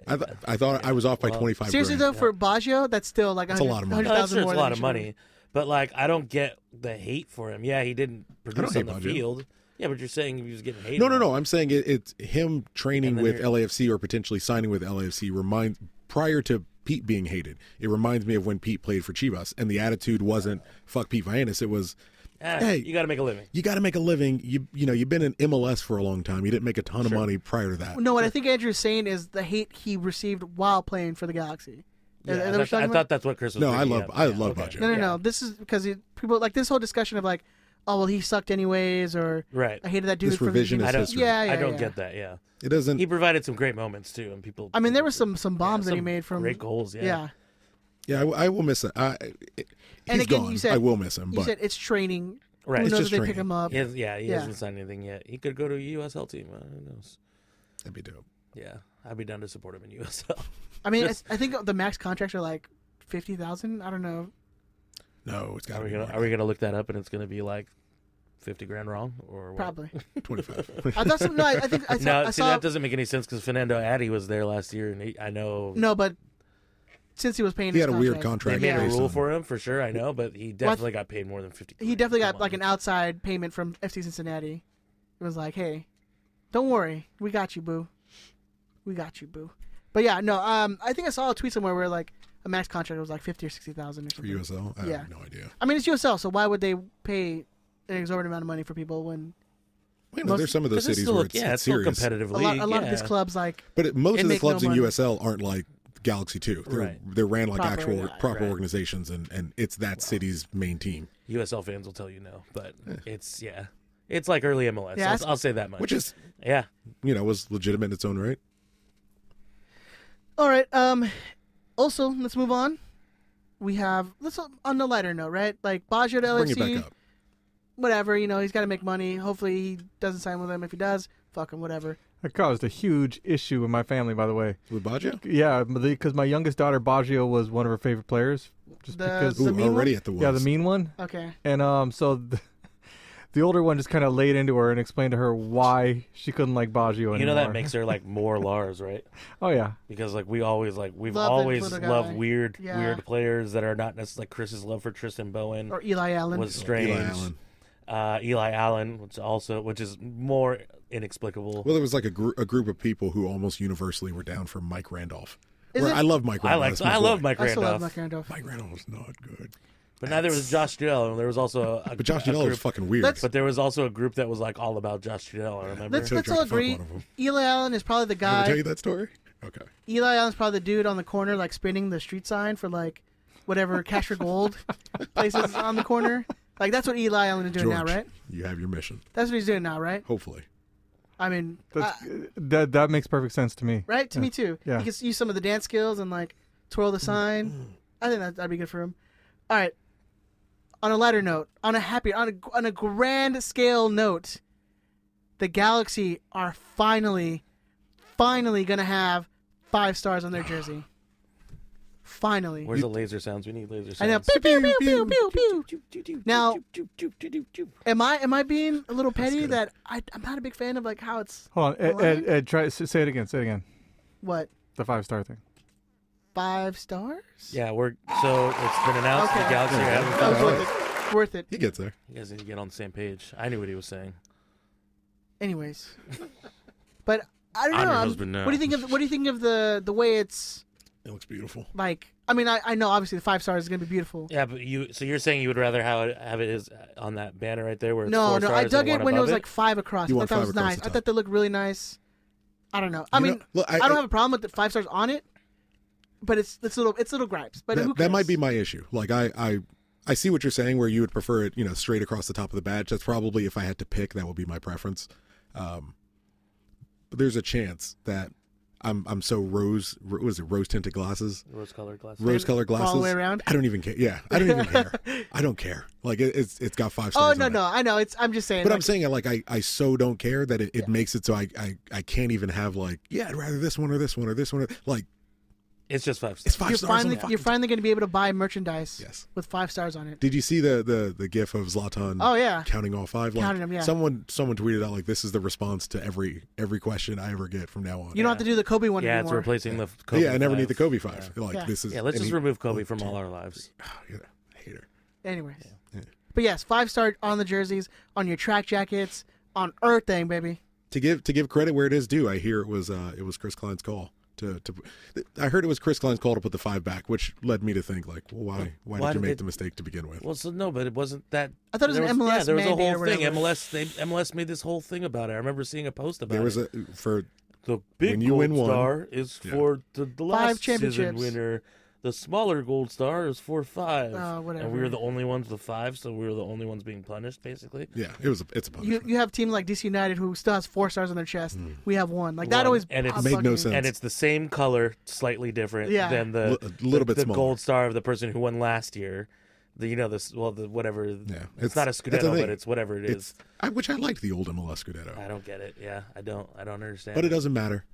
S3: I, th- I thought I was off by twenty five.
S2: Seriously though, for Baggio, that's still like
S3: That's a lot of money.
S5: No, that's
S2: 100,000
S5: true, it's
S2: more
S5: a
S2: than
S5: lot
S2: he
S5: of
S2: should
S5: money, but like I don't get the hate for him. Yeah, he didn't produce
S3: hate
S5: on the
S3: Baggio.
S5: field. Yeah, but you're saying he was getting hated.
S3: no, no,
S5: on.
S3: no. I'm saying it, it's him training
S5: And then
S3: with
S5: you're-
S3: LAFC or potentially signing with LAFC. Reminds prior to Pete being hated, it reminds me of when Pete played for Chivas, and the attitude wasn't "fuck Pete Vianis." It was,
S5: Ah,
S3: "Hey,
S5: you got to make a living.
S3: you got to make a living. You you know you've been in MLS for a long time. You didn't make a ton of money prior to that.
S2: No, what I think Andrew's saying is the hate he received while playing for the Galaxy. Is- is
S5: Yeah,
S2: that
S5: I,
S2: what
S5: thought,
S2: you're talking
S5: I
S2: about?
S5: thought that's what Chris was.
S3: No, I
S5: bringing
S3: love
S5: up.
S3: I
S5: Yeah,
S3: love
S5: okay.
S3: Baggio.
S2: No, no,
S5: Yeah.
S2: no. This is because he, people like this whole discussion of like, oh well, he sucked anyways, or
S5: Right.
S2: I hated that dude
S3: This
S2: for being-
S3: revisionist
S5: I don't.
S3: history.
S2: Yeah, yeah,
S5: I don't
S2: yeah.
S5: get that. Yeah,
S3: It doesn't.
S5: he provided some great moments too, and people.
S2: I mean, there were some some bombs that he
S5: some
S2: made from
S5: great goals. Yeah.
S2: yeah.
S3: yeah, I, w- I will miss it. I, it
S2: And
S3: he's
S2: again,
S3: gone.
S2: you said
S3: I will miss him.
S2: You
S3: But
S2: said it's training.
S5: Right.
S2: Who
S5: It's
S2: knows if
S3: just
S2: they pick
S3: training.
S2: him up?
S5: He has, yeah, he
S2: Yeah.
S5: hasn't signed anything yet. He could go to a USL team. uh, Who knows?
S3: that'd be dope.
S5: Yeah, I'd be down to support him in USL.
S2: I mean, I, I think the max contracts are like fifty thousand. I don't know.
S3: No, it's got
S5: [laughs] Are
S3: to
S5: we
S3: be
S5: gonna Are we gonna look that up and it's gonna be like fifty grand wrong or what? [laughs]
S2: Probably.
S3: twenty five. [laughs]
S2: I thought some, no. I, I think I saw.
S5: No,
S2: I
S5: see
S2: saw
S5: that doesn't make any sense because Fernando Addy was there last year, and he, I know
S2: no, but since he was paying,
S3: he
S2: his
S3: had a weird
S5: they
S3: contract.
S5: made a
S3: based
S5: rule
S3: on-
S5: for him for sure. I know, but he definitely got paid more than fifty.
S2: He definitely got like an
S5: hour.
S2: outside payment from FC Cincinnati. It was like, hey, don't worry, we got you, boo. We got you, boo. But yeah, no. Um, I think I saw a tweet somewhere where like a max contract was like fifty or sixty thousand or
S3: for
S2: something.
S3: USL. I
S2: Yeah.
S3: have no idea.
S2: I mean, it's USL, so why would they pay an exorbitant amount of money for people when
S3: Wait, no, there's some of those cities
S5: still,
S3: where
S5: a-
S3: it's,
S5: yeah,
S3: it's
S5: it's still a
S3: serious.
S5: competitive
S2: a
S5: league.
S2: lot, a lot of these
S5: yeah.
S2: clubs like
S3: But it, most
S2: They
S3: of the
S2: make no
S3: clubs in
S2: money.
S3: USL aren't like Galaxy Two. They're
S5: Right.
S3: they're ran like
S2: Proper,
S3: actual
S2: yeah,
S3: proper
S5: right.
S3: organizations, and and it's that city's main team,
S5: USL fans will tell you no, but it's yeah, it's like early MLS.
S2: Yeah,
S5: I'll-
S2: it's-
S5: I'll, say that much.
S3: which is
S5: yeah,
S3: you know was legitimate in its own right.
S2: All right. Um. Also, let's move on. We have let's on the lighter note, right? Like Baggio to
S3: Bring it back
S2: LFC,
S3: up.
S2: whatever. You know, he's got to make money. Hopefully, he doesn't sign with them. If he does, fuck him, whatever.
S4: That caused a huge issue in my family, by the way.
S3: With Baggio?
S4: Yeah, because my youngest daughter Baggio was one of her favorite players, just
S2: The-
S4: because.
S2: the
S3: Ooh,
S2: mean
S3: already
S2: one?
S3: at the
S4: yeah, the
S3: Wolves.
S4: mean one.
S2: Okay.
S4: And um, so [laughs] the, the older one just kind of laid into her and explained to her why she couldn't like Baggio anymore.
S5: you know that makes her like more Lars, right?
S4: Oh yeah,
S5: Because like we always like we've
S2: Love that
S5: always
S2: little
S5: loved
S2: guy.
S5: weird
S2: Yeah.
S5: weird players that are not necessarily like Chris's love for Tristan Bowen
S2: Or Eli Allen.
S5: was strange.
S3: Eli Allen.
S5: Uh, Eli Allen, which also which is more inexplicable.
S3: Well, there was like a, gr- a group of people who almost universally were down for Mike Randolph.
S2: Is
S3: Where
S2: it-
S3: I love Mike
S5: I
S3: Randolph.
S5: like
S3: That's my
S5: I love
S3: boy.
S5: Mike
S2: I still love
S5: Randolph,
S2: Mike Randolph.
S3: Mike Randolph's not good.
S5: but neither was Josh Trudell, and there was also a,
S3: But Josh
S5: a
S3: Janela
S5: group,
S3: is fucking weird.
S2: Let's-
S5: But there was also a group that was like all about Josh Trudell. I remember.
S2: Let's
S3: Should've
S2: let's all
S3: tried to fuck
S2: agree.
S3: one of 'em.
S2: Eli Allen is probably the
S3: Did I
S2: guy.
S3: tell you that story? Okay.
S2: Eli Allen's probably the dude on the corner, like spinning the street sign for like
S3: [laughs]
S2: whatever cash or gold places on the corner. Like that's what Eli Allen is doing
S3: George,
S2: now, right?
S3: you have your mission.
S2: That's what he's doing now, right?
S3: Hopefully.
S2: I mean, uh,
S4: That's, that that makes perfect sense to me.
S2: right? To me too.
S4: Yeah.
S2: He could use some of the dance skills and like twirl the sign. I think that, that'd be good for him. All right. On a lighter note, on a happy, on a on a grand scale note, the Galaxy are finally, finally gonna have five stars [sighs] on their jersey. Finally.
S5: Where's the laser sounds? We need laser sounds.
S2: I know. Pew, pew, pew, pew, pew, pew. Now, am I am I being a little petty that I, I'm not a big fan of like how it's
S4: Hold on, Ed, Ed,
S2: aligned?
S4: Ed try s- say it again. Say it again.
S2: what
S4: The five star thing.
S2: five stars?
S5: Yeah, we're so it's been announced the
S2: Okay.
S5: galaxy. are having
S2: That was
S5: fun.
S2: worth it. Worth it.
S3: He gets there.
S5: You guys need to get on the same page. I knew what he was saying.
S2: Anyways, but I don't
S5: I'm
S2: know.
S5: your
S2: I'm-
S5: husband now.
S2: What do you think of What do you think of the the way it's
S3: It looks beautiful.
S2: like? I mean, I, I know obviously the five stars is gonna be beautiful.
S5: Yeah, but you. So you're saying you would rather have it, have it is on that banner right there where it's
S2: no,
S5: four
S2: no,
S5: stars
S2: I
S5: and
S2: dug
S5: one
S2: it when it
S5: above
S2: was like five across.
S3: You
S2: I
S3: want
S2: thought that
S3: five
S2: was
S3: across
S2: nice.
S3: the
S2: I
S3: top.
S2: thought they looked really nice. I don't know. I
S3: You know,
S2: mean,
S3: look, I-
S2: I, don't
S3: I-
S2: have a problem with the five stars on it, but it's it's little it's little gripes. But who
S3: that, that might
S2: cares?
S3: be my issue. Like I, I, I see what you're saying. Where you would prefer it, you know, straight across the top of the badge. That's probably if I had to pick, that would be my preference. Um, but there's a chance that I'm I'm so rose ro- was it rose tinted glasses,
S5: rose colored glasses.
S3: rose colored
S2: all the
S3: glasses.
S2: way around?
S3: I don't even care. Yeah,
S2: [laughs]
S3: I don't even care. I don't care. Like it, it's it's got five
S2: Oh
S3: stars.
S2: no,
S3: on it.
S2: no, I know. It's I'm just saying.
S3: But
S2: like,
S3: I'm saying I like I, I so don't care that it, it makes it so I, I I can't even have like yeah I'd rather this one or this one or this one or, like
S5: It's just five
S3: it's
S5: stars.
S3: 5
S2: you're
S3: stars. on
S2: finally
S3: the fucking
S2: you're finally gonna be able to buy merchandise
S3: Yes.
S2: with five stars on it.
S3: Did you see the the the gif of Zlatan?
S2: Oh, yeah.
S3: counting all five.
S2: Counting 'em, yeah.
S3: Someone someone tweeted out like this is the response to every every question I ever get from now on.
S2: You don't have to do the Kobe one
S5: Yeah, it's
S2: anymore.
S5: replacing the.
S3: yeah,
S5: Kobe
S3: I never need
S5: five.
S3: the Kobe five. Like
S2: Yeah.
S3: this is
S5: Yeah, let's
S3: and
S5: just
S3: he-
S5: remove Kobe from all our lives.
S3: Oh, you know, hater.
S2: Anyways.
S3: Yeah.
S2: But yes, five star on the jerseys, on your track jackets, on everything, baby.
S3: To give to give credit where it is due, I hear it was uh it was Chris Klein's call to to. I heard it was Chris Klein's call to put the five back, which led me to think like, well, why why, did
S5: Why
S3: you
S5: did
S3: make
S5: they-
S3: the mistake to begin with?
S5: Well, so no, but it wasn't that.
S2: I thought it was
S5: there
S2: an
S5: Yeah,
S2: MLS
S5: there was a
S2: mandate or
S5: whole thing.
S2: whatever.
S5: MLS they MLS made this whole thing about it. I remember seeing a post about
S3: there was
S5: it.
S3: a for
S5: the big
S3: when you
S5: gold
S3: win one-
S5: star is
S3: Yeah.
S5: for the, the last season
S2: championships.
S5: winner. The smaller gold star is for five.
S2: Oh,
S5: And we
S2: whatever.
S5: were the only ones with five, so we were the only ones being punished, basically.
S3: yeah it was a, it's a
S2: You
S3: punishment.
S2: you have teams like DC United who still has four stars on their chest. We have one. Like that
S5: One,
S2: always
S5: and it's-
S2: I'll
S3: Mm. Made no
S2: fucking-
S3: sense.
S5: And it's the same color, slightly different
S2: Yeah.
S5: than the
S3: L- a little
S5: the-
S3: bit
S5: the
S3: smaller.
S5: gold star of the person who won last year. The you know this well the whatever.
S3: Yeah,
S5: it's,
S3: it's-
S5: not a
S3: that's the
S5: scudetto, but
S3: thing.
S5: it's whatever it is.
S3: it's I, which I liked the old MLS Scudetto.
S5: I don't get it. Yeah, I don't. I don't understand.
S3: But it doesn't matter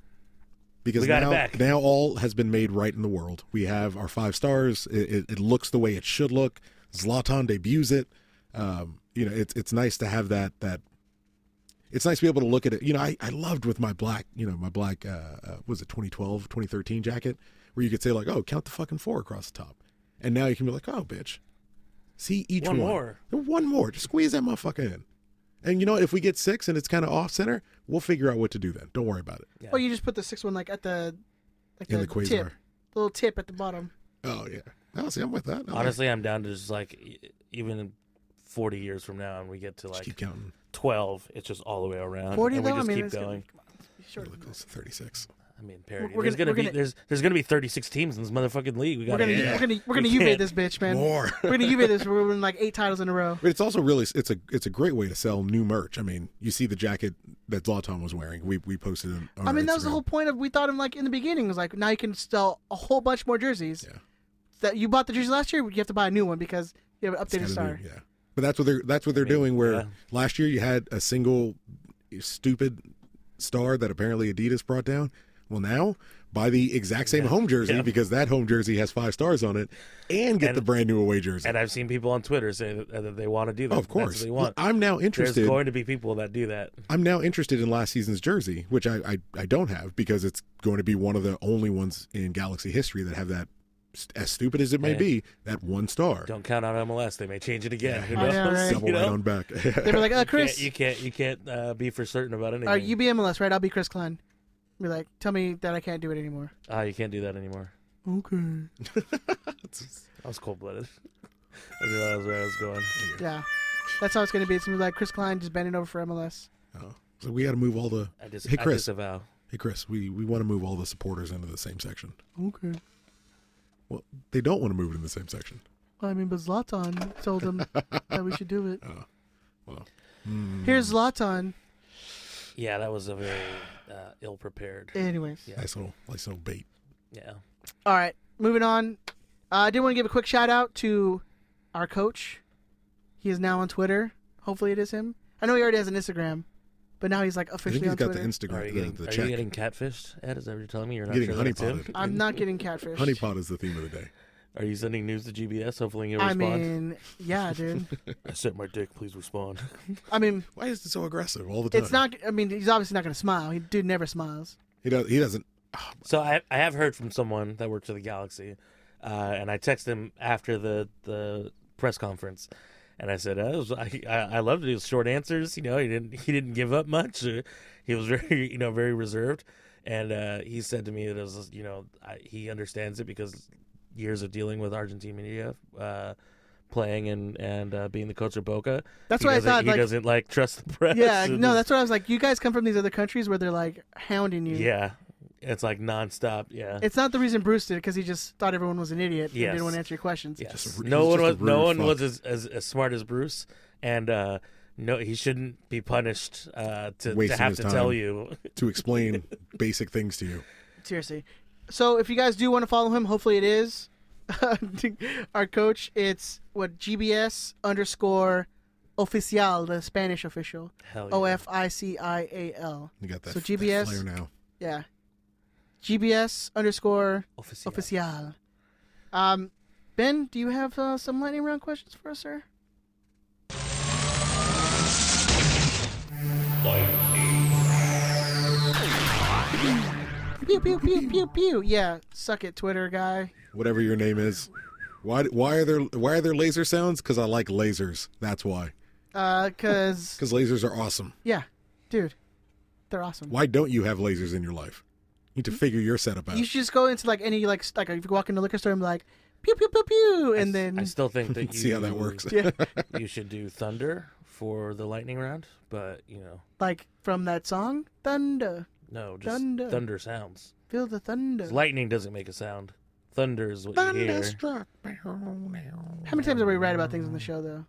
S3: because
S5: We got it
S3: now,
S5: back.
S3: now all has been made right in the world. We have our five stars. It, it, it looks the way it should look. Zlatan debuts it. Um, you know, it's it's nice to have that that. It's nice to be able to look at it. You know, I, I loved with my black, you know, my black, uh, uh, was it 2012, 2013 jacket, where you could say, like, oh, count the fucking four across the top. And now you can be like, oh, bitch. See each
S5: One
S3: one.
S5: more.
S3: One more. Just squeeze that motherfucker in. And you know what? If we get six and it's kind of off center, we'll figure out what to do then. Don't worry about it.
S2: Well, you just put the six one like at the like
S3: In
S2: the,
S3: the Quasar.
S2: tip, little tip at the bottom.
S3: Oh yeah. Oh, see, I'm with that. I'm
S5: Honestly, I'm down to just like e- even 40 years from now, and we get to
S3: like,
S5: like
S3: keep counting.
S5: 12. It's just all the way around.
S2: Forty
S5: and
S2: though,
S5: we just
S2: I mean,
S5: keep
S2: it's
S5: going.
S2: Gonna, come on, it's short.
S3: Really close to 36.
S5: I mean, parody.
S2: we're
S5: there's
S2: gonna-
S5: gonna,
S2: we're
S5: be
S2: gonna-
S5: there's there's gonna be 36 teams in this motherfucking league. We
S2: We're
S5: got
S2: gonna
S5: to
S2: we're gonna we're
S5: We
S2: gonna Juve
S5: can't-
S2: this bitch, man.
S3: More.
S2: We're gonna Juve this. We're winning like eight titles in a row.
S3: But it's also really it's a it's a great way to sell new merch. I mean, you see the jacket that Zlatan was wearing. We we posted it. On
S2: I
S3: our
S2: mean, that was the
S3: Instagram.
S2: whole point of we thought him like in the beginning was like now you can sell a whole bunch more jerseys.
S3: Yeah.
S2: That you bought the jersey last year, you have to buy a new one because you have an
S3: It's
S2: updated
S3: gotta
S2: star.
S3: be- Yeah. But that's what they're that's what they're doing. Where
S5: yeah.
S3: last year you had a single stupid star that apparently Adidas brought down. Well, now buy the exact same home jersey
S5: Yeah.
S3: because that home jersey has five stars on it, and get
S5: And-
S3: the brand new away jersey.
S5: [laughs] And I've seen people on Twitter say that, that they want to do that.
S3: Oh, of
S5: That's what
S3: course,
S5: they want.
S3: I'm now
S5: there's
S3: interested.
S5: going to be people that do that.
S3: I'm now interested in last season's jersey, which I, I, I don't have because it's going to be one of the only ones in Galaxy history that have that, st- as stupid as it may
S5: Yeah.
S3: be, that one star.
S5: Don't count on MLS. They may change it again. Who
S2: I know,
S5: knows?
S2: right?
S3: Double
S5: [laughs] You
S3: right
S5: know?
S3: on back. [laughs]
S2: They were like, "Uh,
S5: You can't
S2: Chris,
S5: you can't, you can't uh, be for certain about anything.
S2: all right, you be MLS, right? I'll be Chris Klein." Be like, "Tell me that I can't do it anymore."
S5: Ah, you can't do that anymore.
S2: Okay.
S5: I was cold blooded. [laughs] I knew that was where I was going.
S2: Yeah, that's how it's gonna be. It's gonna be like Chris Klein just bending over for MLS.
S3: Oh. So we got to move all the.
S5: I just
S3: hey
S5: I
S3: Chris,
S5: disavow.
S3: hey Chris, we, we want to move all the supporters into the same section.
S2: Okay.
S3: Well, they don't want to move it in the same section.
S2: Well, I mean, but Zlatan [laughs] told him that we should do it.
S3: well.
S2: Here's Oh, Zlatan.
S5: Yeah, that was a very uh, ill prepared.
S2: Anyways.
S3: Nice little, nice little bait.
S5: Yeah.
S2: All right, moving on. Uh, I did want to give a quick shout out to our coach. He is now on Twitter. Hopefully, it is him. I know he already has an Instagram, but now he's like
S3: I think
S2: officially
S3: he's
S2: on
S3: got the
S2: Twitter.
S5: Are you
S3: Instagram,
S5: getting,
S3: the, the
S5: are you
S3: check.
S5: getting catfished, Ed? Is that what you're telling me? You're not
S3: Getting
S5: sure that it's him?
S3: honeypotted.
S2: I'm not getting catfish.
S3: Honeypot is the theme of the day.
S5: Are you sending news to GBS? Hopefully you'll
S2: I
S5: respond.
S2: mean, yeah,
S5: [laughs]
S2: dude.
S5: I sent my dick. Please respond.
S2: I mean,
S3: Why is it so aggressive all the time?
S2: it's not. I mean, he's obviously not gonna smile. He dude never
S5: [laughs]
S2: smiles.
S3: He, does, he doesn't.
S5: So I, I have heard from someone that works for the Galaxy, uh, and I texted him after the, the press conference, and I said, "Oh, it was- I, I, I loved his short answers. You know, he didn't he didn't give up much. Uh, He was [laughs] very you know very reserved, and uh, he said to me that it was you know I, he understands it because years of dealing with Argentine media." Uh, Playing and and uh, being the coach of Boca,
S2: That's
S5: he
S2: what I
S5: doesn't-
S2: thought,
S5: He
S2: like-
S5: doesn't like trust the press.
S2: Yeah,
S5: and
S2: no,
S5: it's-
S2: that's what I was like. You guys come from these other countries where they're like hounding you.
S5: yeah. It's like nonstop. Yeah,
S2: It's not the reason Bruce did it because he just thought everyone was an idiot and
S5: Yes.
S2: didn't want to answer your questions.
S5: Yes.
S3: Just a ru-
S5: no
S3: he's
S5: one
S3: just a
S5: was no
S3: rude
S5: one
S3: fuck.
S5: was as, as as smart as Bruce, and uh, no, he shouldn't be punished uh, to, to
S3: Wasting
S5: have
S3: his
S5: to
S3: time. [laughs]
S5: tell you.
S2: [laughs]
S3: To explain basic things to you.
S2: Seriously. So if you guys do want to follow him, hopefully it is. [laughs] Our coach, it's what GBS underscore oficial, the Spanish official.
S5: Hell yeah.
S2: O F I C I A L.
S3: You got that,
S2: So
S3: that
S2: GBS
S3: flair now.
S2: Yeah. GBS underscore
S5: Official.
S2: oficial. Um, Ben, do you have uh, some lightning round questions for us, sir? Pew pew pew pew pew. Yeah, suck it, Twitter guy.
S3: Whatever your name is. Why, why are there why are there laser sounds? Because I like lasers. That's why.
S2: Uh, cause
S3: Because lasers are awesome.
S2: yeah, dude, they're awesome.
S3: Why don't you have lasers in your life? You need to figure your setup out.
S2: Hmm? You should just go into like any like st- like if you walk into a liquor store and be like pew pew pew pew, and
S5: I
S2: then
S3: [laughs]
S5: still think that you
S3: See how that works.
S2: yeah,
S5: [laughs] you should do Thunder for the lightning round, but you know,
S2: like from that song thunder,
S5: no, just
S2: Thunder.
S5: thunder, sounds.
S2: feel the thunder.
S5: Lightning doesn't make a sound. Thunder is what you hear.
S3: Thunderstruck.
S2: How many times are we right about things on the show though?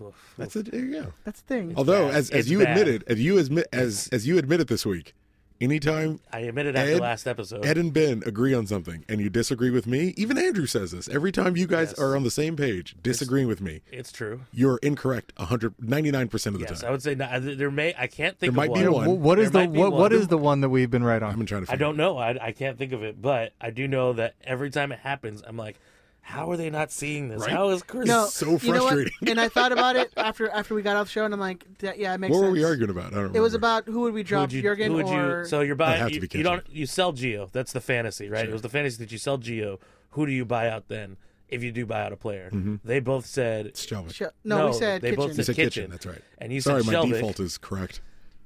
S5: Oh, oof,
S3: [laughs] That's
S5: oof.
S3: it. There you go.
S2: That's the thing.
S3: Although,
S5: bad.
S3: as, as
S5: It's
S3: you
S5: bad.
S3: admitted, as you admit, as as you admitted this week, anytime
S5: I admitted after
S3: Ed-
S5: last episode.
S3: Ed and Ben agree on something and you disagree with me, even Andrew says this every time you guys
S5: Yes.
S3: are on the same page, disagreeing with me,
S5: it's true.
S3: you're incorrect 199 percent of the
S5: Yes, I
S3: time.
S5: would say not, there may. I can't think.
S3: There
S5: of
S3: might be
S5: one.
S3: one.
S4: Wh- what is
S5: There
S4: the
S5: might be
S4: what, what
S5: one.
S4: is the one that we've been right
S3: I've
S4: on?
S3: been trying to.
S5: I
S3: Figure
S5: don't know. I, I can't think of it, but I do know that every time it happens, I'm like, how are they not seeing this?
S3: Right?
S5: How is Chris?
S2: no,
S3: so
S2: you know what?
S3: frustrating.
S2: and I thought about it after after we got off the show, and I'm like, that, yeah, it
S3: What
S2: makes
S3: were
S2: sense.
S3: we arguing about? I don't remember.
S2: It was about who would we
S5: Who
S2: drop,
S5: would you-
S2: Jurgen
S5: who would
S2: or
S5: you? So you're
S3: I'd have
S5: buying.
S3: to
S5: You,
S3: be
S5: you don't. You sell Geo. That's the fantasy, right? It was the fantasy that you sell Geo. Who do you buy out then? If you do buy out a player,
S3: Mm-hmm.
S5: they both said.
S3: Shelvin.
S2: Sh- no, we said
S5: they
S2: kitchen.
S5: both
S3: You
S5: said
S3: said
S5: kitchen.
S3: kitchen, that's right.
S5: And you
S3: Sorry,
S5: said
S3: my
S5: Shelvick,
S3: default is correct.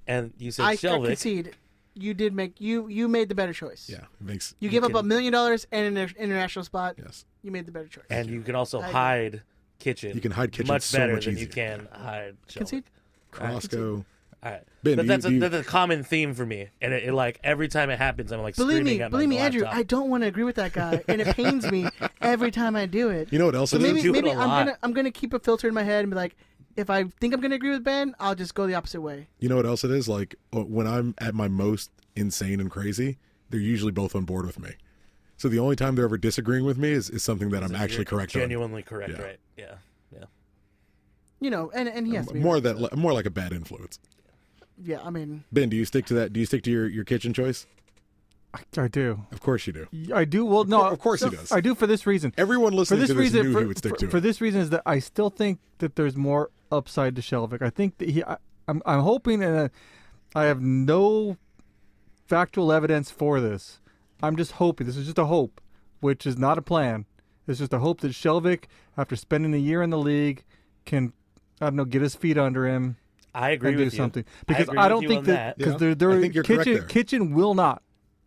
S5: and you said
S2: I, I
S5: Shelvick.
S2: concede. You did make you you made the better choice.
S3: Yeah, it makes
S2: You gave up
S5: can-
S2: a million dollars and an international spot.
S3: yes.
S2: You made the better choice.
S5: and you can also
S2: I agree.
S5: hide kitchen.
S3: You can hide kitchen
S5: much
S3: so
S5: better
S3: much
S5: than
S3: easier.
S5: you can hide. Shelvick.
S2: concede.
S3: Carrasco.
S5: All right.
S3: Ben, do
S5: but
S3: you-
S5: that's,
S3: do
S5: a,
S3: you-
S5: that's a common theme for me, and it, it, like every time it happens, I'm like
S2: Believe
S5: screaming
S2: me,
S5: at my
S2: believe me, Andrew.
S5: laptop.
S2: I don't want to agree with that guy, and it pains
S5: [laughs]
S2: me every time I do it.
S3: You know what else
S2: so
S3: it is?
S2: maybe
S5: do it
S2: maybe
S5: a
S2: I'm
S5: lot.
S2: gonna I'm gonna keep a filter in my head and be like, if I think I'm gonna agree with Ben, I'll just go the opposite way.
S3: You know what else it is? Like uh, when I'm at my most insane and crazy, they're usually both on board with me. So the only time they're ever disagreeing with me is, is something that I'm
S5: You're
S3: actually correct on.
S5: Genuinely correct,
S3: Yeah.
S5: right? Yeah, yeah.
S2: You know, and and
S5: Um,
S2: he has to be
S3: More of that, li- more like a bad influence.
S2: Yeah, I mean,
S3: Ben, do you stick to that? Do you stick to your, your kitchen choice?
S4: I do.
S3: Of course you do.
S4: I do. Well, no,
S3: of course he
S4: so-
S3: does.
S4: I do for this reason.
S3: Everyone
S4: for
S3: listening
S4: this
S3: to this
S4: reason,
S3: knew
S4: for,
S3: he would stick
S4: for-
S3: to
S4: for
S3: it.
S4: this reason is that I still think that there's more upside to Shelvick. I think that he. I, I'm I'm hoping, and uh, I have no factual evidence for this. I'm just hoping. This is just a hope, which is not a plan. It's just a hope that Shelvick, after spending a year in the league, can I don't know get his feet under him
S5: I agree
S4: and
S5: with
S4: do
S5: you.
S4: something because
S5: agree
S4: I,
S5: with
S4: don't
S5: you
S4: think
S5: on
S4: that
S5: that.
S4: because
S3: Yeah.
S4: there there
S3: I think you're correct
S4: kitchen
S3: there.
S4: kitchen will not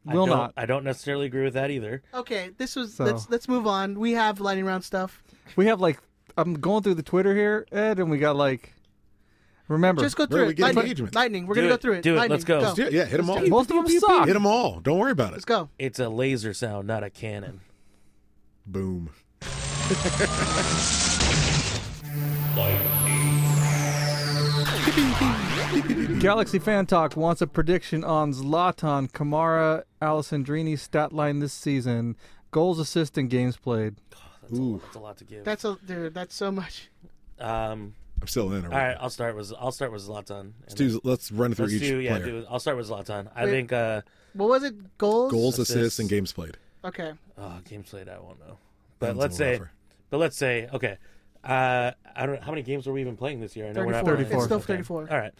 S4: will
S5: I don't,
S4: not
S5: I don't necessarily agree with that either.
S2: okay. This was
S4: So-
S2: let's let's move on. We have lightning round stuff.
S4: We have like I'm going through the Twitter here, Ed, and we got like remember
S2: Just go
S3: Where
S2: through
S3: we
S2: it.
S3: get
S2: Lightning.
S3: engagement.
S2: Lightning. We're
S5: Do
S2: gonna go
S5: it.
S2: through it.
S5: Do it.
S2: Lightning,
S5: Let's go. Let's
S3: yeah, yeah, hit them all.
S4: most of them suck.
S3: Hit them all. Don't worry about it.
S2: Let's go.
S5: It's a laser sound, not a cannon.
S3: Boom.
S4: Galaxy Fan Talk wants a prediction on Zlatan, Kamara, Alessandrini's stat line this season, goals, assists, and games played.
S5: That's, a, that's a lot to give.
S2: That's a dude. That's so much.
S5: um,
S3: I'm still in.
S5: all right, I'll start with I'll start with Zlatan. and
S3: Let's,
S5: then-
S3: do, let's run through
S5: let's
S3: each
S5: do- yeah,
S3: player.
S5: do- I'll start with Zlatan. I
S2: Wait.
S5: think uh,
S2: What was it? Goals.
S3: Goals, assists,
S5: assists.
S3: and games played.
S2: Okay.
S5: oh, games played. I won't know, but
S3: That's a
S5: let's say,
S3: laugher.
S5: but let's say okay. Uh, I don't. How many games were we even playing this year? I know we're not
S2: 34.
S5: playing.
S4: It's still
S5: Okay.
S2: 34.
S5: All right,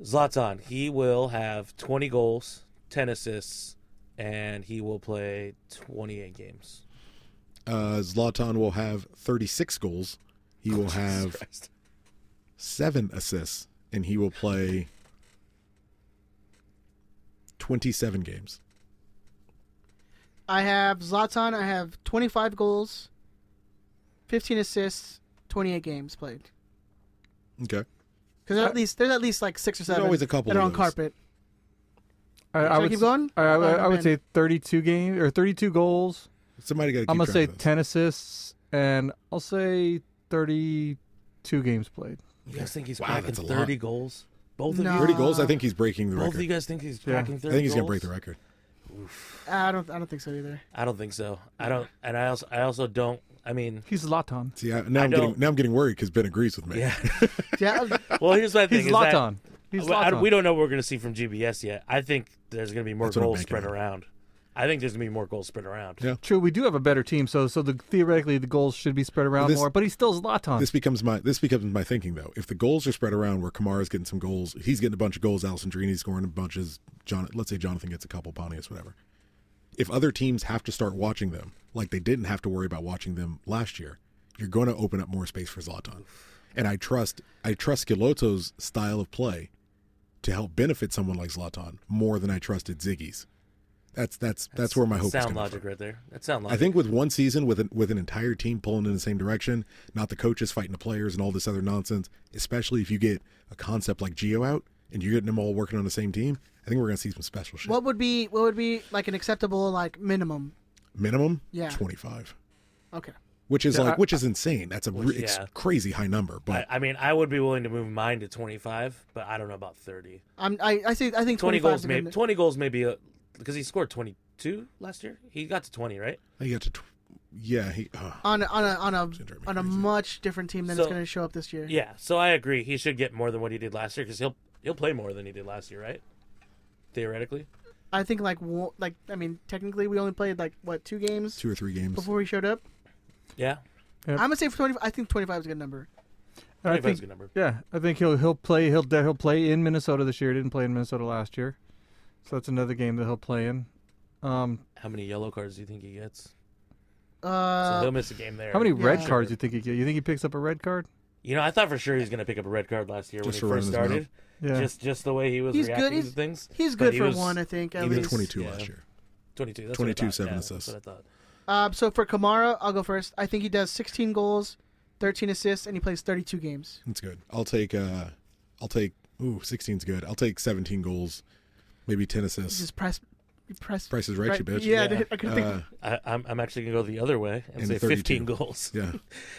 S5: Zlatan. He will have 20 goals, 10 assists, and he will play 28 games.
S3: Uh, Zlatan will have 36 goals. He
S5: [laughs]
S3: will have
S5: Christ.
S3: seven assists, and he will play 27 games.
S2: I have Zlatan. I have 25 goals, 15 assists, 28 games played.
S3: Okay.
S2: Because at least there's at least like six or seven.
S3: always a couple
S2: that are
S3: of
S2: on
S3: those.
S2: carpet.
S4: I, I
S2: Should I
S4: would
S2: keep
S4: s-
S2: going?
S4: I, I- I would
S2: Zlatan.
S4: say 32 games or 32 goals.
S3: Somebody got to keep
S4: I'm gonna
S3: track
S4: say
S3: of those.
S4: 10 assists, and I'll say 32 games played.
S5: You guys think he's
S3: Wow,
S5: cracking
S3: that's a lot.
S5: 30 goals? Both of
S2: No.
S5: you.
S3: 30 goals. I think he's breaking the
S5: Both
S3: record.
S5: of you guys think he's
S4: Yeah.
S5: cracking 30
S3: I think he's going to
S5: goals?
S3: break the record.
S2: I don't. I don't think so either.
S5: I don't think so. I don't, and I also, I also don't. I mean, [laughs]
S4: He's Zlatan.
S3: See, I, now, I am
S5: don't-
S3: getting, now I'm getting worried because Ben agrees with me. [laughs]
S5: yeah.
S2: Yeah.
S5: Well, here's my thing.
S4: He's
S5: is that-
S4: Zlatan. He's
S5: Well, I-
S4: Zlatan.
S5: we don't know what we're going to see from GBS yet. I think there's going to be more
S3: That's what I'm
S5: goals
S3: making
S5: spread
S3: out.
S5: around. I think there's going to be more goals spread around.
S3: Yeah.
S4: True, we do have a better team, so so the, theoretically the goals should be spread around
S3: this-
S4: more. But he's still
S5: Uh-huh.
S4: Zlatan.
S3: This becomes my this becomes my thinking though. If the goals are spread around, where Kamara's getting some goals, he's getting a bunch of goals. Alessandrini's scoring a bunch of John. Let's say Jonathan gets a couple, Pontius, whatever. If other teams have to start watching them, like they didn't have to worry about watching them last year, you're going to open up more space for Zlatan. And I trust I trust Scilotto's style of play to help benefit someone like Zlatan more than I trusted Ziggy's. That's that's that's, where my hope is
S5: Sound
S3: coming
S5: logic
S3: from.
S5: right there. That's sound
S3: I
S5: logic.
S3: think with one season, with an, with an entire team pulling in the same direction, not the coaches fighting the players and all this other nonsense, especially if you get a concept like Geo out and you're getting them all working on the same team, I think we're going to see some special shit.
S2: what would be what would be like an acceptable like minimum?
S3: Minimum,
S2: Yeah.
S3: 25,
S2: Okay.
S3: which is
S4: Yeah,
S3: like,
S4: I-
S3: which is insane. That's a re- ex-
S5: yeah.
S3: crazy high number,
S5: I,
S3: but
S5: I mean, I would be willing to move mine to 25, but I don't know about 30.
S2: I'm. I. I say. I think
S5: 20
S2: 25
S5: goals,
S2: is a
S5: maybe.
S2: good-
S5: 20 goals, maybe, because he scored 22 last year. He got to 20, right?
S3: he got to, tw- yeah, he, oh,
S2: on a, on a on a
S3: drive me
S2: on a
S3: crazy.
S2: much different team than
S5: So-
S2: it's going to show up this year.
S5: Yeah. So I agree. He should get more than what he did last year because he'll he'll play more than he did last year, right? Theoretically.
S2: I think like wo- like I mean technically we only played like what two games
S3: two or three games.
S2: before he showed up.
S5: Yeah.
S4: Yep.
S2: I'm gonna say for 25. I think 25 is a good number.
S4: And I
S5: 25 is
S4: think
S5: a good number.
S4: yeah, I think he'll he'll play he'll he'll play in Minnesota this year. He didn't play in Minnesota last year, so that's another game that he'll play in. Um,
S5: How many yellow cards do you think he gets? So
S2: Uh,
S5: he'll miss a game there.
S4: how many
S2: Yeah.
S4: red cards do you think he get? You think he picks up a red card?
S5: You know, I thought for sure he was going to pick up a red card last year
S3: Just
S5: when
S3: for
S5: he first
S3: running his mouth.
S5: started.
S4: Yeah,
S5: Just just the way he was
S2: He's
S5: reacting
S2: good. He's-
S5: to things.
S2: he's
S5: But
S2: good
S5: he
S2: for
S5: was-
S2: one, I think. At
S5: he
S3: he had
S2: least.
S3: 22
S5: Yeah.
S3: last year.
S5: 22. That's
S3: 22,
S5: what I thought.
S3: seven
S5: yeah,
S3: assists.
S5: That's what I thought.
S2: Um, so for Kamara, I'll go first. I think he does 16 goals, 13 assists, and he plays 32 games.
S3: That's good. I'll take, uh, I'll take, ooh, 16's good. I'll take 17 goals, maybe 10
S2: This
S3: assists.
S2: is press, press.
S3: Price is right, you bitch.
S2: Yeah,
S5: Yeah.
S2: I could think.
S3: Uh,
S5: I, I'm, I'm actually gonna go the other way and,
S3: And
S5: say
S3: 32.
S5: 15 goals.
S3: yeah.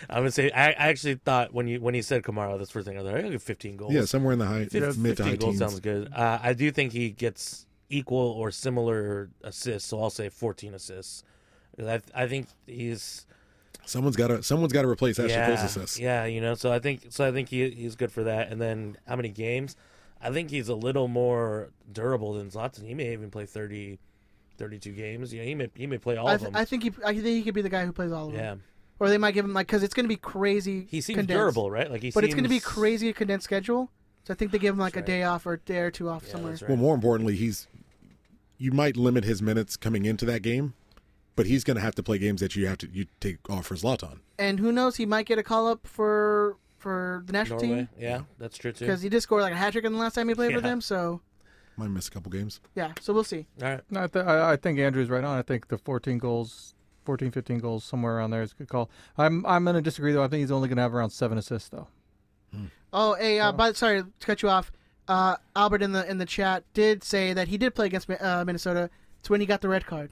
S5: I'm gonna say [laughs] I, I actually thought when you when he said Kamara, that's the first thing I was like, I gotta go 15 goals.
S3: Yeah, somewhere in the high,
S5: Fif-
S3: mid to high
S5: 15
S3: teens.
S5: goals sounds good. Uh, I do think he gets equal or similar assists, so I'll say 14 assists. I, I think he's
S3: Someone's got to someone's got to replace Ashley
S5: yeah,
S3: Cole's assist.
S5: yeah, you know. So I think so. I think he he's good for that. And then how many games? I think he's a little more durable than Zlatan. He may even play 30, 32 games. You know, he may he may play all
S2: I,
S5: of
S2: th-
S5: them.
S2: I think he. I think he could be the guy who plays all of them.
S5: yeah,
S2: Or they might give him like because it's gonna be crazy.
S5: he seems
S2: condensed.
S5: durable, right? Like he
S2: But it's gonna be
S5: seems-
S2: crazy condensed schedule. So I think they give him like
S5: That's
S2: a day off or a day or two off
S5: Yeah,
S2: somewhere.
S5: that's right.
S3: Well, more importantly, he's you might limit his minutes coming into that game, but he's going to have to play games that you have to you take off for Zlatan.
S2: And who knows? He might get a call up for for the national
S5: Norway.
S2: team
S5: Yeah, that's true too.
S2: because he did score like a hat trick in the last time he played with
S5: Yeah.
S2: them. So
S3: Might miss a couple games.
S2: yeah. So we'll see.
S5: All right.
S4: no, I, th- I, I think Andrew's right on. I think the 14 goals, 14, 15 goals somewhere around there is a good call. I'm I'm gonna disagree though. I think he's only gonna have around seven assists though.
S2: Oh, hey, uh, but sorry to cut you off. Uh, Albert in the in the chat did say that he did play against Mi- uh, Minnesota. It's when he got the red card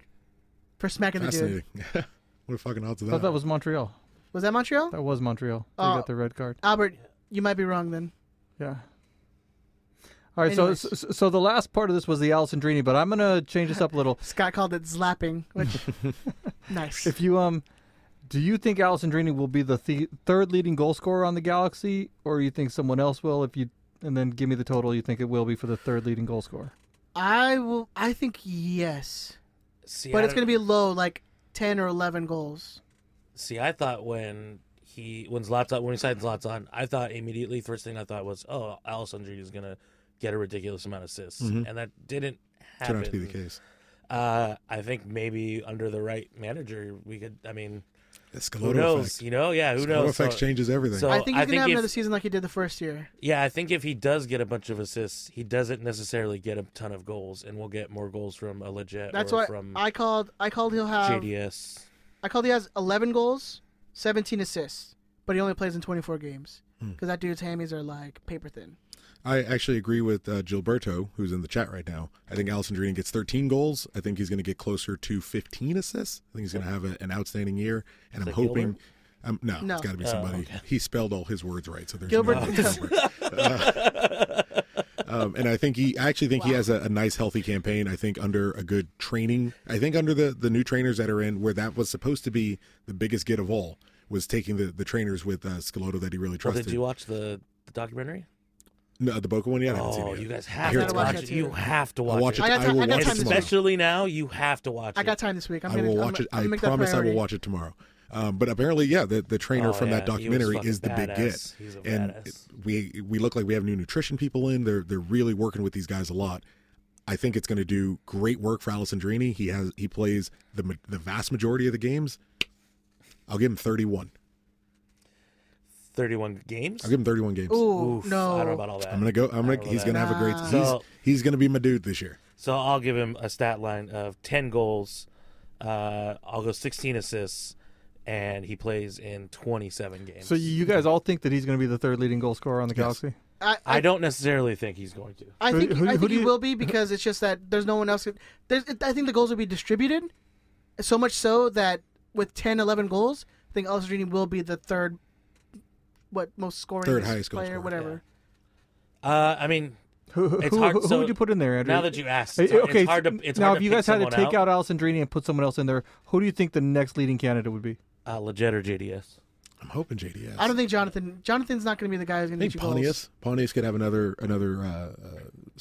S2: for smacking the dude.
S3: Fascinating. [laughs] what a fucking odds of
S4: I
S3: that.
S4: thought that was Montreal.
S2: Was that Montreal?
S4: That was Montreal. They
S2: Uh,
S4: got the red card.
S2: Albert, you might be wrong then.
S4: Yeah. All right, so,
S2: Anyways.
S4: so so the last part of this was the Alessandrini, but I'm gonna change this up a [laughs] little.
S2: Scott called it slapping,
S3: [laughs]
S2: which nice.
S4: If you um, do you think Alessandrini will be the th- third leading goal scorer on the Galaxy, or you think someone else will? If you and then give me the total you think it will be for the third leading goal scorer.
S2: I will. I think yes,
S5: See,
S2: but
S5: I
S2: it's
S5: don't-
S2: gonna be low, like ten or eleven goals.
S5: See, I thought when he when Zlatan when he signed Zlatan, I thought immediately first thing I thought was, oh, Alessandri is gonna get a ridiculous amount of assists, and that didn't happen.
S3: Mm-hmm. Turned out to be the case.
S5: Uh, I think maybe under the right manager, we could. I mean,
S3: The
S5: who
S3: Scalotto
S5: knows?
S3: effect.
S5: You know, yeah, who
S3: Scalotto
S5: knows?
S3: effect
S5: So-
S3: changes everything.
S5: so-
S2: I think he's
S5: I
S2: gonna
S5: think
S2: have
S5: if-
S2: another season like he did the first year.
S5: yeah, I think if he does get a bunch of assists, he doesn't necessarily get a ton of goals, and we'll get more goals from a legit
S2: That's
S5: or
S2: why
S5: from
S2: I um, called. I called he'll have.
S5: JDS.
S2: I called he has eleven goals, seventeen assists, but he only plays in twenty four games
S3: Hmm.
S2: because that dude's hammies are like paper thin.
S3: I actually agree with uh, Gilberto, who's in the chat right now. I think Alessandrini gets 13 goals. I think he's going to get closer to 15 assists. I think he's going to have a, an outstanding year, and I'm
S5: that Oh,
S3: hoping. Um, no,
S2: No.
S3: it's got to be somebody. He spelled all his words right, so there's
S2: Gilbert-
S3: No Gilbert. Uh, [laughs] um, and I think he. I actually think he has a, a nice, healthy campaign. I think under a good training. I think under the the new trainers that are in, where that was supposed to be the biggest get of all, was taking the the trainers with uh, Scalotto that he really
S5: Well,
S3: trusted.
S5: did you watch the, the documentary?
S3: no, the Boca one. Yeah, I haven't seen it
S5: Oh,
S3: yet.
S5: you guys
S3: I
S5: have
S3: hear
S5: to
S3: it's
S5: watch
S2: good.
S5: it. You have to watch,
S3: I'll watch it.
S2: I
S3: I,
S2: got time-
S3: will
S2: I got
S3: watch
S2: time
S3: it
S5: And
S2: this
S3: tomorrow.
S2: week.
S5: especially now, you have to watch it.
S2: I got time this week. I'm
S3: I
S2: gonna
S3: will
S2: I'm
S3: watch
S2: gonna-
S3: it. I
S2: I'm gonna make that
S3: promise I will
S2: priority.
S3: watch it tomorrow. Um, but apparently, yeah, the, the trainer
S5: Oh,
S3: from that
S5: yeah, he was
S3: documentary
S5: fucking
S3: is the big
S5: badass.
S3: get,
S5: He's a
S3: and
S5: badass.
S3: it- we we look like we have new nutrition people in. They're they're really working with these guys a lot. I think it's going to do great work for Alessandrini. He has he plays the ma- the vast majority of the games. I'll give him 31.
S5: 31 games?
S3: I'll give him 31 games.
S2: Ooh,
S5: Oof,
S2: no.
S5: I don't know about all that.
S3: I'm gonna go. I'm gonna.
S5: I don't know
S3: He's
S5: that.
S3: gonna have a great.
S2: Nah.
S3: He's
S5: So-
S3: he's gonna be my dude this year.
S5: So I'll give him a stat line of 10 goals. Uh, I'll go 16 assists, and he plays in 27 games.
S4: So you you guys all think that he's going to be the third leading goal scorer on the
S3: Yes.
S4: Galaxy?
S2: I, I,
S5: I don't necessarily think he's going to.
S2: I
S4: Who-
S2: think
S4: who-
S2: I
S4: who
S2: think
S4: do
S2: he
S4: you-
S2: will be because it's just that there's no one else. that- There's, I think the goals will be distributed, so much so that with 10, 11 goals, I think Alessandrini will be the third, what most scoring
S3: Third highest goal
S2: player,
S3: scorer,
S2: whatever.
S5: Uh, I mean,
S4: [laughs] Who, who,
S5: It's
S4: who,
S5: hard-
S4: who
S5: so
S4: would you put in there, Andrew?
S5: now that you asked,
S4: Hey,
S5: it's, hard-
S4: okay,
S5: it's hard to. It's
S4: now
S5: hard
S4: if
S5: to
S4: you
S5: pick
S4: guys had to
S5: someone
S4: take out, Alessandrini and put someone else in there, who do you think the next leading candidate would be?
S5: uh, Leggett or JDS.
S3: I'm hoping JDS.
S2: I don't think Jonathan. Jonathan's not going to be the guy who's going
S3: I
S2: to get
S3: think
S2: you goals.
S3: Pontius. Pontius could have another another uh, uh,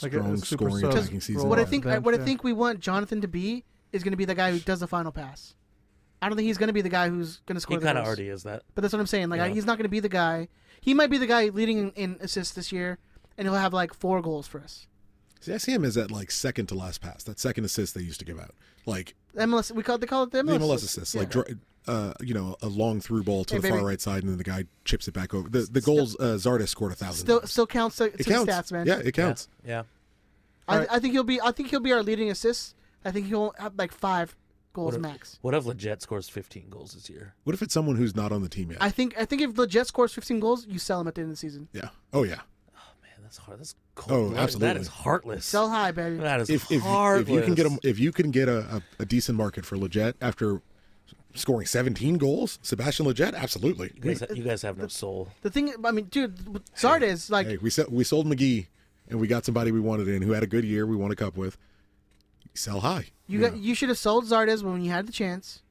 S4: Like a- a
S3: strong
S4: super
S3: scoring
S4: sub
S3: attacking season.
S4: role.
S2: What I
S4: on the
S2: think,
S4: bench,
S2: what I
S4: yeah.
S2: think we want Jonathan to be is going to be the guy who does the final pass. I don't think he's going to be the guy who's going to
S5: He
S2: score. the
S5: kind of
S2: goals.
S5: already is that.
S2: But that's what I'm saying. Like, I,
S5: Yeah.
S2: he's not going to be the guy. He might be the guy leading in, in assists this year, and he'll have like four goals for us.
S3: See, I see him as that like second to last pass, that second assist they used to give out, like
S2: MLS. We call it, they call it the
S3: the
S2: MLS,
S3: MLS assist, like dr- uh, you know a long through ball to
S2: Hey,
S3: the
S2: baby.
S3: far right side, and then the guy chips it back over. The the goals uh, Zardes scored a thousand.
S2: still
S3: times.
S2: still counts to,
S3: it
S2: to the
S3: counts.
S2: stats, man.
S3: Yeah, it counts.
S5: Yeah.
S2: I,
S4: Alright.
S2: I think he'll be. I think he'll be our leading assists. I think he'll have like five goals
S5: What if,
S2: max.
S5: what if Leggett scores 15 goals this year?
S3: What if it's someone who's not on the team yet?
S2: I think. I think if the Jets scores 15 goals, you sell him at the end of the season.
S3: yeah. Oh yeah.
S5: Man, that's hard. That's cold. That
S3: Oh, absolutely.
S5: is heartless.
S2: Sell high,
S5: [laughs]
S2: baby.
S5: that is
S3: If if,
S5: heartless.
S3: if you can get a, if you can get a, a, a decent market for Leggett after scoring 17 goals, Sebastian Leggett, absolutely.
S5: you, guys, you guys have no soul.
S2: The thing. I mean, dude, with Zardes like
S3: Hey, we sell, we sold McGee, and we got somebody we wanted in who had a good year. We won a cup with. Sell high.
S2: you got. You should have sold Zardes when you had the chance.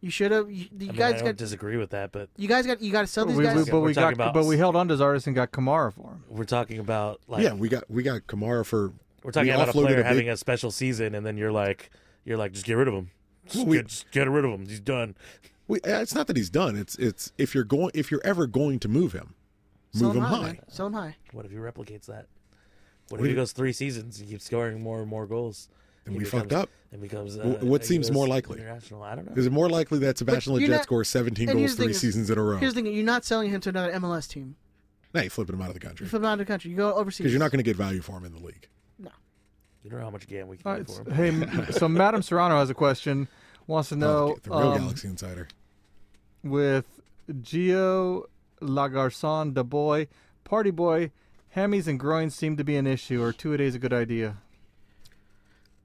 S2: You should have. You, you
S5: I mean, I
S2: guys
S5: don't
S2: got.
S5: disagree with that, but
S2: You guys got. You got to sell
S4: We,
S2: these
S4: we,
S2: guys.
S4: but
S5: We're
S4: we got,
S5: talking about-
S4: but we held on to Zardes and got Kamara for him.
S5: we're talking about like
S3: yeah, we got we got Kamara for.
S5: We're talking
S3: we
S5: about a
S3: offloaded
S5: player
S3: big-
S5: having a special season, and then you're like, you're like, just get rid of him. Just,
S3: Well, we-
S5: get, just get rid of him. He's done.
S3: we- uh, it's not that he's done. It's it's if you're going if you're ever going to move him,
S2: sell
S3: move
S2: him
S3: him
S2: high.
S3: high.
S2: man. Sell him high.
S5: What if he replicates that? What if
S3: We-
S5: he goes three seasons and keeps scoring more and more goals?
S3: Then
S5: He
S3: we fucked
S5: becomes-
S3: up.
S5: And becomes uh,
S3: Wh- what
S5: he
S3: seems
S5: goes
S3: more likely?
S5: International. I don't know.
S3: Is it more likely that Sebastian
S2: you're
S3: Leggett
S2: not-
S3: scores 17
S2: and here's the
S3: goals three
S2: thing is-
S3: seasons in a row?
S2: Here's the thing: you're not selling him to another MLS team.
S3: now you're flipping him out of the country
S2: You flip him out of the country. You go overseas.
S3: because you're not going to get value for him in the league.
S5: You don't know how much game we
S4: Uh,
S5: can get
S4: it's-
S5: for him.
S4: hey, m- so Madam Serrano has a question. Wants to
S3: Oh,
S4: know
S3: the, the real
S4: um,
S3: Galaxy Insider.
S4: with Gio Lagarson, the boy, party boy, hammies and groins seem to be an issue. Or two a day is a good idea.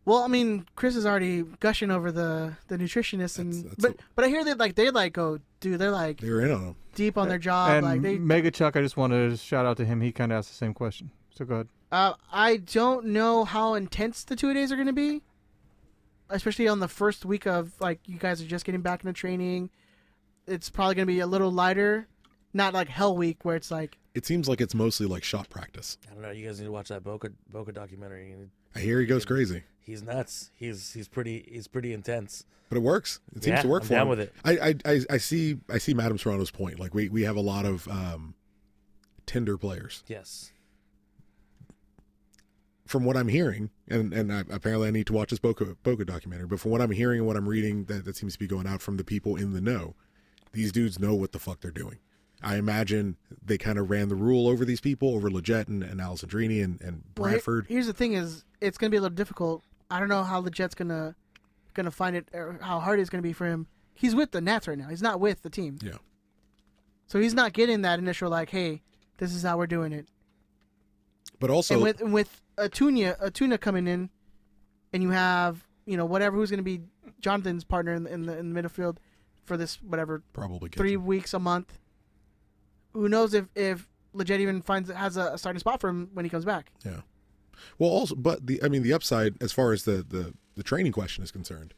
S2: Well, I mean, Chris is already gushing over the the nutritionist, and
S3: That's- that's
S2: but
S3: what-
S2: but I hear that like they like go, dude, they're like
S3: They were in on them.
S2: deep on their job.
S4: and
S2: Uh, like they,
S4: Mega Chuck, I just want to shout out to him. He kind of asked the same question. So go ahead.
S2: uh, I don't know how intense the two a days are going to be, especially on the first week of like you guys are just getting back into training. It's probably going to be a little lighter, not like Hell Week where it's like
S3: It seems like it's mostly like shot practice.
S5: I don't know. You guys need to watch that Boca Boca documentary.
S3: I hear he goes crazy,
S5: He's nuts. He's he's pretty he's pretty intense.
S3: but it works. It seems
S5: Yeah,
S3: to work
S5: I'm
S3: for
S5: down
S3: him.
S5: with it.
S3: I, I I I see I see Madame Serrano's point. Like we we have a lot of um, tender players,
S5: Yes.
S3: from what I'm hearing, and and I, apparently I need to watch this Boca Boca documentary. But from what I'm hearing and what I'm reading, that that seems to be going out from the people in the know. These dudes know what the fuck they're doing. I imagine they kind of ran the rule over these people, over Leggett and, and Alessandrini and, and
S2: Well, he-
S3: Bradford.
S2: here's the thing: is it's going to be a little difficult. I don't know how the Jets gonna gonna find it, or how hard it's going to be for him. He's with the Nats right now. He's not with the team,
S3: Yeah.
S2: so he's not getting that initial like, "Hey, this is how we're doing it."
S3: But also,
S2: and with and with Acuna Acuna coming in, and you have you know whatever who's going to be Jonathan's partner in, the- in the in the midfield for this whatever
S3: probably Kitchen.
S2: three weeks a month. Who knows if if Leggett even finds has a, a starting spot for him when he comes back?
S3: Yeah. Well, also, but the I mean, the upside as far as the the the training question is concerned,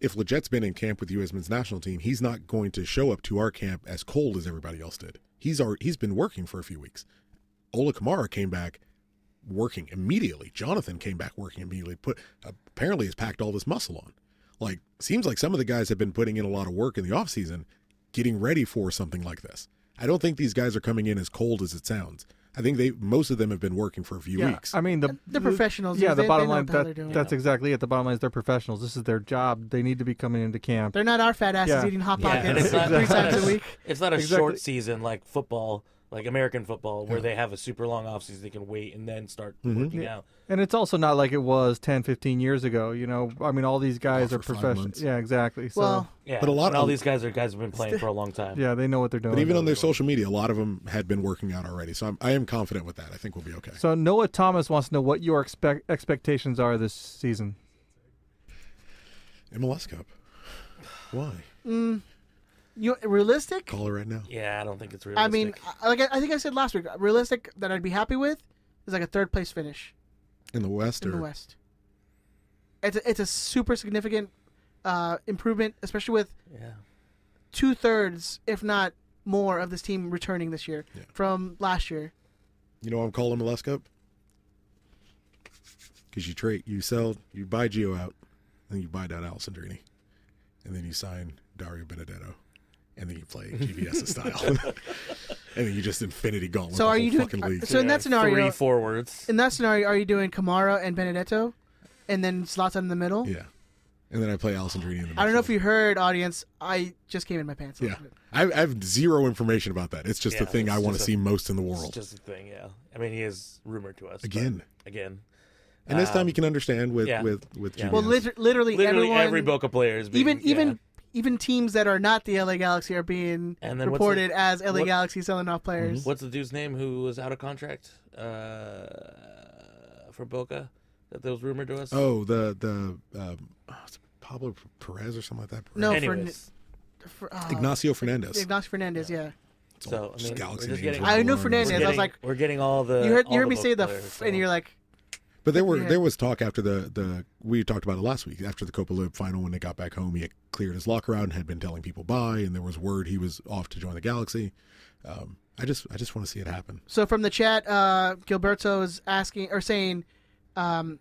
S3: if Leggett's been in camp with the U.S. men's national team, he's not going to show up to our camp as cold as everybody else did. He's already, he's been working for a few weeks. Ola Kamara came back working immediately. Jonathan came back working immediately. Put apparently has packed all this muscle on. Like seems like some of the guys have been putting in a lot of work in the offseason getting ready for something like this. I don't think these guys are coming in as cold as it sounds. I think they most of them have been working for a few weeks.
S4: I mean, the
S2: They're professionals.
S4: Yeah,
S2: They-
S4: the
S2: they
S4: bottom
S2: know
S4: line
S2: how they're
S4: that,
S2: doing.
S4: that's exactly it. The bottom line is they're professionals. This is their job. They need to be coming into camp.
S2: They're not our fat asses
S4: Yeah.
S2: eating hot
S5: Yeah, [laughs]
S2: pockets
S5: it's not-
S2: three times a week.
S5: It's not a
S4: Exactly.
S5: short season like football, like American football, where they have a super long offseason. They can wait and then start working out.
S4: And it's also not like it was 10, 15 years ago. You know, I mean, all these guys
S3: Off
S4: are
S3: for five
S4: professional.
S3: months.
S4: Yeah, exactly. So
S2: Well,
S5: Yeah,
S3: But a lot
S5: and all
S3: of-
S5: these guys are guys who've been playing for a long time.
S4: yeah, they know what they're doing.
S3: but even on their social media, a lot of them had been working out already. So I'm, I am confident with that. I think we'll be okay.
S4: so Noah Thomas wants to know what your expect expectations are this season.
S3: MLS Cup. Why?
S2: you realistic.
S3: Call it right now.
S5: Yeah, I don't think it's realistic.
S2: I mean, I, like I I think I said last week, realistic that I'd be happy with is like a third place finish
S3: In the West
S2: in
S3: or
S2: the West. It's a, it's a super significant uh, improvement, especially with
S5: yeah.
S2: two thirds, if not more, of this team returning this year from last year.
S3: you know what I'm calling MLS Cup? Because you trade you sell you buy Gio out, then you buy down Alessandrini. And then you sign Dario Benedetto. And then you [laughs] play GVS style. and then you just infinity gauntlet
S2: So
S3: the
S2: are
S3: whole
S2: you doing- uh,
S3: fucking league.
S2: so- in
S5: Yeah,
S2: that scenario-
S5: three forwards.
S2: In that scenario, are you doing Kamara and Benedetto, and then Zlatan in the middle?
S3: yeah. And then I play Alessandrini in the
S2: I don't know if
S3: midfield.
S2: you heard, audience. I just came in my pants. a
S5: [laughs]
S3: Yeah.
S2: little bit.
S3: I, I have zero information about that. It's just the
S5: Yeah,
S3: thing
S5: it's
S3: I want to
S5: just a-
S3: see most in the
S5: It's
S3: world.
S5: just a thing. Yeah, I mean, he is rumored to us but-
S3: Again.
S5: Again,
S3: and this time you can understand with
S5: yeah.
S3: with with
S5: Yeah.
S3: GVS.
S2: Well, liter- literally,
S5: literally
S2: everyone,
S5: every Boca player is being,
S2: even
S5: yeah.
S2: even even teams that are not the LA Galaxy are being
S5: And then what's
S2: reported
S5: the-
S2: as LA
S5: what- Mm-hmm.
S2: Galaxy selling off players.
S5: What's the dude's name who was out of contract uh, for Boca that was rumored to us?
S3: oh, the the um, oh, it's Pablo Perez or something like that.
S2: No,
S5: anyways.
S2: for, uh,
S3: Ignacio Fernandez.
S2: Ignacio Fernandez. Yeah,
S3: It's
S5: So,
S3: all
S5: I
S3: just
S5: mean,
S3: galaxy
S5: we're just
S3: names
S5: getting-
S3: all
S2: I knew
S3: over the
S2: Fernandez,
S5: we're
S2: I
S3: place.
S2: was
S5: getting,
S2: like-
S5: we're getting all the.
S2: you heard
S5: all
S2: you heard
S5: the
S2: me
S5: Boca
S2: say the
S5: players,
S2: f-
S5: so-
S2: and you're like,
S3: But there were
S2: Yeah.
S3: there was talk after the the we talked about it last week after the Copa Lib final when they got back home he had cleared his locker out and had been telling people bye and there was word he was off to join the Galaxy. Um, I just I just want to see it happen.
S2: So from the chat, uh, Gilberto is asking or saying, um,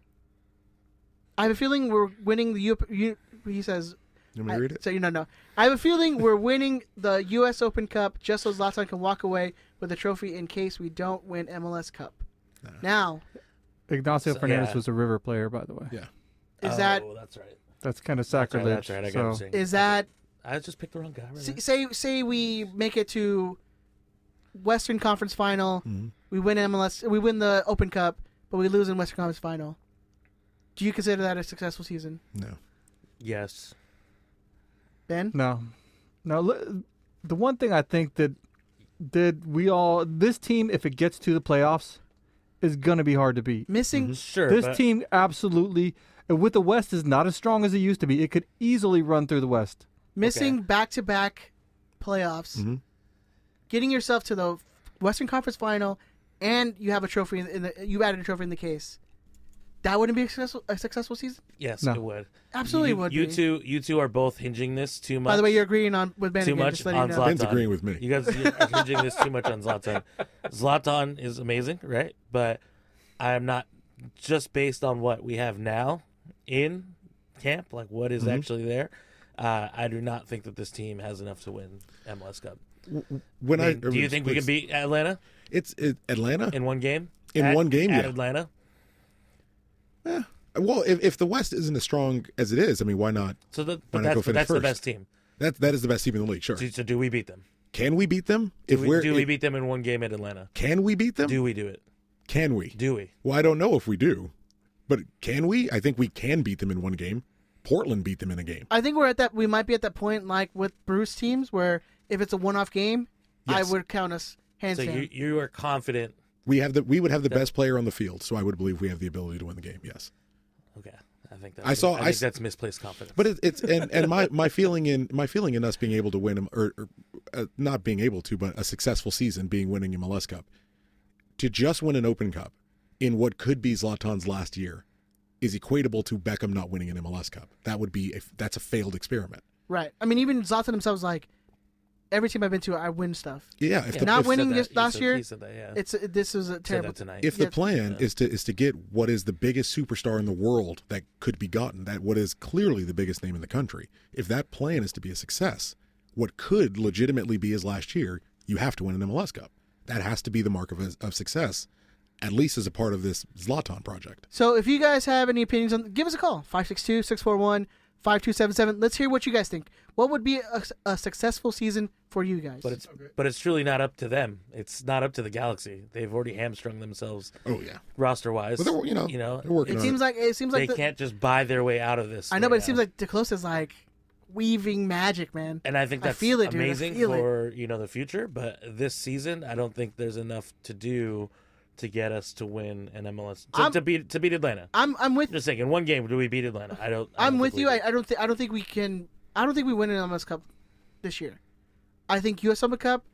S2: "I have a feeling we're winning the Europe." Eu- he says,
S3: You want me to
S2: I- [laughs]
S3: read it?
S2: So you know, no. I have a feeling we're winning the U.S. Open Cup just so Zlatan can walk away with a trophy in case we don't win MLS Cup. Now,
S4: Ignacio
S5: So,
S4: Fernandez
S5: yeah.
S4: was a River player, by the way.
S3: Yeah.
S2: is
S5: oh,
S2: that
S5: that's right.
S4: That's kind of
S5: Sorry,
S4: sacrilege.
S5: that's right. I
S4: so-
S5: got so,
S2: is that
S5: I just picked the wrong guy. Right
S2: s- say say we make it to Western Conference Final,
S5: Mm-hmm.
S2: we win MLS, we win the Open Cup, but we lose in Western Conference Final. Do you consider that a successful season,
S3: No.
S5: Yes.
S2: Ben?
S4: No, no. li- The one thing I think that that we all this team, if it gets to the playoffs, is gonna be hard to beat.
S5: Mm-hmm.
S2: Missing
S5: Sure.
S4: This
S5: but
S4: team absolutely, And with the West is not as strong as it used to be. It could easily run through the West.
S2: Missing back to back playoffs,
S5: Mm-hmm.
S2: getting yourself to the Western Conference final, and you have a trophy in the you added a trophy in the case. That wouldn't be a successful, a successful season.
S5: Yes,
S4: No.
S5: it would.
S2: Absolutely
S5: you,
S2: would
S5: You
S2: be.
S5: two, you two are both hinging this too much.
S2: By the way, you're agreeing on with Ben
S5: too
S2: again,
S5: much
S2: just letting
S5: on
S2: you know.
S5: Zlatan.
S3: Ben's agreeing with me.
S2: [laughs]
S5: You guys are hinging this too much on Zlatan. Zlatan is amazing, right? But I am not just based on what we have now in camp, like what
S3: Mm-hmm.
S5: is actually there. Uh, I do not think that this team has enough to win MLS Cup.
S3: When
S5: I
S3: I,
S5: mean, do you think we can beat Atlanta
S3: It's it, Atlanta.
S5: in one game?
S3: In
S5: At-
S3: one game,
S5: at
S3: yeah.
S5: Atlanta.
S3: well, if, if the West isn't as strong as it is, I mean, why not?
S5: So the,
S3: Why
S5: but
S3: not
S5: that's,
S3: go
S5: but
S3: finish
S5: that's the
S3: first?
S5: best team.
S3: That that is the best team in the league. Sure.
S5: Do, so do we beat them?
S3: can we beat them?
S5: Do,
S3: If
S5: we,
S3: we, are
S5: do we beat them in one game at Atlanta?
S3: can we beat them?
S5: Do we do it?
S3: can we?
S5: Do we?
S3: Well, I don't know if we do, but can we? I think we can beat them in one game. Portland beat them in a game.
S2: I think we're at that. We might be at that point, like with Bruce teams, where if it's a one-off game, I would count us hands
S5: So
S2: down.
S5: you, you are confident.
S3: We have the we would have the best player on the field, so I would believe we have the ability to win the game. Yes.
S5: Okay, I think that's
S3: I saw-
S5: I
S3: I
S5: think
S3: s-
S5: that's misplaced confidence.
S3: But it, it's and, and my, my feeling in my feeling in us being able to win or, or uh, not being able to, but a successful season being winning MLS Cup, to just win an Open Cup in what could be Zlatan's last year, is equatable to Beckham not winning an MLS Cup. That would be a, that's a failed experiment.
S2: right. I mean, even Zlatan himself was like, every team I've been to, I win stuff.
S3: Yeah, if
S5: Yeah,
S3: the
S2: Not
S5: he said
S2: winning
S5: that.
S2: this
S5: He
S2: last
S5: said-
S2: year,
S5: He said that. Yeah,
S2: It's this is a
S5: said
S2: terrible.
S5: that tonight.
S3: if the
S2: Yes.
S3: plan is to is to get what is the biggest superstar in the world that could be gotten, that what is clearly the biggest name in the country, if that plan is to be a success, what could legitimately be his last year, you have to win an MLS Cup. That has to be the mark of of success, at least as a part of this Zlatan project.
S2: So if you guys have any opinions on, give us a call 562-641-5277. Let's hear what you guys think. What would be a, a successful season for you guys?
S5: but it's but it's truly not up to them. It's not up to the Galaxy. They've already hamstrung themselves
S3: Oh yeah,
S5: roster wise.
S3: but they're you know
S5: you know,
S3: they're working
S2: it
S3: on
S2: seems
S3: it.
S2: like it seems
S5: they
S2: like the-
S5: can't just buy their way out of this.
S2: I know, but
S5: right
S2: it
S5: now.
S2: seems like DeClose is like weaving magic, man.
S5: and I think
S2: I
S5: that's
S2: feel it, dude. I
S5: amazing
S2: feel it.
S5: for you know the future. But this season, I don't think there's enough to do to get us to win an MLS to,
S2: I'm-
S5: to beat to beat Atlanta.
S2: I'm I'm with
S5: I'm just thinking, one game do we beat Atlanta? I don't. I
S2: I'm
S5: don't
S2: with
S5: think
S2: you.
S5: we do.
S2: I, I don't think I don't think we can. I don't think we win an MLS Cup this year. I think US Summer Cup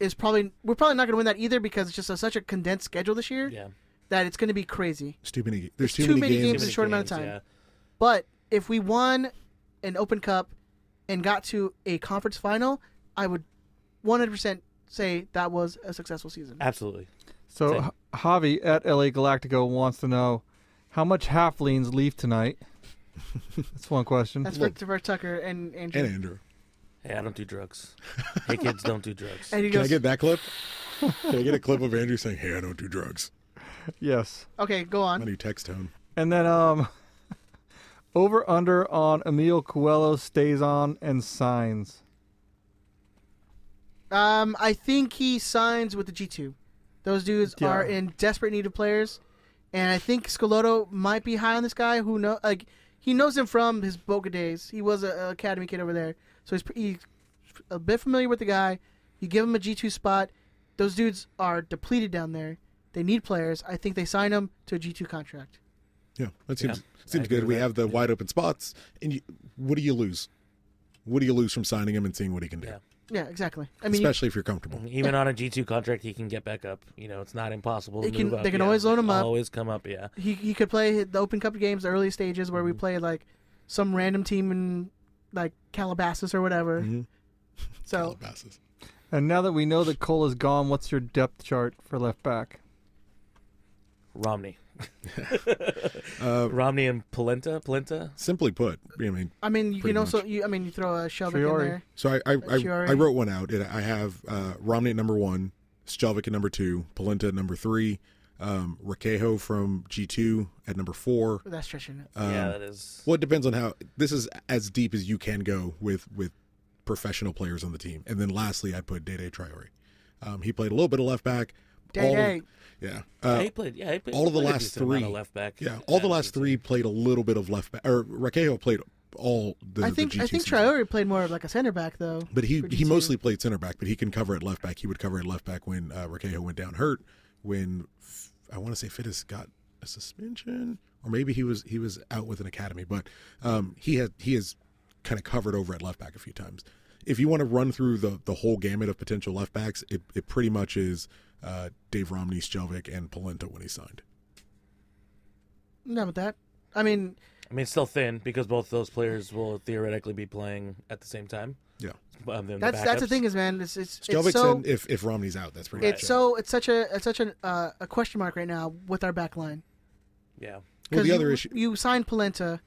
S2: is probably we're probably not going to win that either because it's just a, such a condensed schedule this year
S5: yeah,
S2: that it's going to be crazy.
S3: It's too many. There's
S2: It's
S3: too,
S2: too
S3: many,
S2: many
S3: games.
S2: games. It's a short amount of time.
S5: Yeah.
S2: But if we won an Open Cup and got to a conference final, I would 100% say that was a successful season.
S5: Absolutely.
S4: So
S5: Same.
S4: H- Javi at LA Galactico wants to know how much halflings leave tonight. That's one question.
S2: That's for, for Tucker and Andrew.
S3: And Andrew,
S5: Hey, I don't do drugs.
S2: [laughs]
S5: Hey, kids, don't do drugs.
S2: And he
S3: can I
S2: goes,
S3: get
S2: [laughs]
S3: that clip? Can I get a clip of Andrew saying, "Hey, I don't do drugs."
S4: yes.
S2: okay, go
S3: My
S2: on.
S3: new text tone.
S4: And then um [laughs] over under on Emil Coelho stays on and signs.
S2: Um, I think he signs with the G2. Those dudes
S4: Yeah.
S2: are in desperate need of players, and I think Scalotto might be high on this guy. Who know? Like he knows him from his Boca days. He was an academy kid over there, so he's, pre- he's a bit familiar with the guy. You give him a G2 spot. Those dudes are depleted down there. They need players. I think they sign him to a G2 contract.
S3: Yeah, that seems
S5: I
S3: seems
S5: agree
S3: good.
S5: with
S3: We
S5: that.
S3: have the wide open spots, and you, what do you lose? What do you lose from signing him and seeing what he can do?
S5: Yeah.
S2: Yeah, exactly. I mean, you- Mm-hmm.
S3: Especially if you're comfortable.
S5: Even on a G two contract, he can get back up. You know, it's not impossible. To
S2: They can-
S5: move up.
S2: they can
S5: Yeah,
S2: always load him up.
S5: Always come up. Yeah.
S2: he he could play the Open Cup games, the early stages where we
S3: Mm-hmm.
S2: play like some random team in like Calabasas or whatever.
S3: Mm-hmm.
S2: So
S3: Calabasas.
S4: And now that we know that Cole is gone, what's your depth chart for left back?
S5: Romney. [laughs] Romney and Polenta. Polenta.
S3: Simply put, I mean,
S2: I mean, you
S3: Pretty
S2: can also you I mean you throw a Shelvick
S4: Triori.
S2: in there.
S3: so I I, I,
S2: Chiari.
S3: I wrote one out. It, I have uh, Romney at number one, Stelvik at number two, Polenta at number three, um, Raquejo from G two at number four.
S2: That's stretching it.
S5: yeah, that is.
S3: Well, it depends on how. This is as deep as you can go with with professional players on the team. And then lastly, I put Day Day Triori. Um, he played a little bit of left back. all of-
S2: Day-Day.
S3: Yeah. Uh,
S5: he played. Yeah, he played.
S3: all of the
S5: played a
S3: last
S5: decent amount
S3: three
S5: of left back.
S3: Yeah, all the
S5: Yeah,
S3: last three played a little bit of left back, or Raquel played all the.
S2: I
S3: the
S2: think I think
S3: GT season.
S2: Traore played more of like a center back though.
S3: But he
S2: for
S3: he
S2: G2.
S3: mostly played center back, but he can cover at left back. He would cover at left back when uh, Raquel went down hurt, when F- I want to say Fittis got a suspension, or maybe he was he was out with an academy, but um, he had he has kind of covered over at left back a few times. If you want to run through the the whole gamut of potential left backs, it, it pretty much is uh, Dave Romney, Shelvick, and Polenta when he signed.
S2: I'm done with that. I mean,
S5: I mean, it's still thin because both those players will theoretically be playing at the same time.
S3: Yeah,
S5: Um, then
S2: that's that's the
S5: backups.
S2: thing is, man. It's it's,
S3: Shelvick's
S2: it's so
S3: in if if Romney's out. That's pretty.
S2: it's
S3: much it.
S2: so it's such a it's such a uh, a question mark right now with our back line.
S5: Yeah.
S3: Well,
S2: 'Cause
S3: the other
S2: you,
S3: issue,
S2: you signed Polenta.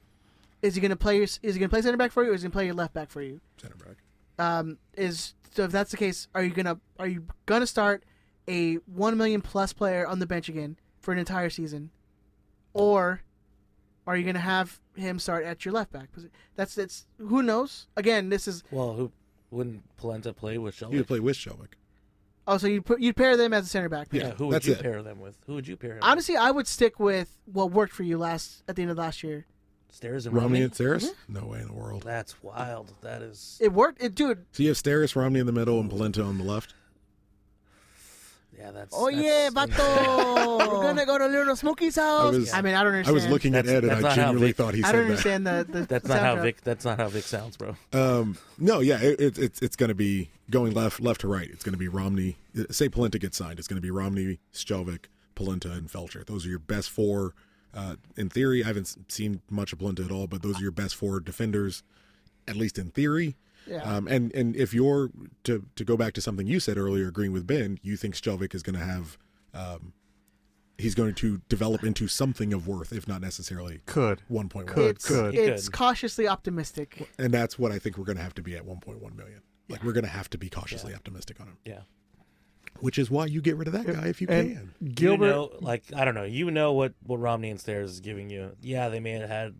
S2: Is he gonna play? your- Is he gonna play center back for you? or Is he gonna play your left back for you?
S3: center back.
S2: Um, is so if that's the case, are you gonna are you gonna start a one million plus player on the bench again for an entire season, or are you gonna have him start at your left back? posi- That's that's who knows. Again, this is
S5: Well, who wouldn't Polenta play with Shelby?
S3: You would play with Shelvick.
S2: oh so you put you pair them as a center back.
S5: yeah,
S3: yeah,
S5: who would
S3: that's
S5: you
S3: it.
S5: pair them with? Who would you pair him with?
S2: Honestly, I would stick with what worked for you last at the end of last year.
S5: Stairs and
S3: Romney
S5: Romney?
S3: and Saris?
S2: Mm-hmm.
S3: No way in the world.
S5: That's wild. That is.
S2: It worked, it, dude.
S3: So you have Steris, Romney in the middle, and Polenta on the left.
S5: Yeah, that's.
S2: Oh
S5: that's
S2: yeah,
S5: insane.
S2: Bato. We're gonna go to Little Smokey's house. Oh, I, mean,
S3: was-
S2: I don't
S3: I
S2: understand.
S3: was looking
S5: That's-
S3: at Ed,
S5: that's
S3: and I
S5: not how
S3: genuinely
S5: Vic-
S3: thought he
S2: I
S3: said
S2: don't
S3: that.
S2: understand the the.
S5: [laughs] That's not how
S2: soundtrack.
S5: Vic. That's not how Vic sounds, bro.
S3: Um, no, yeah, it, it, it's it's going to be going left left to right. It's going to be Romney. Say Polenta gets signed. It's going to be Romney, Shelvick, Polenta, and Felcher. Those are your best four. Uh, in theory, I haven't s- seen much of Polenta at all, but those are your best four defenders, at least in theory.
S2: Yeah.
S3: Um, and and if you're to to go back to something you said earlier, agreeing with Ben, you think Shelvick is going to have. Um, He's going to develop into something of worth, if not necessarily
S4: Could.
S3: 1.1.
S4: Could,
S2: It's
S4: could.
S2: it's
S5: Good.
S2: cautiously optimistic.
S3: and that's what I think we're going to have to be at 1.1 million. Like we're going to have to be cautiously optimistic on him,
S5: Yeah.
S3: which is why you get rid of that guy if you
S4: And
S3: can.
S4: Gilbert,
S5: You know, like I don't know. You know what what Romney and Stairs is giving you. Yeah, they may have had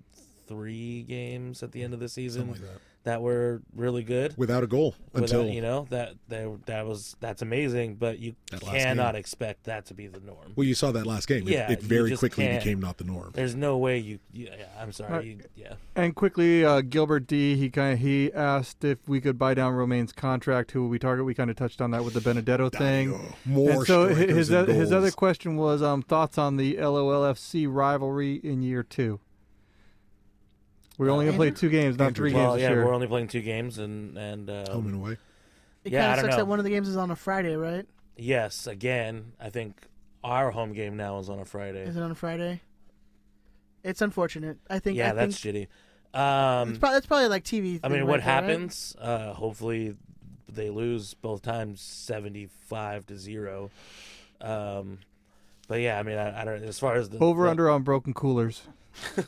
S5: three games at the end of the season
S3: Something like that.
S5: were really good.
S3: Without a goal
S5: Without-
S3: until
S5: you know that they, that was that's amazing, but you
S3: That last
S5: cannot
S3: game.
S5: expect that to be the norm.
S3: well, you saw that last game. It-
S5: Yeah,
S3: it,
S5: you
S3: very
S5: just
S3: quickly
S5: can't.
S3: became not the norm.
S5: There's no way you. Yeah, yeah, I'm
S4: Right.
S5: sorry. You, yeah,
S4: and quickly, uh, Gilbert D. He kind of he asked if we could buy down Romaine's contract. Who would we target? We kind of touched on that with the Benedetto thing.
S3: Dario, more
S4: and so hi-
S3: strikers
S4: his
S3: and
S4: o- his other
S3: goals.
S4: question was um, thoughts on the LOLFC rivalry in year two. We're only gonna play
S2: Andrew?
S4: two games, not
S3: Andrew.
S4: three
S5: well,
S4: games
S5: yeah,
S4: this year.
S5: we're only playing two games, and and uh,
S3: home and away.
S2: It
S5: Yeah, I
S2: kind of
S5: don't
S2: sucks
S5: know.
S2: that one of the games is on a Friday, right?
S5: yes, again, I think our home game now is on a Friday.
S2: Is it on a Friday? It's unfortunate. I think.
S5: Yeah,
S2: I
S5: that's
S2: think,
S5: shitty. Um,
S2: it's probably, that's probably like TV.
S5: I
S2: thing
S5: mean, what
S2: right there, right?
S5: happens? Uh, hopefully, they lose both times, seventy-five to zero. Um, but yeah, I mean, I, I don't. As far as the
S4: Over
S5: the-
S4: under on broken coolers.
S3: We're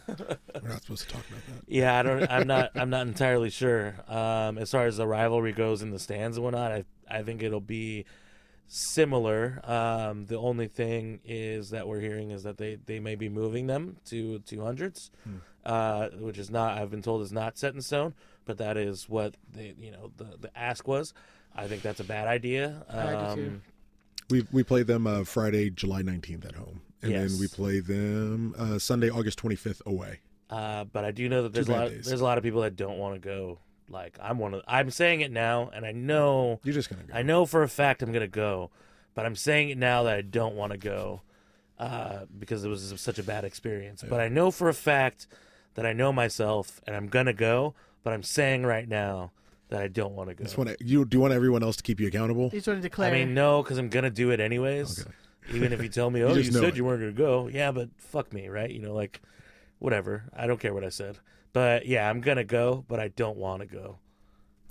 S3: not supposed to talk about that.
S5: yeah, I don't. I'm not. I'm not entirely sure. Um, as far as the rivalry goes in the stands and whatnot, I I think it'll be similar. Um, the only thing is that we're hearing is that they they may be moving them to 200s,
S3: Hmm.
S5: uh, which is not. I've been told is not set in stone, but that is what they you know the the ask was. I think that's a bad idea.
S2: I do too.
S5: Um,
S3: We we play them uh, Friday, July 19th at home, and
S5: Yes.
S3: then we play them uh, Sunday, August 25th away.
S5: Uh, but I do know that there's a
S3: bad
S5: lot.
S3: days.
S5: There's a lot of people that don't want to go. Like I'm one of. I'm saying it now, and I know.
S3: You're just gonna go.
S5: I know for a fact I'm gonna go, but I'm saying it now that I don't want to go, uh, because it was such a bad experience. But I know for a fact that I know myself, and I'm gonna go. But I'm saying right now that I don't want to go.
S3: Just want to, you do you want everyone else to keep you accountable?
S2: You just want to declare.
S5: I mean, no, because I'm gonna do it anyways.
S3: Okay.
S5: Even if you
S3: [laughs]
S5: tell me, oh, you,
S3: just know
S5: said
S3: it.
S5: you weren't gonna go, yeah, but fuck me, right? You know, like whatever. I don't care what I said, but yeah, I'm gonna go, but I don't want to go,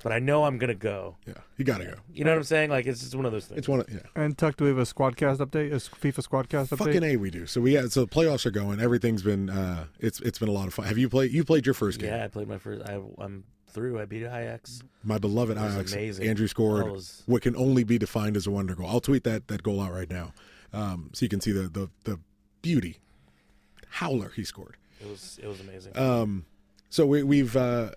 S5: but I know I'm gonna go.
S3: Yeah, you gotta go.
S5: You know what I'm saying? Like it's just one of those things.
S3: It's one. Of, yeah.
S4: And Tuck, do we have a squadcast update? A s- FIFA squadcast update?
S3: Fucking a, we do. So we yeah. So the playoffs are going. Everything's been. uh It's it's been a lot of fun. Have you played? You played your first game.
S5: yeah, I played my first. I, I'm through. I beat Ajax.
S3: My beloved
S5: was
S3: Ajax.
S5: amazing.
S3: Andrew scored
S5: That was-
S3: what can only be defined as a wonder goal. I'll tweet that that goal out right now, um, so you can see the the the beauty howler he scored.
S5: It was it was amazing.
S3: Um, so we, we've, uh,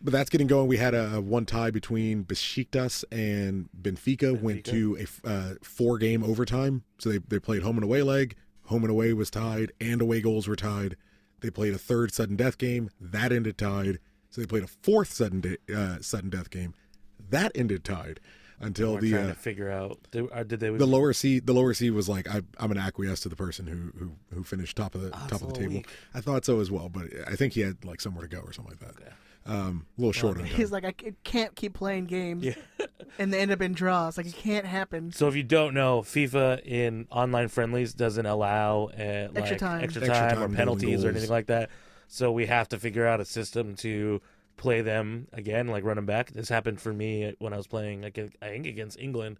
S3: but that's getting going. We had a, a one tie between Besiktas and Benfica, went to a f- uh, four game overtime. So they, they played home and away leg. Home and away was tied, and away goals were tied. They played a third sudden death game that ended tied. So they played a fourth sudden de- uh, sudden death game that ended tied. until
S5: We're
S3: the
S5: trying
S3: uh,
S5: to figure out did, or did they
S3: the lower C the lower C was like I, I'm gonna acquiesce to the person who who, who finished top of the top
S5: it's Oh, a
S3: of the
S5: little
S3: table.
S5: weak.
S3: I thought so as well, but I think he had like somewhere to go or something like that. Um, a little short on [laughs]
S5: [laughs]
S3: time.
S2: He's like, I c- can't keep playing games, [laughs] and they end up in draws. Like it can't happen.
S5: So if you don't know, FIFA in online friendlies doesn't allow uh, like
S2: time.
S5: extra
S3: Extra
S5: time,
S3: time,
S5: or
S3: golden
S5: penalties or
S3: goals.
S5: anything like that. So we have to figure out a system to play them again, like run them back. This happened for me when I was playing, like, I think against England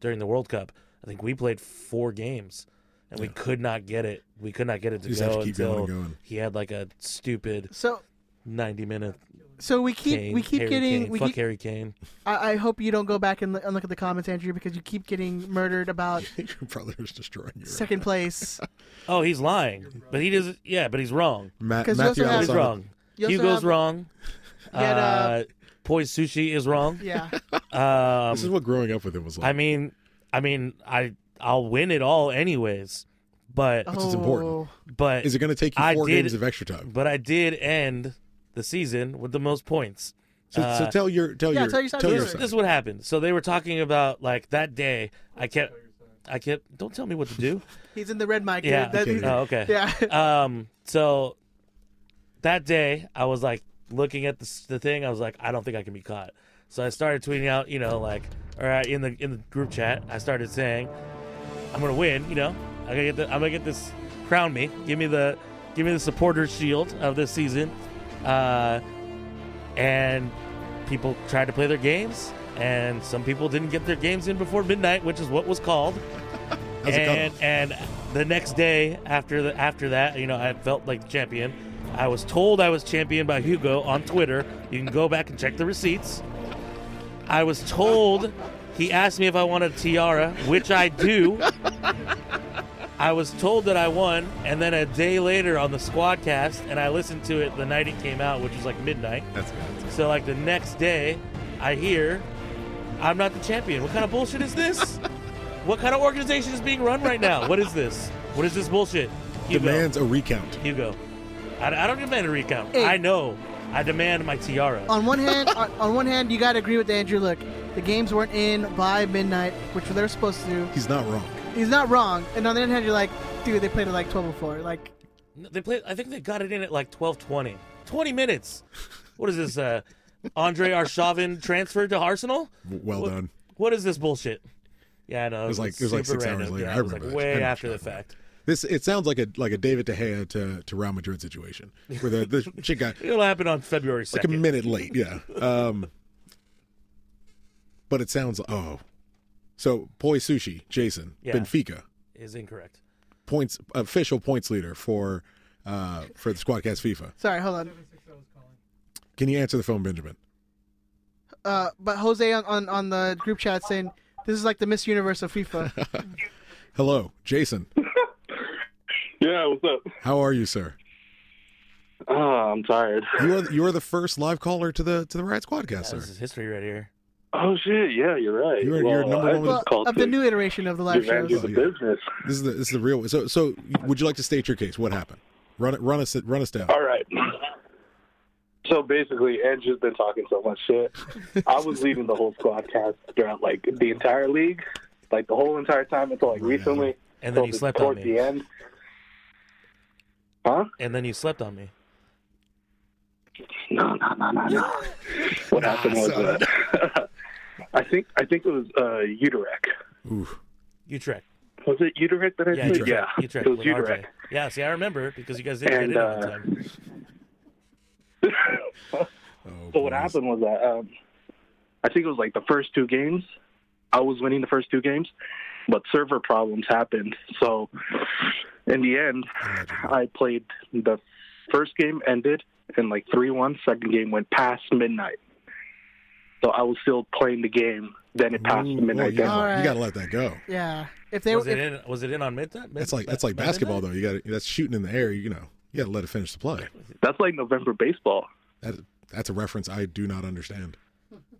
S5: during the World Cup. I think we played four games and we could not get it. We could not get it to
S3: You just have
S5: go
S3: to keep
S5: until
S3: going and going.
S5: he had like a stupid
S2: So,
S5: ninety minute.
S2: so we keep
S5: Kane,
S2: we keep
S5: Harry
S2: getting.
S5: Kane.
S2: We
S5: fuck
S2: keep,
S5: Harry Kane.
S2: I, I hope you don't go back and, l- and look at the comments, Andrew, because you keep getting murdered
S5: [laughs]
S2: about
S3: Your brother is destroying you.
S2: second place.
S5: Oh, he's lying, but he doesn't. Yeah, but he's wrong.
S3: Matt,
S2: 'Cause you
S3: Matthew
S2: also have-
S5: He's
S3: Alessandro-
S5: wrong.
S2: You also
S5: Hugo's
S2: have-
S5: wrong.
S2: had, uh,
S5: uh, poised sushi is wrong. [laughs]
S2: Yeah,
S3: This is
S5: Um,
S3: what growing up with him was like.
S5: I mean, I mean, I I'll win it all anyways. But
S2: oh,
S3: That's what's important.
S5: but
S3: is it going to take
S5: I
S3: you four
S5: did-
S3: games of extra time?
S5: but I did end the season with the most points.
S3: So, so
S5: uh,
S3: tell your tell
S2: yeah,
S3: your
S2: tell your side
S3: your
S2: story.
S5: This is what happened. So they were talking about like that day. I kept, I kept. Don't tell me what to do.
S2: He's in the red mic. dude.
S5: Yeah.
S2: That-
S3: Okay.
S5: Oh, okay.
S2: [laughs] yeah.
S5: um so that day i was like looking at the, s- the thing i was like i don't think i can be caught so i started tweeting out you know like all right in the in the group chat i started saying i'm gonna win you know i'm gonna get the, i'm gonna get this crown me give me the give me the supporter shield of this season uh and people tried to play their games and some people didn't get their games in before midnight which is what was called
S3: [laughs] How's it
S5: and
S3: coming?
S5: and the next day after the after that, you know, I felt like the champion. I was told I was champion by Hugo on Twitter. You can go back and check the receipts. I was told he asked me if I wanted a tiara, which I do.
S3: [laughs]
S5: I was told that I won, and then a day later on the squadcast, and I listened to it the night it came out, which was like midnight.
S3: That's bad.
S5: So like the next day, I hear I'm not the champion. What kind of bullshit is this? what kind of organization is being run right now? What is this? What is this bullshit? Hugo,
S3: Demands a recount.
S5: Hugo, I, I don't demand a recount.
S2: Hey.
S5: I know. I demand my tiara.
S2: on one hand, on, on one hand, you gotta agree with Andrew. Look, the games weren't in by midnight, which they're supposed to. do.
S3: He's not wrong.
S2: He's not wrong. And on the other hand, you're like, dude, they played it like 12 before. Like,
S5: No, They played. I think they got it in at like 12:20. 20 minutes. What is this? Uh, Andre Arshavin transferred to Arsenal?
S3: W- Well
S5: What-
S3: done.
S5: What is this bullshit? Yeah, I know. It
S3: was like- it was like
S5: super
S3: six hours
S5: random.
S3: later.
S5: Yeah,
S3: I
S5: it was like
S3: remember that. I
S5: way
S3: know what
S5: after
S3: you're
S5: the
S3: talking about.
S5: fact.
S3: This it sounds like a like a David De Gea to to Real Madrid situation where the the [laughs] shit got
S5: It'll happen on February 2nd.
S3: like a minute late. Yeah. Um, but it sounds oh, so Poi Sushi Jason
S5: Yeah.
S3: Benfica
S5: is incorrect.
S3: points official points leader for uh for the Squadcast FIFA.
S2: sorry, hold on.
S3: Can you answer the phone, Benjamin?
S2: Uh, but Jose on, on, on the group chat saying, this is like the Miss Universe of
S7: [laughs]
S2: FIFA.
S3: Hello, Jason.
S7: Yeah, what's up?
S3: How are you, sir?
S7: Oh, I'm tired.
S3: You are you are the first live caller to the to the Riot Squadcast,
S5: This
S3: sir.
S5: is history right here.
S7: [laughs] Oh shit, yeah, you're right.
S3: You're- you're number
S7: I
S3: one with-
S7: just
S2: well,
S7: called
S2: of the
S7: to
S2: new iteration of the live
S7: demand
S3: Oh,
S2: shows.
S7: you the business.
S3: This is the this is the real. So so would you like to state your case? What happened? Run it. Run us. Run us down.
S7: All right. [laughs] So basically, Andrew's been talking so much shit. I was leading the whole squad cast throughout like the entire league, like the whole entire time until like recently.
S5: And then
S7: Till
S5: he
S7: the-
S5: slept on
S7: toward
S5: me.
S7: the end. Huh?
S5: And then you slept on me.
S7: No, no, no,
S3: [laughs]
S7: no, no. What happened was that [laughs] I think I think it was uh, Uterek.
S3: Ooh.
S5: Utrecht.
S7: Was it Uterek that I
S5: Yeah,
S7: said?
S5: Utrecht.
S7: Yeah,
S5: Utrecht.
S7: it was
S5: with RJ.
S7: Uterek.
S5: Yeah, see, I remember because you guys didn't
S7: And,
S5: get it at
S7: uh,
S5: the time.
S3: Oh,
S7: So
S3: boys.
S7: what happened was that um, I think it was like the first two games. I was winning the first two games, but server problems happened. So in the end, I played the first game ended in like three one. Second game went past midnight. So I was still playing the game. Then it passed
S3: Ooh,
S7: midnight.
S3: well, yeah,
S7: deadline.
S2: All right.
S3: You gotta let that go.
S2: Yeah. If they
S5: Was
S2: if-
S5: it in? Was it in on midnight?
S3: That's like that's like basketball though. You got to that's shooting in the air. You know, you gotta let it finish the play.
S7: That's like November baseball.
S3: That that's a reference I do not understand.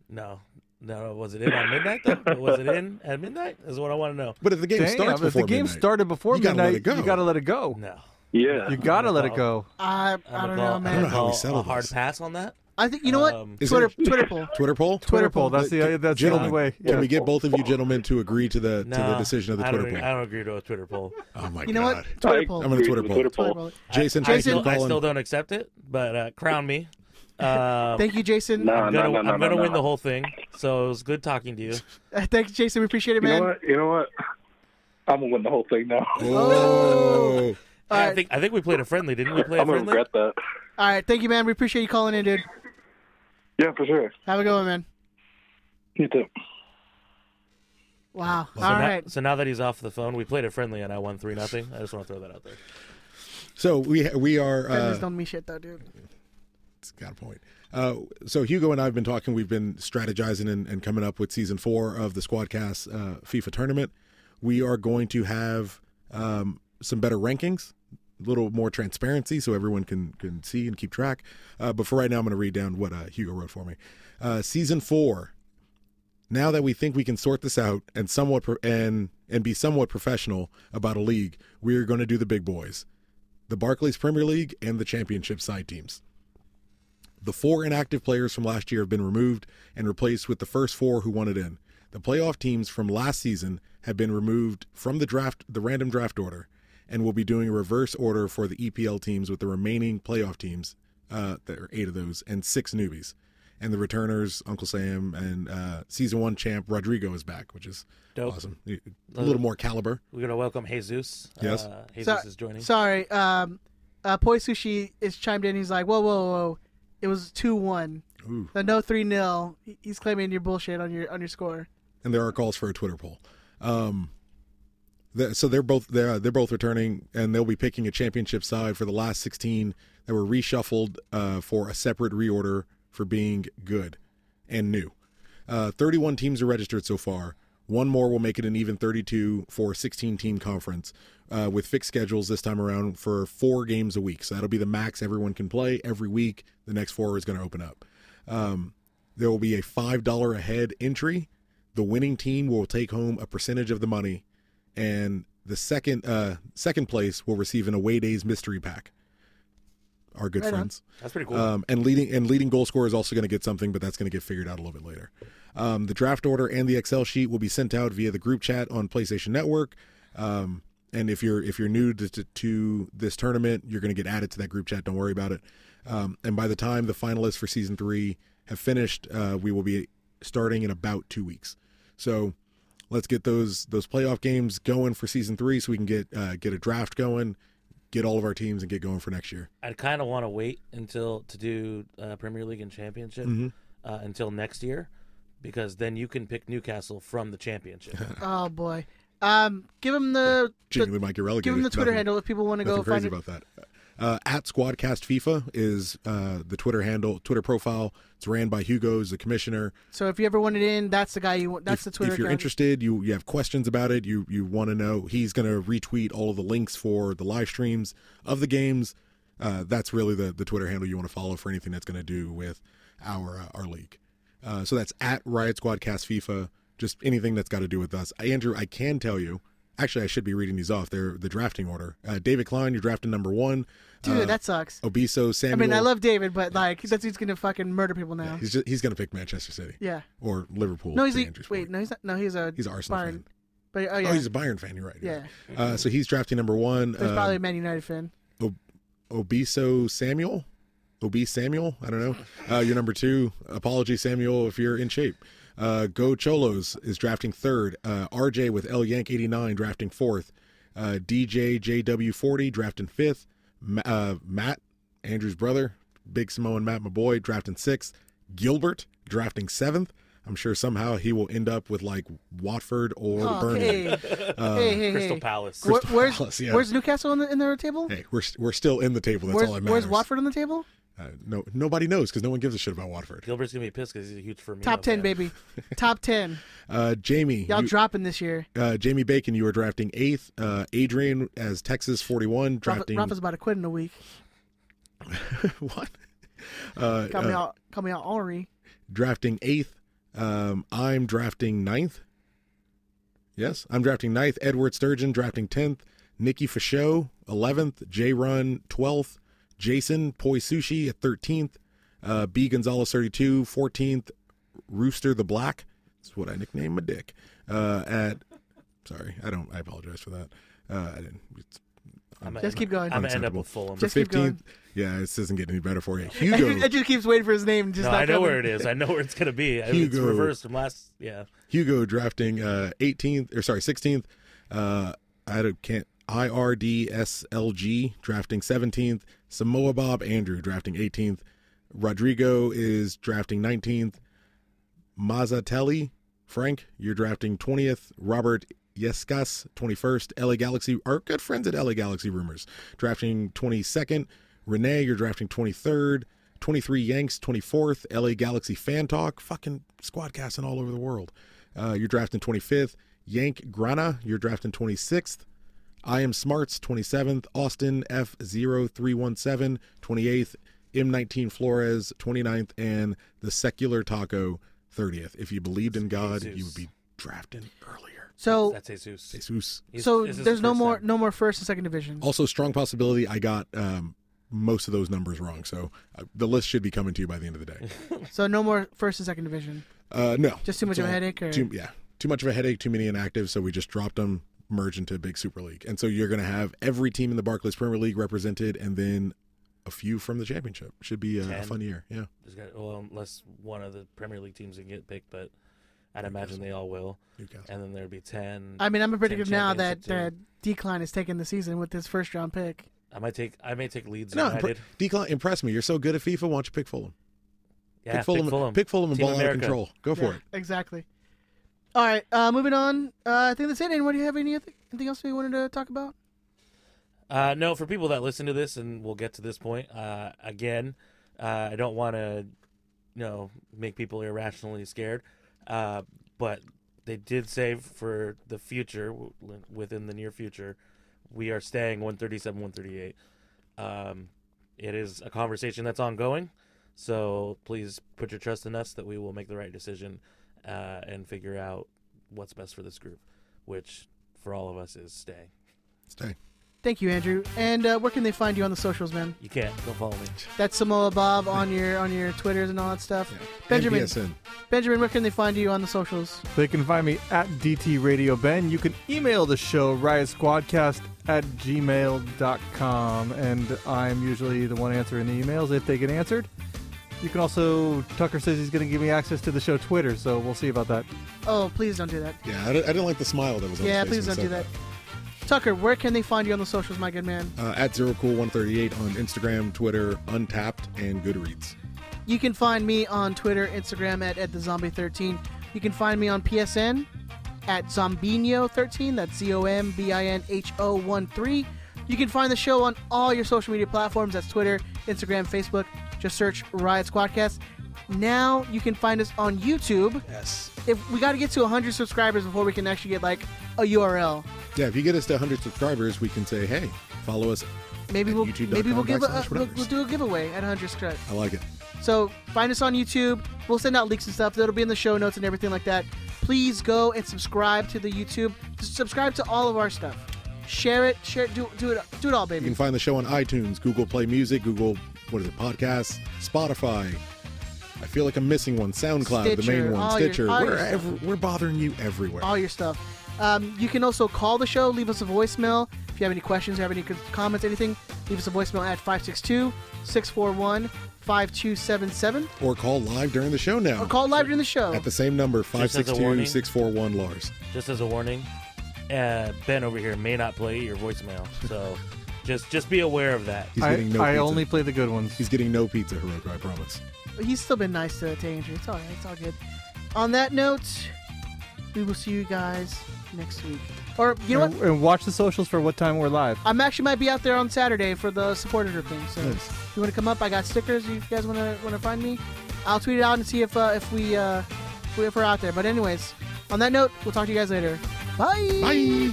S5: No, no. Was it in on midnight
S3: [laughs]
S5: though? was it in at midnight? Is what I want to know.
S3: But if the game
S4: Damn,
S3: starts
S4: uh, if
S3: before
S4: the game
S3: midnight,
S4: started before
S3: you gotta let
S4: midnight,
S3: it go.
S4: you gotta let it go.
S5: No,
S7: Yeah.
S4: You gotta let it go.
S2: I, I
S5: I'm
S2: don't
S5: gonna
S2: know,
S5: call- I'm gonna
S2: man.
S3: know how we
S5: call
S3: settle
S5: a hard
S3: this.
S5: pass on that.
S2: I think you know what
S5: Um,
S3: Is
S2: Twitter
S3: it-
S2: Twitter
S5: [laughs]
S2: poll.
S3: Twitter poll.
S4: Twitter poll. That's the that's the only
S3: gentlemen,
S4: way.
S3: Can we get both of you gentlemen to agree to the to the
S5: nah,
S3: decision of the
S5: I
S3: Twitter
S5: don't,
S3: poll?
S5: I don't agree to a Twitter poll.
S3: oh my
S2: You know
S3: god.
S2: what Twitter
S7: I-
S2: poll.
S3: I'm gonna Twitter
S7: The
S3: poll.
S7: Twitter
S2: Twitter
S7: poll.
S2: poll.
S3: Jason,
S5: I,
S2: Jason-
S3: thank you for
S5: still, I still
S3: calling.
S5: don't accept it, but uh, crown me.
S3: [laughs]
S5: Um,
S2: Thank you, Jason. [laughs]
S7: No,
S5: I'm
S7: no,
S5: gonna,
S7: no, no,
S5: I'm gonna
S7: no,
S5: win
S7: no.
S5: the whole thing. So it was good talking to you.
S2: Uh, Thank you, Jason. We appreciate it,
S7: You
S2: man.
S7: know what? You know what? I'm gonna win the whole thing now.
S3: Oh,
S2: All
S5: Yeah, I
S2: right.
S5: think I think we played a friendly, didn't we? Play a
S7: [laughs] I'm gonna
S5: friendly.
S7: regret that.
S2: All right, thank you, man. We appreciate you calling in, dude.
S7: Yeah, for sure.
S2: Have a good one, man.
S7: You too.
S2: Wow. All
S5: so, now,
S2: right.
S5: so now that he's off the phone, we played a friendly, and I won three nothing. I just want to throw that out there.
S3: so we we are.
S2: Friendlies
S3: Uh,
S2: don't mean shit though, dude.
S3: It's got a point. Uh, so Hugo and I have been talking. We've been strategizing and, and coming up with season four of the Squadcast uh, FIFA tournament. We are going to have um, some better rankings, a little more transparency, so everyone can can see and keep track. Uh, but for right now, I'm going to read down what uh, Hugo wrote for me. Uh, season four. Now that we think we can sort this out and somewhat pro- and and be somewhat professional about a league, we are going to do the big boys, the Barclays Premier League and the Championship side teams. The four inactive players from last year have been removed and replaced with the first four who wanted in. The playoff teams from last season have been removed from the draft, the random draft order, and will be doing a reverse order for the EPL teams with the remaining playoff teams. Uh, there are eight of those and six newbies, and the returners, Uncle Sam and uh, season one champ Rodrigo is back, which is
S5: Dope.
S3: awesome. A little more caliber.
S5: We're gonna welcome Jesus.
S3: Yes.
S5: uh, Jesus is joining.
S2: Sorry. Um, uh, Poi Sushi is chimed in. He's like, whoa, whoa, whoa. It was 2 1.
S3: Ooh.
S2: The no 3 0. He's claiming your bullshit on your on your score.
S3: and there are calls for a Twitter poll. Um, the, so they're both they're, uh, they're both returning, and they'll be picking a championship side for the last 16 that were reshuffled uh, for a separate reorder for being good and new. Uh, 31 teams are registered so far. One more will make it an even 32 for a 16 team conference uh, with fixed schedules this time around for four games a week. So that'll be the max everyone can play every week. The next four is going to open up. Um, there will be a $5 a head entry. The winning team will take home a percentage of the money, and the second uh, second place will receive an away days mystery pack. Our good
S2: Right on.
S3: friends.
S5: That's pretty cool.
S3: Um, and leading and leading goal scorer is also going to get something, but that's going to get figured out a little bit later. Um, the draft order and the Excel sheet will be sent out via the group chat on PlayStation Network. Um, and if you're if you're new to, to, to this tournament, you're going to get added to that group chat. Don't worry about it. Um, and by the time the finalists for season three have finished, uh, we will be starting in about two weeks. So let's get those those playoff games going for season three, so we can get uh, get a draft going, get all of our teams, and get going for next year.
S5: I'd kind of want to wait until to do uh, Premier League and Championship
S3: Mm-hmm.
S5: uh, until next year, because then you can pick Newcastle from
S3: [laughs]
S5: the Championship.
S2: Oh, boy. Um, give him the,
S3: Jimmy
S2: the-
S3: might get relegated.
S2: give him the
S3: It's
S2: Twitter
S3: nothing-
S2: handle if people want to go
S3: nothing
S2: find
S3: crazy
S2: it.
S3: about that. Uh, at Squadcast FIFA is uh, the Twitter handle, Twitter profile. It's ran by Hugo, who's the commissioner.
S2: So if you ever wanted in, that's the guy you want. That's
S3: if,
S2: the Twitter
S3: If you're
S2: account.
S3: interested, you you have questions about it, you you want to know, he's going to retweet all of the links for the live streams of the games. Uh, that's really the the Twitter handle you want to follow for anything that's going to do with our uh, our league. Uh, so that's at Riot Squad Cast FIFA. Just anything that's got to do with us. Andrew, I can tell you. Actually, I should be reading these off. They're the drafting order. Uh, David Klein, you're drafting number one.
S2: Dude,
S3: Uh,
S2: that sucks.
S3: Obiso
S2: I
S3: Samuel.
S2: mean, I love David, but like, that's he's going to fucking murder people now.
S3: He's just, he's going to pick Manchester City
S2: Yeah.
S3: or Liverpool.
S2: No, he's
S3: to
S2: a,
S3: Andrew's
S2: wait.
S3: point.
S2: No, he's not. No, he's a
S3: He's an Arsenal
S2: Bayern.
S3: fan.
S2: But oh yeah,
S3: Oh, he's a Bayern fan. You're right. you're
S2: yeah.
S3: right. Uh, so he's drafting number one.
S2: He's probably a
S3: Um,
S2: Man United fan.
S3: Obiso Samuel. Obese Samuel. I don't know. Uh, you're number two. Apology Samuel if you're in shape. Uh, Go Cholos is drafting third. Uh, RJ with L Yank 89 drafting fourth. Uh, DJ JW40 drafting fifth. Ma- uh, Matt, Andrew's brother, Big Samoan Matt, my boy, drafting sixth. Gilbert drafting seventh. I'm sure somehow he will end up with like Watford or
S2: Oh,
S3: Burnley.
S2: hey, hey, hey,
S5: Crystal
S2: hey.
S5: Palace.
S2: Where,
S3: Uh, Crystal
S2: where's
S3: Palace, yeah.
S2: where's Newcastle in the in their table?
S3: Hey, we're we're still in the table. That's
S2: where's
S3: all that matters.
S2: where's Watford on the table?
S3: Uh, no, nobody knows because no one gives a shit about Watford.
S5: Gilbert's gonna be pissed because he's a huge Firmino
S2: Top ten,
S5: fan. [laughs]
S2: baby. Top ten.
S3: Uh, Jamie,
S2: Y'all
S3: you-
S2: dropping this year.
S3: uh, Jamie Bacon, you were drafting eighth. Uh, Adrian as Texas forty-one
S2: Rafa,
S3: drafting
S2: Rafa's about to quit in a week.
S3: [laughs] what? Uh,
S2: Call me
S3: uh,
S2: out. Call me out, Henri.
S3: drafting eighth. Um, I'm drafting ninth. Yes, I'm drafting ninth. Edward Sturgeon drafting tenth. Nikki Fasho eleventh. J Run twelfth. Jason Poi Sushi at thirteenth. Uh, B Gonzalez 32, 14th Rooster the Black. That's what I nicknamed my dick. Uh, at sorry, I don't. I apologize for that. Uh, I didn't. It's,
S5: I'm
S2: Just keep going.
S5: I'm gonna end up
S3: Unacceptable.
S5: with Fulham.
S2: Just keep going.
S3: Yeah, this isn't getting any better for you.
S2: [laughs] It
S3: Hugo
S2: just keeps waiting for his name. Just
S5: no,
S2: not
S5: I know
S2: coming.
S5: where it is. I know where it's gonna be. I- It's
S3: Hugo.
S5: reversed from last. Yeah,
S3: Hugo drafting uh, 18th or sorry 16th. Uh, I don't, can't IRDSLG drafting 17th. Samoa Bob Andrew drafting 18th. Rodrigo is drafting 19th. Mazzatelli Frank, you're drafting 20th. Robert Yescas, 21st. LA Galaxy, our good friends at LA Galaxy Rumors, drafting 22nd. Renee, you're drafting 23rd. 23 Yanks, 24th. LA Galaxy Fan Talk, fucking squad casting all over the world. Uh, you're drafting 25th. Yank Grana, you're drafting 26th. I am Smarts, 27th. Austin F0317, 28th. M19 Flores, 29th. And the Secular Taco, 30th. If you believed in God, you would be drafted earlier.
S2: So
S5: that's Jesus.
S3: Jesus.
S5: He's-
S2: so
S5: this is
S2: there's
S5: the
S2: no
S5: first
S2: more
S5: time.
S2: no more first and second division.
S3: Also, strong possibility I got um, most of those numbers wrong. So uh, the list should be coming to you by the end of the day.
S2: So no more first and second division.
S3: Uh, no.
S2: Just too much
S3: It's
S2: of a
S3: all-
S2: headache, or-
S3: Too, yeah. Too much of a headache, too many inactive. So we just dropped them, merged into a big Super League. And so you're going to have every team in the Barclays Premier League represented and then a few from the championship. Should be a, a
S5: Ten.
S3: fun year. Yeah.
S5: Just got- well, unless one of the Premier League teams can get picked, but I'd imagine they all will.
S3: Newcastle.
S5: And then there'd be ten.
S2: I mean, I'm predictive
S5: Team
S2: now that
S5: championship
S2: that decline is taking the season with this first round pick.
S5: I might take. I may take Leeds
S3: No, impre-
S5: United.
S3: decline, impress me. You're so good at FIFA. Why don't you pick Fulham?
S5: Yeah,
S3: pick Fulham. Pick Fulham and
S5: Team
S3: ball out
S5: America.
S3: of control. Go for
S2: Yeah,
S3: it.
S2: Exactly. All right. Uh, moving on. Uh, I think that's it. Anyone do you have any other, anything else we wanted to talk about?
S5: Uh, no, for people that listen to this, and we'll get to this point uh, again. Uh, I don't want to, you know, make people irrationally scared, uh, but they did say for the future, w- within the near future, we are staying 137, 138. Um, it is a conversation that's ongoing, so please put your trust in us that we will make the right decision uh, and figure out what's best for this group, which for all of us is stay.
S3: Stay.
S2: Thank you, Andrew. And uh, where can they find you on the socials, man?
S5: You can't. Don't follow me.
S2: That's Samoa Bob on your on your Twitters and all that stuff. Benjamin,
S3: Benjamin. PSN.
S2: Benjamin, where can they find you on the socials?
S4: They can find me at DT Radio Ben. You can email the show Riot Squadcast at gmail.com. And I'm usually the one answering the emails if they get answered. You can also, Tucker says he's going to give me access to the show Twitter, so we'll see about that.
S2: Oh, please don't do that.
S3: Yeah, I, don't- I didn't like the smile that was on
S2: Yeah,
S3: his face
S2: please
S3: when
S2: don't
S3: he
S2: do
S3: said
S2: that. Tucker, where can they find you on the socials, my good man?
S3: that. Uh, at ZeroCool138 on Instagram, Twitter, Untapped, and Goodreads.
S2: You can find me on Twitter, Instagram at EdTheZombie13. You can find me on PSN at Zombinho13. That's Z O M B I N H O 1 3. You can find the show on all your social media platforms. That's Twitter, Instagram, Facebook. Just search Riot Squadcast. Now you can find us on YouTube.
S3: Yes.
S2: If we got to get to 100 subscribers before we can actually get like a URL.
S3: Yeah, if you get us to 100 subscribers, we can say, hey, follow us.
S2: Maybe
S3: At
S2: we'll
S3: youtube.com
S2: maybe we'll give a, uh,
S3: backslash
S2: we'll,
S3: whatevers.
S2: we'll do a giveaway at 100 subscribers.
S3: I like it.
S2: So find us on YouTube. We'll send out leaks and stuff. That'll be in the show notes and everything like that. Please go and subscribe to the YouTube. Subscribe to all of our stuff. Share it. Share it. Do, do it. Do it all,
S3: You can
S2: baby.
S3: find the show on iTunes, Google Play Music, Google, what is it, podcasts, Spotify. I feel like I'm missing one. SoundCloud, the
S2: Stitcher,
S3: main one.
S2: all your-
S3: Stitcher.
S2: all your
S3: we're,
S2: stuff.
S3: ev- we're bothering you everywhere.
S2: All your stuff. Um, you can also call the show. Leave us a voicemail. If you have any questions, have any comments, anything, leave us a voicemail at 562 641 5277.
S3: Or call live during the show now.
S2: Or call live during the show.
S3: At the same number,
S5: as a warning.
S3: 562 641 Lars.
S5: Just as a warning, uh, Ben over here may not play your voicemail, so just just be aware of that.
S3: He's
S4: I,
S3: getting no
S4: I
S3: pizza.
S4: only play the good ones.
S3: He's getting no pizza, Hiroko, I promise.
S2: he's still been nice to, to Andrew. It's all right. It's all good. On that note, we will see you guys next week. Or you know
S4: and,
S2: what?
S4: and watch the socials for what time we're live.
S2: I'm actually might be out there on Saturday for the supporter thing. So
S3: Nice.
S2: if you want to come up, I got stickers. If you guys want to want to find me, I'll tweet it out and see if uh, if we uh, if we're out there. But anyways, on that note, we'll talk to you guys later. Bye.
S3: Bye.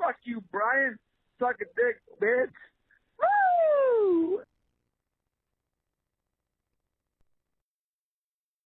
S8: Fuck you, Brian. Suck a dick, bitch.